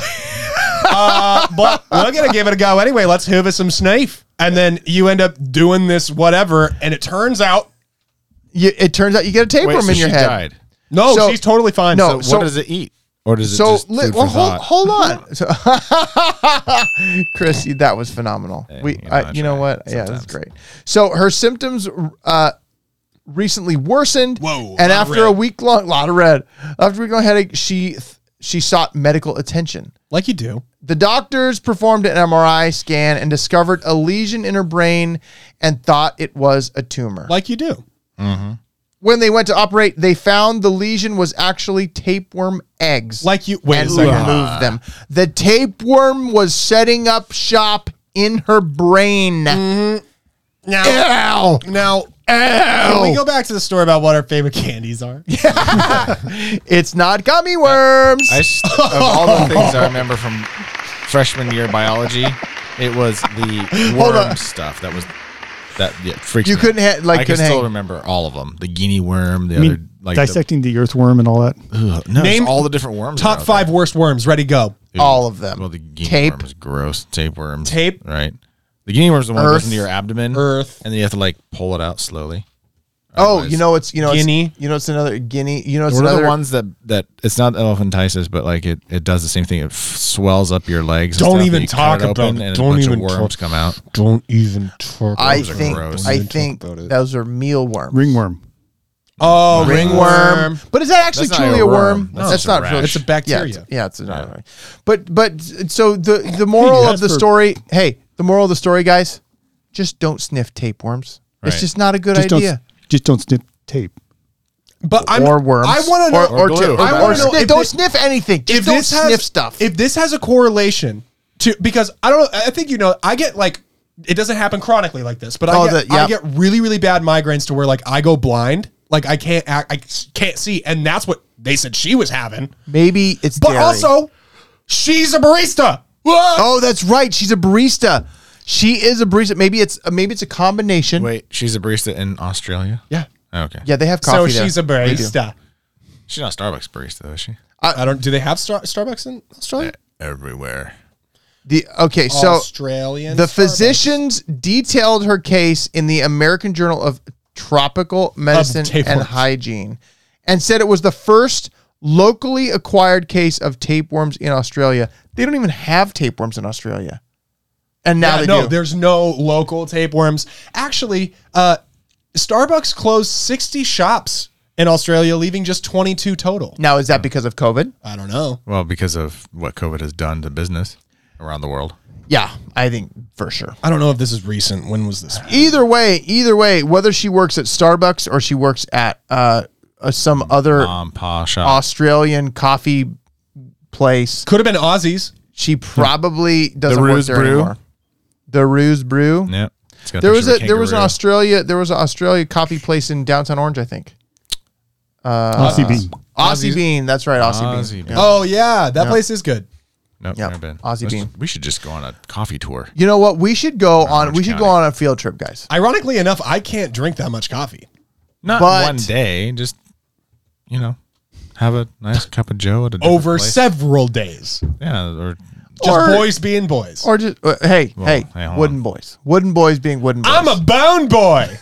Speaker 5: uh, but we're going to give it a go anyway. Let's hoover some sneef. And then you end up doing this whatever. And it turns out,
Speaker 3: You, it turns out you get a tapeworm in your head.
Speaker 5: no,
Speaker 3: So-
Speaker 5: she's totally fine.
Speaker 3: No,
Speaker 2: What
Speaker 3: so
Speaker 2: does it eat? Or does it
Speaker 3: so
Speaker 2: just
Speaker 3: li-
Speaker 2: food
Speaker 3: well,
Speaker 2: for
Speaker 3: hold,
Speaker 2: thought?
Speaker 3: hold on, so, Chris. you- That was phenomenal. we,
Speaker 2: you know,
Speaker 3: I,
Speaker 2: I
Speaker 3: you know
Speaker 2: try
Speaker 3: what? Yeah, that's great. So her symptoms uh, recently worsened.
Speaker 5: Whoa, lot
Speaker 3: And
Speaker 5: of
Speaker 3: after
Speaker 5: red.
Speaker 3: a week long, lot of red. After a week long headache, she th- she sought medical attention.
Speaker 5: like you do.
Speaker 3: The doctors performed an MRI scan and discovered a lesion in her brain and thought it was a tumor.
Speaker 5: Like you do.
Speaker 3: when they went to operate, they found the lesion was actually tapeworm eggs.
Speaker 5: Like you. Wait a
Speaker 3: and
Speaker 5: second.
Speaker 3: removed them. The tapeworm was setting up shop in her brain.
Speaker 2: Mm.
Speaker 5: Now, now, can we go back to the story about what our favorite candies are?
Speaker 3: It's not gummy worms.
Speaker 2: I s- of all the things I remember from freshman year biology, it was the
Speaker 3: Hold
Speaker 2: worm
Speaker 3: on.
Speaker 2: stuff that was that yeah, freaks
Speaker 3: You
Speaker 2: me
Speaker 3: couldn't
Speaker 2: out.
Speaker 3: ha- like,
Speaker 2: I can
Speaker 3: couldn't
Speaker 2: still
Speaker 3: hang-
Speaker 2: remember all of them. The guinea worm, the
Speaker 6: I mean,
Speaker 2: other like
Speaker 6: dissecting the, earthworm and all that.
Speaker 2: The, no, it's
Speaker 5: Name
Speaker 2: all the different worms. that are
Speaker 5: Top
Speaker 2: out
Speaker 5: five worst worms. Ready, go.
Speaker 2: there.
Speaker 3: all of them.
Speaker 2: Well, the guinea
Speaker 3: Tape.
Speaker 2: worm is gross. Tapeworm.
Speaker 5: Tape.
Speaker 2: Right. The guinea worm's the one that
Speaker 3: Earth.
Speaker 2: goes into your abdomen.
Speaker 5: Earth.
Speaker 2: And then you have to like pull it out slowly.
Speaker 3: oh,
Speaker 2: Otherwise-
Speaker 3: you know it's you know
Speaker 5: Guinea.
Speaker 3: It's, you know it's another guinea. You know it's
Speaker 2: What are
Speaker 3: another
Speaker 2: the ones that that it's not elephantiasis, but like it, it does the same thing. It f- swells up your legs. and
Speaker 5: Don't
Speaker 2: stuff, and
Speaker 5: even
Speaker 2: you cut
Speaker 5: talk
Speaker 2: it open,
Speaker 5: about it.
Speaker 2: And
Speaker 5: Don't
Speaker 2: a bunch
Speaker 5: even
Speaker 2: of worms
Speaker 5: talk-
Speaker 2: come out.
Speaker 5: Don't even talk.
Speaker 3: I
Speaker 2: are
Speaker 3: think
Speaker 2: gross.
Speaker 3: I
Speaker 2: Don't even
Speaker 3: think those are mealworms.
Speaker 6: Ringworm.
Speaker 5: Oh,
Speaker 3: ringworm.
Speaker 5: ringworm.
Speaker 3: But is that actually
Speaker 2: That's not
Speaker 3: truly
Speaker 2: a
Speaker 3: a
Speaker 2: worm.
Speaker 3: worm?
Speaker 2: No,
Speaker 3: that's
Speaker 2: it's a
Speaker 3: not
Speaker 2: rash.
Speaker 3: really.
Speaker 2: It's
Speaker 5: a bacteria.
Speaker 3: Yeah, it's, yeah, it's not. Right. But but so the the moral of
Speaker 5: Yes,
Speaker 3: the
Speaker 5: for-
Speaker 3: story. Hey, the moral of the story, guys, just don't sniff tapeworms. It's
Speaker 2: Right.
Speaker 3: just not a good
Speaker 6: Just
Speaker 3: idea.
Speaker 6: don't, just don't snip tape.
Speaker 5: But I'm,
Speaker 3: or worms.
Speaker 5: I want to know.
Speaker 3: Or, or,
Speaker 2: glue.
Speaker 3: ta-
Speaker 2: I
Speaker 3: or,
Speaker 5: wanna know
Speaker 3: sniff,
Speaker 5: if
Speaker 3: don't
Speaker 5: it-
Speaker 3: sniff anything. Just
Speaker 5: if
Speaker 3: don't
Speaker 5: this has
Speaker 3: sniff stuff.
Speaker 5: if this has a correlation to because I don't know, I think you know, I get like it doesn't happen chronically like this, but I,
Speaker 3: Oh,
Speaker 5: get,
Speaker 3: the- yeah.
Speaker 5: I get really really bad migraines to where like I go blind, like I can't act, I can't see, and that's what they said she was having.
Speaker 3: Maybe it's
Speaker 5: But
Speaker 3: dairy.
Speaker 5: also, she's a barista.
Speaker 3: oh, that's right. She's a barista. She is a barista. Maybe it's uh, maybe it's a combination.
Speaker 2: Wait, she's a barista in Australia. Oh,
Speaker 5: Yeah.
Speaker 2: Okay.
Speaker 3: Yeah, they have
Speaker 5: So
Speaker 3: coffee. there.
Speaker 5: she's a
Speaker 3: They do.
Speaker 5: barista.
Speaker 2: She's not a Starbucks barista, though, is she?
Speaker 5: I don't. Do they have Star- Starbucks in Australia?
Speaker 2: Everywhere.
Speaker 3: The okay, so
Speaker 5: Australian.
Speaker 3: The
Speaker 5: Starbucks.
Speaker 3: physicians detailed her case in the American Journal of Tropical Medicine and
Speaker 5: tapeworms.
Speaker 3: Hygiene and said it was the first locally acquired case of tapeworms in Australia. They don't even have tapeworms in Australia. And now
Speaker 5: Yeah,
Speaker 3: they
Speaker 5: no,
Speaker 3: do.
Speaker 5: there's no local tapeworms. Actually, uh, Starbucks closed 60 shops in Australia, leaving just 22 total.
Speaker 3: Now is that because of COVID?
Speaker 5: I don't know.
Speaker 2: Well, because of what COVID has done to business around the world.
Speaker 3: Yeah, I think for sure.
Speaker 5: I don't know if this is recent. When was this?
Speaker 3: Either way, either way, whether she works at Starbucks or she works at uh, uh some other
Speaker 2: Um, pa shop.
Speaker 3: Australian coffee place,
Speaker 5: Could have been Aussies.
Speaker 3: she probably doesn't work
Speaker 2: Ruse
Speaker 3: there
Speaker 2: Brew?
Speaker 3: anymore. The Ruse Brew.
Speaker 2: Yep. It's got
Speaker 3: There was
Speaker 2: picture
Speaker 3: a
Speaker 2: of
Speaker 3: there was an
Speaker 2: kangaroo.
Speaker 3: Australia there was an Australia coffee place in downtown Orange, I think. Uh,
Speaker 6: Aussie bean.
Speaker 3: Aussie, Bean, that's right, Aussie, Bean.
Speaker 2: Aussie Bean.
Speaker 5: Oh yeah, that place is good.
Speaker 2: Nope,
Speaker 3: Yep.
Speaker 2: never been.
Speaker 3: Aussie
Speaker 2: Let's-
Speaker 3: bean.
Speaker 2: We should just go on a coffee tour.
Speaker 3: You know what? We should go on.
Speaker 2: Orange
Speaker 3: We should go
Speaker 2: County.
Speaker 3: on a field trip, guys.
Speaker 5: Ironically enough, I can't drink that much coffee.
Speaker 2: Not
Speaker 3: But-
Speaker 2: one day, just you know, have a nice cup of Joe at a different
Speaker 5: Over
Speaker 2: place.
Speaker 5: several days,
Speaker 2: Yeah,
Speaker 3: Oh.
Speaker 2: or
Speaker 5: just
Speaker 3: Or-
Speaker 5: boys being boys.
Speaker 3: Or just uh, hey, hey,
Speaker 2: hey, hold
Speaker 3: wooden
Speaker 2: on.
Speaker 3: boys, wooden boys being wooden boys.
Speaker 5: I'm a bound boy.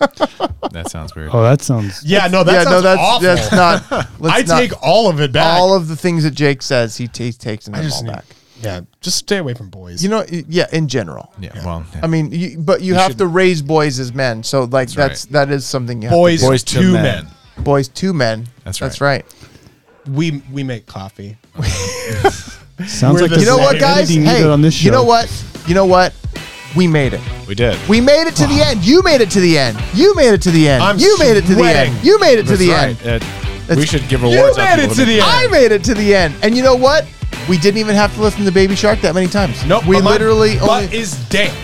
Speaker 2: that sounds weird.
Speaker 6: Oh, that sounds.
Speaker 5: Yeah, no, that
Speaker 3: yeah,
Speaker 5: sounds
Speaker 3: no, that's
Speaker 5: awful.
Speaker 3: that's not. Let's
Speaker 5: I
Speaker 3: not-
Speaker 5: take all of it back.
Speaker 3: all of the things that Jake says. He, t- he takes them
Speaker 5: I just
Speaker 3: all
Speaker 5: need-
Speaker 3: back.
Speaker 5: yeah, just stay away from boys.
Speaker 3: You know, y- yeah, in general.
Speaker 2: yeah, well, yeah.
Speaker 3: I mean, you, but you, have to raise boys as men. So like that's, that is something you have
Speaker 5: boys,
Speaker 2: Boys to
Speaker 5: two men.
Speaker 2: men.
Speaker 3: to, boys to men.
Speaker 2: That's
Speaker 3: That's right.
Speaker 5: We we make coffee.
Speaker 6: Sounds
Speaker 5: We're
Speaker 6: like
Speaker 5: the
Speaker 6: there's
Speaker 3: You know
Speaker 6: some
Speaker 3: what, guys?
Speaker 6: editing needed
Speaker 3: Hey,
Speaker 6: on this show.
Speaker 3: you know what? You know what? We made it.
Speaker 2: we did.
Speaker 3: We made it to the end. You made it to the end. You made it to the end.
Speaker 5: I'm
Speaker 3: you made it to the
Speaker 5: sweating.
Speaker 3: end. You made it to the end.
Speaker 2: Uh, we should give rewards. out people who make-
Speaker 3: I made it to the end. And you know what? We didn't even have to listen to Baby Shark that many times.
Speaker 5: Nope,
Speaker 3: We
Speaker 5: but my
Speaker 3: literally
Speaker 5: butt
Speaker 3: only.
Speaker 5: is damp.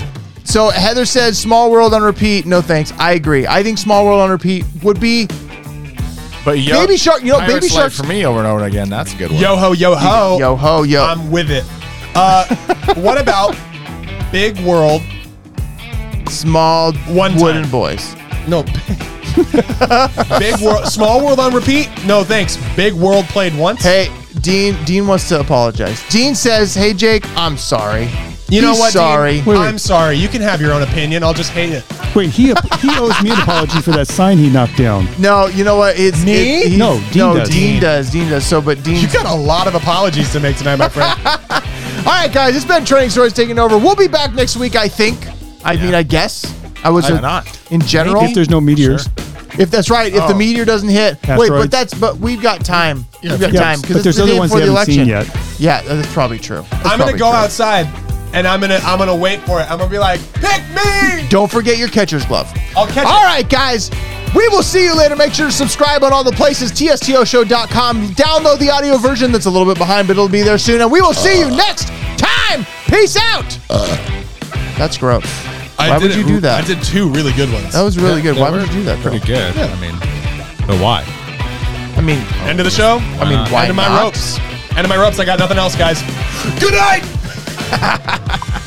Speaker 3: so Heather says Small World on repeat. No thanks. I agree. I think Small World on repeat would be
Speaker 2: But yo,
Speaker 3: Baby Shark- you know,
Speaker 2: Pirates
Speaker 3: Baby
Speaker 2: Life
Speaker 3: Shark's-
Speaker 2: for me over and over again. That's a good one.
Speaker 5: Yo ho yo ho.
Speaker 3: yo ho yo.
Speaker 5: Oh, I'm with it. Uh, what about Big World?
Speaker 3: small
Speaker 5: One time.
Speaker 3: wooden boys.
Speaker 5: No. Big World, Small World on repeat? No, thanks. Big World played once.
Speaker 3: Hey, Dean. Dean wants to apologize. Dean says, "Hey, Jake, I'm sorry.
Speaker 5: you know
Speaker 3: He's
Speaker 5: what? Dean?
Speaker 3: Sorry.
Speaker 6: Wait, wait.
Speaker 5: I'm sorry. You can have your own opinion. I'll just hate it.
Speaker 6: Wait, he he owes me an apology for that sign he knocked down.
Speaker 3: No, you know what? It's
Speaker 5: Me?
Speaker 3: it- he's-
Speaker 6: No, Dean
Speaker 3: no,
Speaker 6: does.
Speaker 3: Dean does. Dean does. So, but Dean.
Speaker 5: You got a lot of apologies to make tonight, my friend.
Speaker 3: All right, guys, it's been Training Stories taking over. We'll be back next week, I think. I mean, I guess. I was
Speaker 2: Why not?
Speaker 3: in general.
Speaker 6: If there's no meteors,
Speaker 3: If that's right, if the meteor doesn't hit. Wait, but
Speaker 6: Asteroids.
Speaker 3: that's but we've got time. we've got
Speaker 6: Yeah,
Speaker 3: time
Speaker 6: but there's
Speaker 3: the
Speaker 6: other
Speaker 3: day
Speaker 6: ones
Speaker 3: before
Speaker 6: we
Speaker 3: the
Speaker 6: haven't seen
Speaker 3: election. Yeah, that's probably true. That's
Speaker 5: I'm gonna
Speaker 3: probably
Speaker 5: go
Speaker 3: true.
Speaker 5: outside, and I'm gonna I'm gonna wait for it. I'm gonna be like, pick me.
Speaker 3: Don't forget your catcher's glove.
Speaker 5: I'll catch
Speaker 3: All
Speaker 5: it.
Speaker 3: right, guys. We will see you later. Make sure to subscribe on all the places. TSTOshow.com. Download the audio version that's a little bit behind, but it'll be there soon. And we will see you next time. Peace out. That's gross. Why would you do that?
Speaker 5: I did two really good ones.
Speaker 3: That was really good.
Speaker 2: They
Speaker 3: Why
Speaker 2: were
Speaker 3: would you do that,
Speaker 2: Pretty
Speaker 3: bro?
Speaker 2: good. I mean, but why?
Speaker 3: I mean,
Speaker 5: End of the show. I
Speaker 2: mean,
Speaker 3: why
Speaker 5: End of my
Speaker 3: not?
Speaker 5: ropes. End of my ropes. I got nothing else, guys. Good night.